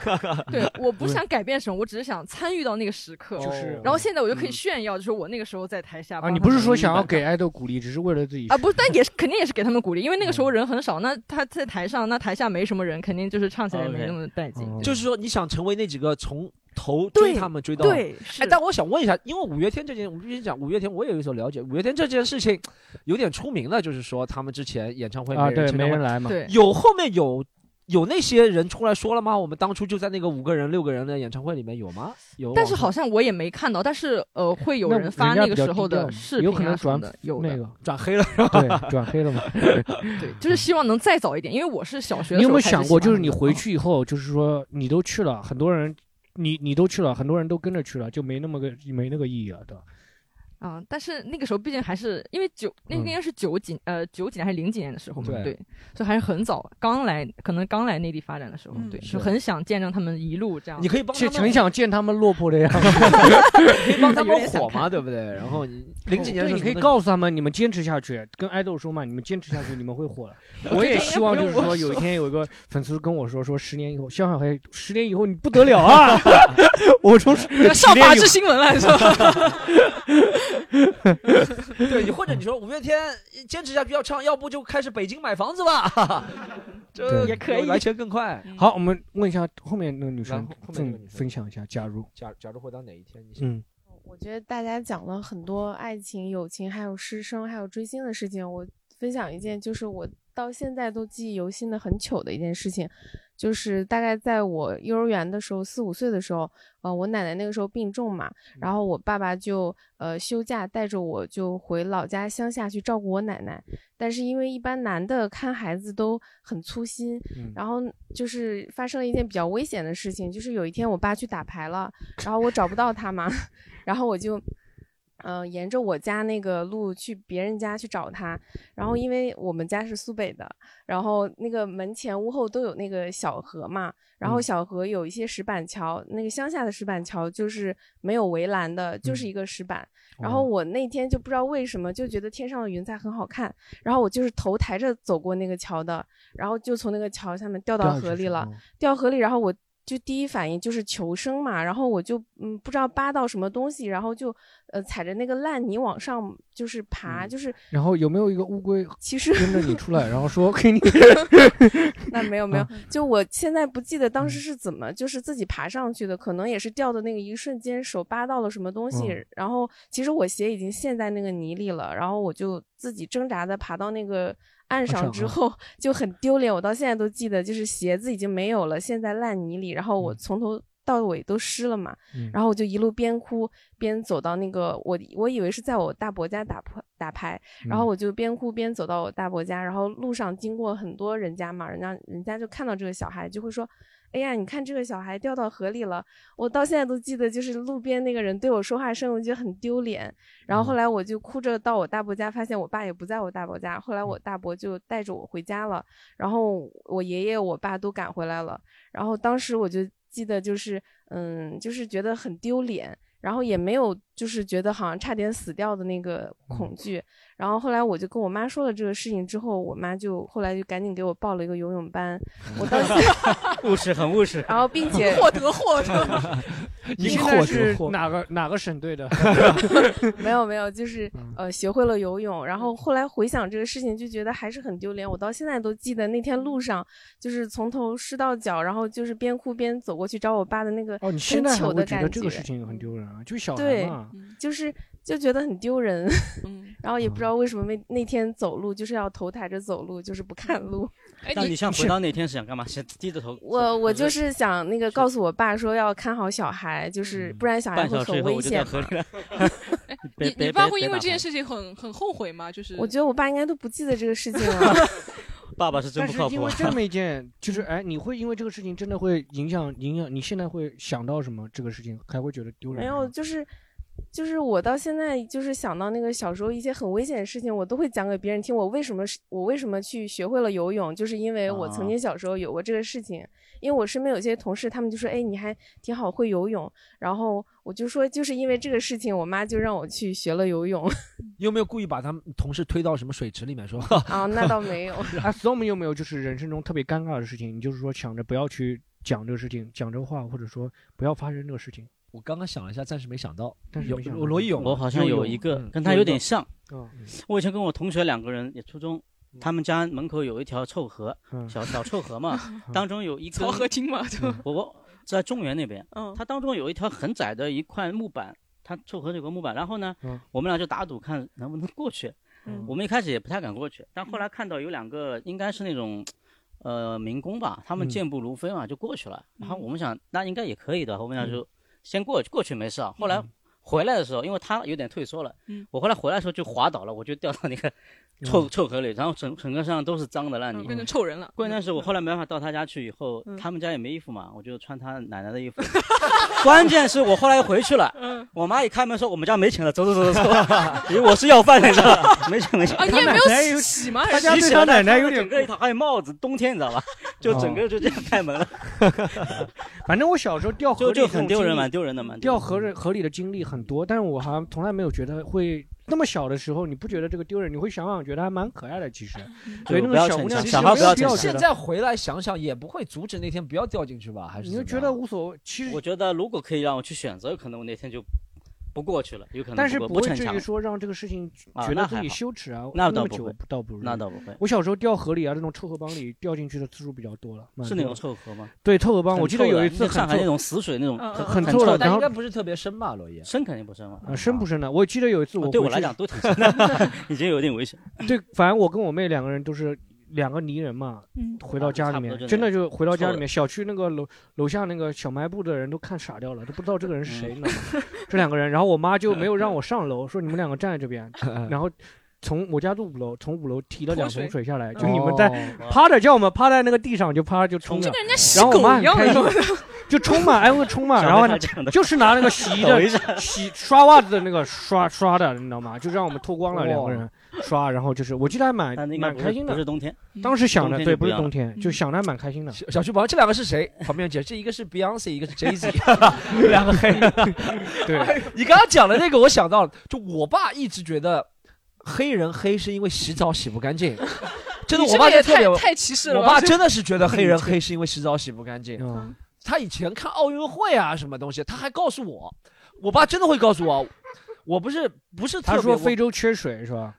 N: 对，我不是想改变什么，我只是想参与到那个时刻。
D: 就是
N: 然后现在我就可以炫耀，就是我那个时候在台下。
D: 啊，你不是说想要给爱豆鼓励，只是为了自己
N: 啊，不是，但也是肯定也是给他们鼓励，因为那个时
D: 嗯
N: 候人很少，那他在台上，那台下没什么人，肯定就是唱起来没那么带劲。
D: 哦
N: 对
C: 就是说你想成为那几个从头追他们追到
N: 对
C: 哎，但我想问一下，因为五月天这件，我们之前讲五月天，我也有所了解。五月天这件事情有点出名了，就是说他们之前演唱会
D: 啊
C: 没人
D: 对
C: 签
D: 没
C: 唱会
D: 人来嘛对
C: 有后面有有那些人出来说了吗？我们当初就在那个五个人、六个人的演唱会里面有吗？有网上，啊
N: 但是 好像我也没看到，但是呃，会有人发那个时候的视频
D: 有可
N: 啊
D: 能
N: 什么
D: 转
N: 的，有
D: 那
N: 的。
D: 个
C: 转黑了，
D: 对，转黑了嘛。
N: 对，就是希望能再早一点，因为我是小学的
D: 你
N: 时
D: 有
N: 候
D: 没有
N: 开始
D: 想过，
N: 喜欢啊
D: 就是你
N: 他们
D: 回去以后，就是说你都去了，很多人，你你都去了，很多人都跟着去了，就没那么个没那个意义了，对吧？
N: 嗯，但是那个时候毕竟还是因为九，那个
M: 嗯
N: 应该是九几、呃九几年还是零几年的时候嘛，
M: 对
N: 对，所以还是很早，刚来可能刚来内地发展的时候，
M: 嗯
N: 对，
D: 是
N: 就很想见证他们一路这样。
C: 你可以帮他
D: 去
C: 们
D: 很想见他们落魄的 样子，
C: 可以帮他们火嘛，对不对？然后你零几年的时
D: 对
C: 候
D: 你可以
C: 什么
D: 告诉他们，你们坚持下去，跟爱豆说嘛，你们坚持下去，你们会 火的。我也希望就是说，有一天有一个粉丝跟我说，说十年以后，肖小黑，十年以后你不得了 啊！我说是
B: 上法制新闻了是 吧？
C: 对，你或者你说五月天坚持下去要唱，要不就开始北京买房子吧， 这
D: 对也可以
C: 来钱更快。
O: 嗯
D: 好，我们问一下后面那个女
C: 然
D: 生
C: 后后，面那个
D: 分分享一下，假如
C: 假假如回到哪一天，你想
D: 嗯，
O: 我觉得大家讲了很多爱情、友情，还有师生，还有追星的事情。我分享一件，就是我到现在都记忆犹新的很糗的一件事情，就是大概在我幼儿园的时候，四五岁的时候，呃，我奶奶那个时候病重嘛，然后我爸爸就呃休假带着我就回老家乡下去照顾我奶奶。但是因为一般男的看孩子都很粗心，
P: 嗯
O: 然后就是发生了一件比较危险的事情，就是有一天我爸去打牌了，然后我找不到他嘛， 然后我就。嗯、沿着我家那个路去别人家去找他，然后因为我们家是苏北的，然后那个门前屋后都有那个小河嘛，然后
P: 嗯
O: 小河有一些石板桥，那个乡下的石板桥就是没有围栏的，
P: 嗯
O: 就是一个石板。然
P: 哦
O: 后我那天就不知道为什么就觉得天上的云彩很好看，然后我就是头抬着走过那个桥的，然后就从那个桥下面掉到
P: 掉下去嗯
O: 河里
P: 是
O: 了
P: 吗，
O: 掉河里，然后我就第一反应就是求生嘛，然后我就嗯不知道扒到什么东西，然后就呃踩着那个烂泥往上就是爬，
P: 嗯
O: 就是
D: 然后有没有一个乌龟
O: 其实
D: 跟着你出来，然后说给你
O: 那没有没有
P: 嗯
D: 啊，
O: 就我现在不记得当时是怎么，就是自己爬上去的，可能也是掉的那个一瞬间，手扒到了什么东西
P: 嗯，
O: 然后其实我鞋已经陷在那个泥里了，然后我就自己挣扎的爬到那个岸
P: 上
O: 上
P: 啊
O: 之后就很丢脸，我到现在都记得，就是鞋子已经没有了，陷在烂泥里，然后我从头。到尾都湿了嘛，
P: 嗯
O: 然后我就一路边哭边走到那个我我以为是在我大伯家打牌打牌，然后
P: 嗯
O: 我就边哭边走到我大伯家，然后路上经过很多人家嘛，人家人家就看到这个小孩，就会说：“哎呀，你看这个小孩掉到河里了。”我到现在都记得，就是路边那个人对我说话声，我觉得很丢脸。然后后来我就哭着到我大伯家，发现我爸也不在我大伯家。后来我大伯就带着我回家了，然后我爷爷、我爸都赶回来了。然后当时我就记得，就是嗯，就是觉得很丢脸。然后也没有就是觉得好像差点死掉的那个恐惧。然后后来我就跟我妈说了这个事情之后，我妈就后来就赶紧给我报了一个游泳班。我当 时，
G: 务实很务实。
O: 然后并且
B: 获得获得
D: 你
O: 你
D: 现
O: 获
D: 在
O: 得
D: 是
O: 获
D: 哪个哪个省队的？
O: 没有没有，就是
D: 嗯
O: 呃学会了游泳，然后后来回想这个事情，就觉得还是很丢脸。我到现在都记得那天路上，就是从头湿到脚，然后就是边哭边走过去找我爸的那个
D: 哦，你现
O: 很
D: 在还
O: 糗
D: 会
O: 的
D: 觉
O: 感嗯
D: 得这个事情很丢人啊？就是小孩
O: 对
D: 嘛，，
O: 就是就觉得很丢人，
G: 嗯
O: 然后也不知道
D: 嗯
O: 为什么那那天走路就是要头抬着走路，就是不看路。
G: 那哎你像回到那天是想干嘛？先低着头。
O: 哎我我就是想那个告诉我爸说要看好小孩，
D: 嗯
O: 就是不然小孩
G: 半
O: 会
G: 小时以
O: 很
G: 后
O: 危
G: 我就在
O: 险
G: 河
O: 嘛。
G: 里了。别
B: 你
G: 别
B: 你
G: 别
B: 爸会因
G: 别
B: 为
G: 打
B: 这件
G: 牌
B: 事情很很后悔吗？就是
O: 我觉得我爸应该都不记得这个事情了。
G: 爸爸是真
D: 但
G: 不
D: 是
G: 靠
D: 因
G: 谱
D: 为
G: 啊。
D: 这么一件，就是哎，你会因为这个事情真的会影响影响你现在会想到什么？这个事情还会觉得丢人？
O: 没有，，就是就是我到现在就是想到那个小时候一些很危险的事情，我都会讲给别人听。我为什么是我为什么去学会了游泳，就是因为我
G: 啊
O: 曾经小时候有过这个事情。因为我身边有些同事，他们就说：“哎，你还挺好会游泳。”然后我就说，就是因为这个事情，我妈就让我去学了游泳。
C: 你有没有故意把他们同事推到什么水池里 面说？
O: 啊，那倒没 有。
D: 啊，Storm 有没有就是人生中特别尴尬的事情？你就是说想着不要去讲这个事情，讲这个话，或者说不要发生这个事情。
C: 我刚刚想了一下，暂时没想到。
D: 但是
C: 有
D: 没想到
C: 罗毅有 吗，
G: 我好像有一个跟他有哦嗯点像
D: 嗯。
G: 我以前跟我同学两个人也初中，他们家门口有一条臭河，
D: 嗯
G: 小小臭河嘛， 当中有一根嗯
B: 漕河汀嘛就
G: 我我在中原那边，
B: 嗯
G: 它当中有一条很窄的一块木板，它臭河有个木板，然后呢
B: 嗯，
G: 我们俩就打赌看能不能过去
B: 嗯。
G: 我们一开始也不太敢过去，但后来看到有两个应该是那种。呃，民工吧，他们
B: 嗯
G: 健步如飞嘛，就过去了。然后
B: 嗯
G: 我们想，那应该也可以的。我们俩
B: 嗯
G: 就先过去，过去没事啊。后来回来的时候，因为他有点退缩了，
B: 嗯
G: 我后来回来的时候就滑倒了，我就掉到那个臭、臭河里，然后整整个身上都是脏的烂泥，
B: 嗯变成臭人了。
G: 关键是我后来没办法到他家去，以后、
B: 嗯
G: 他们家也没衣服嘛，我就穿他奶奶的衣服。 关键是我后来又回去了，
B: 嗯
G: 我妈一开门说我们家没钱了，走走走走走，因为我是要饭的，你知道吧？ 没钱没钱。
B: 啊，你也没有洗吗？还
G: 他
B: 是
G: 家
B: 洗
G: 对
B: 洗嗯
G: 他奶
B: 了
G: 奶有点整个一套，还有帽子，冬天你知道吧？就整个就这样开门了。
D: 反正我小时候掉河
G: 就
D: 里
G: 就
D: 这种
G: 很丢人
D: 经历
G: 蛮丢人的蛮丢人
D: 掉
G: 的
D: 河里河里的经历很多，但是我好像从来没有觉得会那么小的时候，你不觉得这个丢人，你会想想觉得还蛮可爱的。其实，
O: 嗯
D: 所以那个小姑娘其实没有必要觉得
C: 现在回来想想，也不会阻止那天不要掉进去吧？还是
D: 你就觉得无所谓，其实
G: 我觉呃得如果可以让我去选择，可能我那天就不过去了，有可能
D: 但是
G: 不
D: 不
G: 过不
D: 会
G: 逞
D: 至
G: 强
D: 于。说让这个事情
G: 啊
D: 觉
G: 那还
D: 得自己
G: 好
D: 羞耻啊，
G: 那
D: 那
G: 倒
D: 么
G: 不
D: 久
G: 会
D: 倒不至于，
G: 那倒不会
D: 我小时候掉河里啊，那种臭河帮里掉进去的次数比较多了，蛮
G: 是那种
D: 多
G: 臭河吗？
D: 对，臭河帮，
G: 很
D: 我记得
G: 臭
D: 有
G: 的
D: 一次
G: 像上
D: 很
G: 海
D: 臭
G: 那种死水那种
D: 嗯很
G: 很
D: 很臭的，然
C: 但
D: 后
C: 应该不是特别深吧？
D: 嗯
C: 罗伊，
G: 深肯定不深嘛。
D: 啊，深不深的？我记得有一次我
G: 啊对
D: 回
G: 我来
D: 去
G: 讲都挺深的， 已经有点危险。
D: 对，反正我跟我妹两个人都是两个泥人嘛，
G: 嗯
D: 回到家里面
G: 差不，多真
D: 真
G: 的
D: 的就回到家里
G: 臭
D: 面，
G: 的
D: 小区那个楼楼下那个小卖部的人都看傻掉了，都不知道这个人是
G: 嗯
D: 谁，你知道吗？这两个人，然后我妈就没有让我上楼，说你们两个站在 这边，然后。从我家住五楼，从五楼提了两
B: 泼水
D: 桶水下来，就
B: 哦
D: 你们在趴着，叫我们趴在那个地上就趴着就冲着
B: 就跟人家，洗
D: 然后我妈
B: 狗一
D: 很
B: 样
D: 开
B: 的
D: 心，就冲嘛，哎我冲嘛，
G: 小
D: 然后
G: 孩这样的
D: 就是拿 那个洗衣
G: 抖
D: 的
G: 一下
D: 洗刷袜子的那个刷刷的，你知道吗？就让我们脱光
C: 哦
D: 了
G: 哇
D: 两个人刷，然后就是我记得还蛮
G: 但那应该
D: 蛮
G: 不
D: 开
G: 是
D: 心
G: 不
D: 的
G: 是。冬天，
D: 当时想的
G: 冬天就
D: 对，
G: 不
D: 不
G: 一
D: 是
G: 样
D: 冬
G: 了嗯
D: 天，就想的还蛮开心的。
C: 嗯小区宝，这两个是谁？ 旁边解释，这一个是 Beyonce，一个是 Jay Z，两 个 黑人。
B: 哎
D: 对，
C: 你刚刚讲的那个，我想到了，就我爸一直觉得黑人黑是因为洗澡洗不干 净，真的，
B: 你
C: 我爸
B: 这个也
C: 就特别
B: 太太歧视了
C: 我
B: 吧
C: 爸
B: 这
C: 真的是觉得黑 人黑是因为洗澡洗不干净。
D: 嗯
C: 他以前看奥运会啊什么东西，他还告诉我，我爸真的会告诉我，我不是不是特
D: 他
C: 别
D: 说
C: 我
D: 非洲缺水是 吧？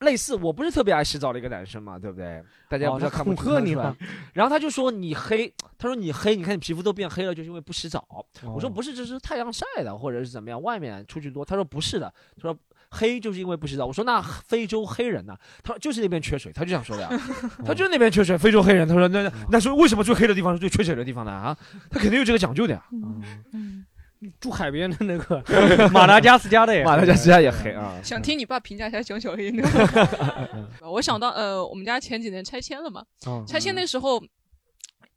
C: 类似，我不是特别爱洗澡的一个男生嘛，对不对？大家
D: 哦
C: 不知道
D: 他
C: 看不
D: 恐
C: 出
D: 吓
C: 来
D: 你
C: 是吧
D: 了？
C: 然后他就说你黑，他说你黑，你看你皮肤都变黑了，就是因为不洗澡。我说
D: 哦
C: 不是，这是太阳晒的，或者是怎么样，外面出去多。他说不是的，他说黑就是因为不洗澡。我说那非洲黑人呢？他说就是那边缺水，他就这 样说的呀他就是那边缺水，非洲黑人。他说
D: 哦
C: 那那那说为什么最黑的地方是最缺水的地方呢？啊，他肯定有这个讲究的呀。
O: 嗯
D: 住海边的那 个 马达加斯加的也，
C: 马达加斯加也黑 啊
D: 嗯
B: 想听你爸评价一下江小黑呢。我想到呃，我们家前几年拆迁了嘛，
D: 哦
B: 拆迁那时候。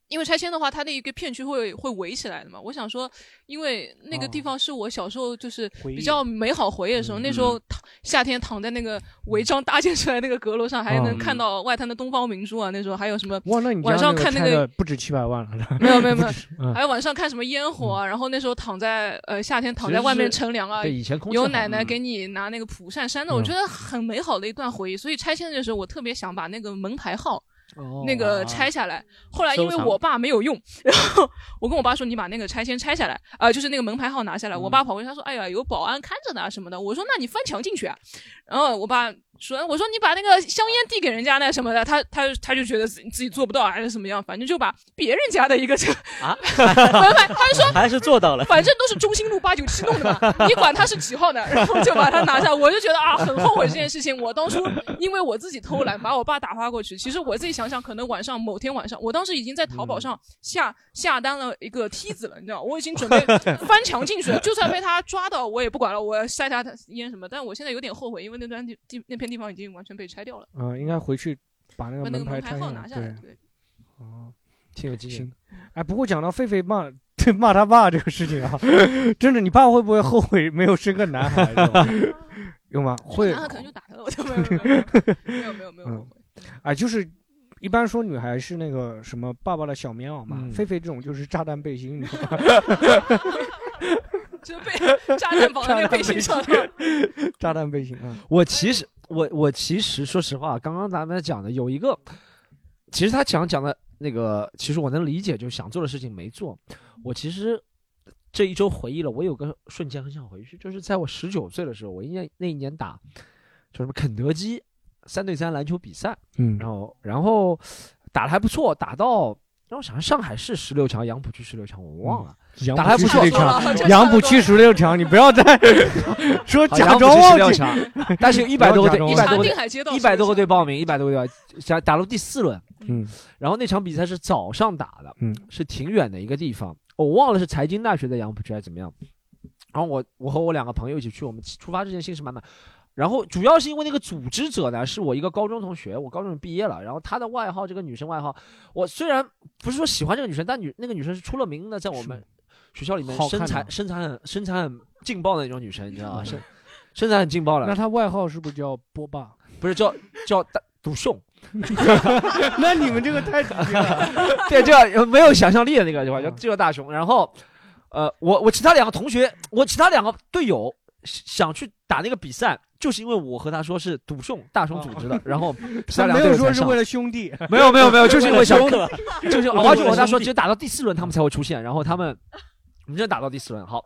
B: 因为拆迁的话，它那一个片区会会围起来的嘛。我想说，因为那
D: 哦
B: 个地方是我小时候就是
N: 回忆
B: 比较美好回忆的时候，那
D: 嗯
B: 时候躺夏天躺在那个违章搭建出来那个阁楼上，还能
D: 嗯
B: 看到外滩的东方明珠啊。那时候还有什么
D: 哇，那你家
B: 晚上看那
D: 那
B: 个
D: 拆的不止七百万了，
B: 没有没 有没有
D: 嗯，
B: 还有晚上看什么烟火啊，然后那时候躺在呃夏天躺在外面乘凉
C: 嗯其
B: 啊，
C: 实是对以前空气
B: 有
C: 好
B: 奶奶
C: 嗯
B: 给你拿那个蒲扇扇的，
C: 嗯
B: 我觉得很美好的一段回忆。所以拆迁的时候，我特别想把那个门牌号。
C: 哦
B: 那个拆下来，后来因为
C: 收藏
B: 我爸没有用，然后我跟我爸说：“你把那个拆迁拆下来，啊、就是那个门牌号拿下来。”
C: 嗯
B: 我爸跑过去，他说：“哎呀，有保安看着呢什么的。”我说：“那你翻墙进去啊。”然后我爸说：“我说你把那个香烟递给人家那什么的。他”他他就觉得自己自己做不到还是什么样，反正就把别人家的一个这个
G: 啊，
B: 反反他 说
G: 还是做到了，
B: 反正都是中心路八九七弄的 嘛，你管他是几号呢？然后就把他拿下，我就觉得啊，很后悔这件事情。我当初因为我自己偷懒，把我爸打发过去。其实我自己想想，可能晚上某天晚上，我当时已经在淘宝上下、下单了一个梯子了，你知道，我已经准备翻墙 进去了。就算被他抓到，我也不管了，我晒下他烟什么。但我现在有点后悔，因为那段地地那片地方已经完全被拆掉了，
D: 嗯，应该回去把那个
B: 把那
D: 门
B: 个
D: 牌
B: 门牌
D: 拆
B: 号
D: 来
B: 拿下来。
D: 对
B: 对，
D: 哦，
C: 挺有经验
D: 行。哎，不过讲到狒狒骂 对骂他爸这个事情啊， 真的，你爸会不会后悔没有生个男孩子？ 有吗？会
B: 男孩可能就打他了，我就没有 没有没有没有没有没有
D: 嗯，
B: 后
D: 啊，就是一般说女孩是那个什么爸爸的小棉袄嘛，
C: 嗯
D: 狒狒这种就是炸弹背心，你知道吧？
B: 就被炸弹绑在那个背心上了。
D: 炸弹背心啊，
C: 我其实我我其实说实话，刚刚咱们讲的有一个，其实他讲讲的那个，其实我能理解，就是想做的事情没做。我其实这一周回忆了，我有个瞬间很想回去，就是在我十九岁的时候，我一年那一年打就什么肯德基三对三篮球比赛，
D: 嗯
C: 然后然后打的还不错，打到。让我想想，上海市十六强，杨浦区十六强，我忘了，
D: 嗯杨
C: 打得还
D: 浦
C: 不
D: 区
C: 错
D: 十六
C: 哦
D: 强，杨浦区十六强，你不要再 说
C: 好
D: 假
C: 杨浦
D: 装
C: 区
D: 忘
C: 16
D: 记
C: 强。 但是有一百多个队，一百多个
B: 定海街道
C: 队，一百多个队报名，一百多个队打打到第四轮，
D: 嗯，
C: 然后那场比赛是早上打的，
D: 嗯，
C: 是挺远的一个地方，我忘了是财经大学的杨浦区还是怎么样。然后我我和我两个朋友一起去，我们出发之前信心满满。然后主要是因为那个组织者呢，是我一个高中同学，我高中毕业了，然后他的外号这个女生外号，我虽然不是说喜欢这个女生，但女那个女生是出了名的，在我们学校里面
D: 好看啊
C: 身材
D: 吗
C: 身材很身材很劲爆的那种女生，你知道吗？身身材很劲爆
D: 嗯
C: 了，
D: 那他外号是不是叫波 霸？
C: 不是叫叫大独胸，
D: 那你们这个 太直接了。
C: 对，这个没有想象力的那个
D: 嗯
C: 对吧？就这个大熊。然后，呃，我我其他两个同学，我其他两个队友想去打那个比赛，就是因为我和他说是赌熊大熊组织的，然后其
D: 他
C: 他两
D: 哦 没
C: 个
D: 有
C: 队友
D: 说
C: 才
D: 是
C: 上
D: 为。了兄弟，
C: 没有没有没 有，就是因为想
D: 为了兄弟
C: 就是我就我和他说，只有打到第四轮他们才会出现，然后他们我们真的打到第四轮，好，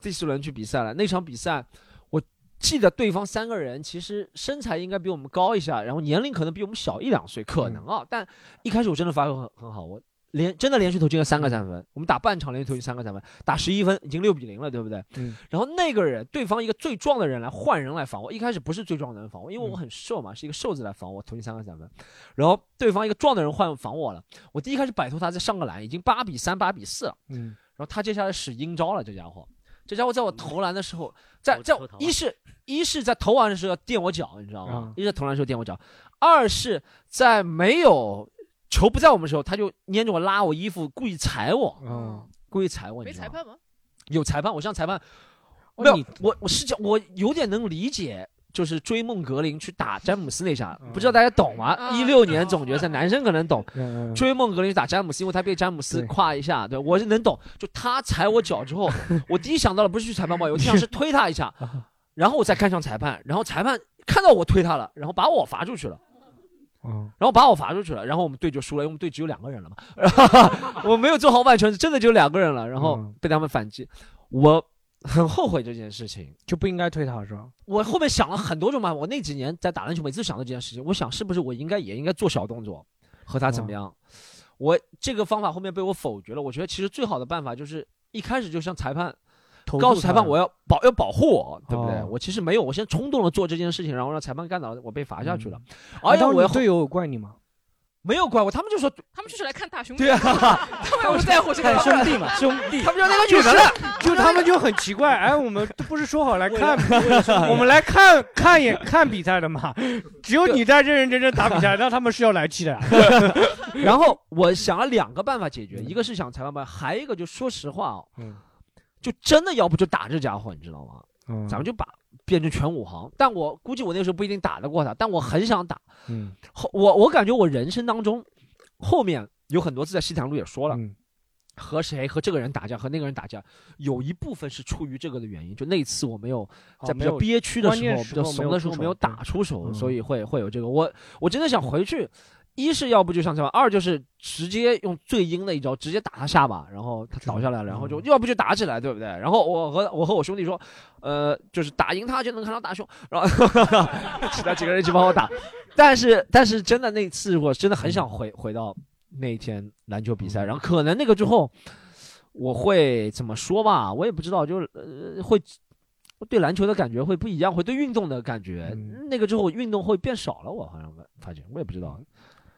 C: 第四轮去比赛了。那场比赛我记得对方三个人其实身材应该比我们高一下，然后年龄可能比我们小一两岁，可能啊，但一开始我真的发挥很很好，我连真的连续投进了三个三分，我们打半场连续投进三个三分，打十一分已经六比零了，对不对？
D: 嗯
C: 然后那个人，对方一个最壮的人来换人来防我，一开始不是最壮的人防我，因为我很瘦嘛，是一个瘦子来防我，投进三个三分。然后对方一个壮的人换防我了，我第一开始摆脱他，再上个篮，已经八比三、八比四了。
D: 嗯，
C: 然后他接下来使阴招了，这家伙，这家伙在我投篮的时候，在在我一是一是在投篮的时候要垫我脚，你知道吗
D: 嗯？
C: 一是在投篮的时候垫我脚，二是在没有球不在我们的时候，他就粘着我拉我衣服，故意踩我，故意踩我，你
B: 没
C: 知道
B: 裁
C: 吗？
B: 判吗？
C: 有裁判，我向裁判，
B: 哦
C: 没有
B: 你，
C: 我我是讲，我有点能理解，就是追梦格林去打詹姆斯那下，不知道大家懂吗？一六年总决赛，男生可能懂，追梦格林去打詹姆斯，因为他被詹姆斯跨一下，嗯对我是能懂，就他踩我脚之后，我第一想到的不是去裁判包邮，我第一想是推他一 下，然后我再看向裁判，然后裁判看到我推他了，然后把我罚出去了。然后把我罚出去了，然后我们队就输了，因为我们队只有两个人了嘛， 然后我没有做好外传，真的只有两个人了，然
D: 嗯
C: 后被他们反击，我很后悔这件事情。
D: 就不应该推他是吧？
C: 我后面想了很多种办法，我那几年在打篮球，每次想到这件事情，我想是不是我应该也应该做小动作，和他怎
D: 嗯
C: 么样？我这个方法后面被我否决了。我觉得其实最好的办法就是一开始就向裁判
D: 投诉
C: 告诉裁判
D: 他
C: 我要保要保护我，对不对？
D: 哦
C: 我其实没有，我先冲动了做这件事情，然后让裁判干倒了，我被罚下去了。而
D: 而嗯啊哎
C: 且
D: 当
C: 我
D: 你
C: 要
D: 队友有怪你吗？
C: 没有怪我，他们就说
B: 他们就是来看大熊的。
C: 对啊，
B: 他们也不在乎这个
D: 看兄 弟嘛，
C: 兄弟，他们就那个
D: 就
C: 女
D: 是
C: 的了，
D: 就他们就很奇怪，哎，我们都不是说好来看
C: 为了兄，弟
D: 我们来看看也看比赛的嘛，只有你在认 认真真打比赛，那他们是要来气的 呀。
C: 然后我想了两个办法解决，一个是想裁判办，还有一个就说实话哦，就真的要不就打这家伙，你知道吗？
D: 嗯
C: 咱们就把变成全武行。但我估计我那时候不一定打得过他，但我很想打。
D: 嗯，
C: 后我我感觉我人生当中，后面有很多次在西塘路也说了，
D: 嗯
C: 和谁和这个人打架，和那个人打架，有一部分是出于这个的原因。就那次我没有在
D: 哦
C: 比
D: 没
C: 较
D: 有
C: 憋屈的
D: 关
C: 时
D: 键
C: 候，
D: 时
C: 比较
D: 候没
C: 怂
D: 有
C: 的时候
D: 出
C: 没有
D: 手
C: 打出手，
D: 嗯
C: 所以会会有这个。我我真的想回去。一是要不就像这样，二就是直接用最阴的一招，直接打他下巴，然后他倒下来了，然后就要不就打起来，对不对？然后我和我和我兄弟说，呃，就是打赢他就能看到大胸，然后 其他几个人一起帮我打。但是但是真的那次我真的很想回回到那一天篮球比赛，然后可能那个之后我会怎么说吧，我也不知道，就是呃会。对篮球的感觉会不一样，会对运动的感觉，
D: 嗯
C: 那个之后我运动会变少了，我好像发觉，我也不知道，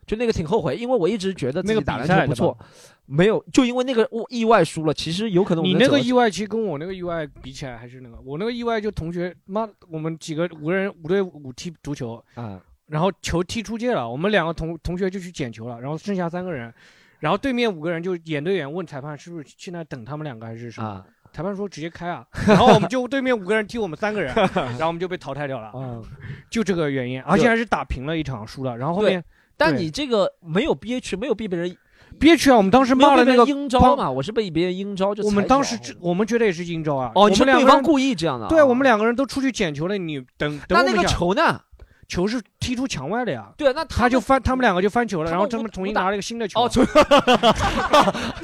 C: 就那个挺后悔，因为我一直觉得自
D: 那个
C: 己
D: 比
C: 打篮
D: 赛
C: 球不
D: 的
C: 错，没有，就因为那个我意外输了，其实有可能我
D: 你
C: 们
D: 那
C: 走
D: 个
C: 到
D: 意外其实跟我那个意外比起来还是那个，我那个意外就同学妈，我们几个五个人五对五踢足球，
C: 啊，
D: 然后球踢出界了，我们两个同同学就去捡球了，然后剩下三个人，然后对面五个人就眼对眼问裁判是不是现在等他们两个还是什么？
C: 啊
D: 裁判说直接开啊， 然后我们就对面五个人踢我们三 个人，然后我们就被淘汰掉了，
C: 啊
D: 就这个原因，而且还是打平了一场输了，然后后面
C: 对，但
D: 对
C: 你这个没有憋屈，没有被别人
D: 憋屈啊，我们当时
C: 没有
D: 骂了
C: 被别
D: 那
C: 人
D: 个
C: 阴招
D: 帮
C: 嘛，我是被别人阴招就
D: 我们
C: 踩
D: 当
C: 脚
D: 时就我们觉得也是阴招啊。
C: 哦
D: 我
C: 你
D: 们
C: 说
D: 两
C: 对
D: 个人
C: 方故意这样的啊
D: 对我们两个人都出去捡球了，你等等
C: 那
D: 我
C: 那
D: 们
C: 个
D: 一下
C: 球呢？
D: 球是踢出墙外的呀。
C: 对，那
D: 他就翻，他们两个就翻球了，然后他们重新拿了一个新的球。哦，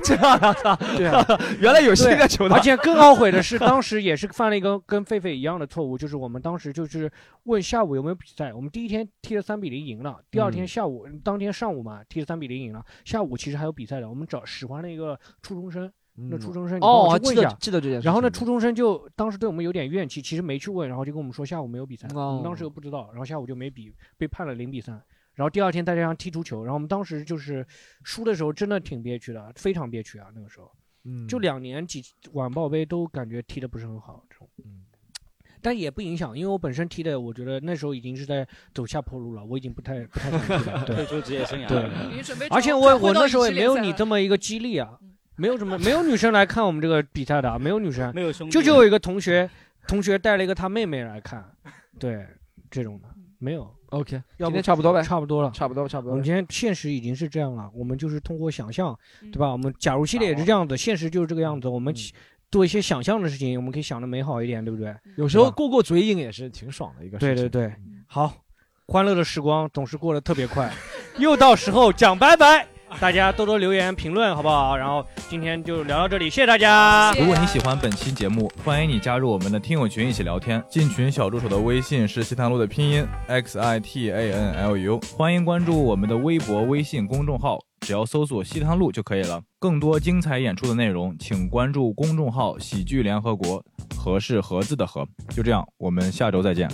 C: 这样的，，
D: 对啊
C: 原来有新的球的
D: 对而且更懊悔的是，当时也是犯了一个跟狒狒一样的错误，就是我们当时就是问下午有没有比赛，我们第一天踢了三比零赢了，第二天
C: 嗯
D: 下午、当天上午嘛踢了三比零赢了，下午其实还有比赛的，我们找使唤了一个初中生。那
C: 嗯
D: 初中生，你帮
C: 哦，
D: 我
C: 我
D: 去问
C: 记
D: 一下
C: 得记得这件事。
D: 然后呢，初中生就当时对我们有点怨气，其实没去问，然后就跟我们说下午没有比赛，
C: 哦
D: 我们当时又不知道，然后下午就没比，被判了零比三。然后第二天再加上踢足球，然后我们当时就是输的时候真的挺憋屈的，非常憋屈啊那个时候。
C: 嗯
D: 就两年几晚报杯都感觉踢的不是很好，这种，
C: 嗯
D: 但也不影响，因为我本身踢的，我觉得那时候已经是在走下坡路了，我已经不太不太想踢 了，对，
G: 退出职业生涯
D: 对
G: 了你准备，
D: 而且
G: 转
D: 我
G: 转会
D: 我
G: 到
D: 那时候
G: 乙
D: 也
G: 级
D: 没
G: 联
D: 有
G: 赛
D: 你
G: 了嗯
D: 这么一个激励啊，没有什么没有女生来看我们这个比赛的啊，没有女生，
G: 没有兄弟
D: 就只有一个同学，同学带了一个他妹妹来看，对，这种的没有。
C: OK，
D: 要
C: 今
D: 不
C: 天差不多呗，
D: 差不多了，
C: 差不多，差不
D: 我
C: 多
D: 们。今天现实已经是这样了，我们就是通过想象，对吧？我们假如系列也是这样子，现实就是这个样
C: 嗯
D: 子，我们起做一些想象的事情，我们可以想的美好一点，对不对？
C: 有时候过过嘴瘾也是挺爽的一个事
D: 对
C: 情。
D: 对对，好，欢乐的时光总是过得特别快， 又到时候讲拜拜，大家多多留言评论好不好？然后今天就聊到这里，谢谢大家。
A: 如果你喜欢本期节目，欢迎你加入我们的听友群一起聊天。进群小助手的微信是西塘路的拼音 x i t a n l u，欢迎关注我们的微博、微信公众号，只要搜索西塘路就可以了。更多精彩演出的内容，请关注公众号“喜剧联合国”，和是“和”字的“和”。就这样，我们下周再见。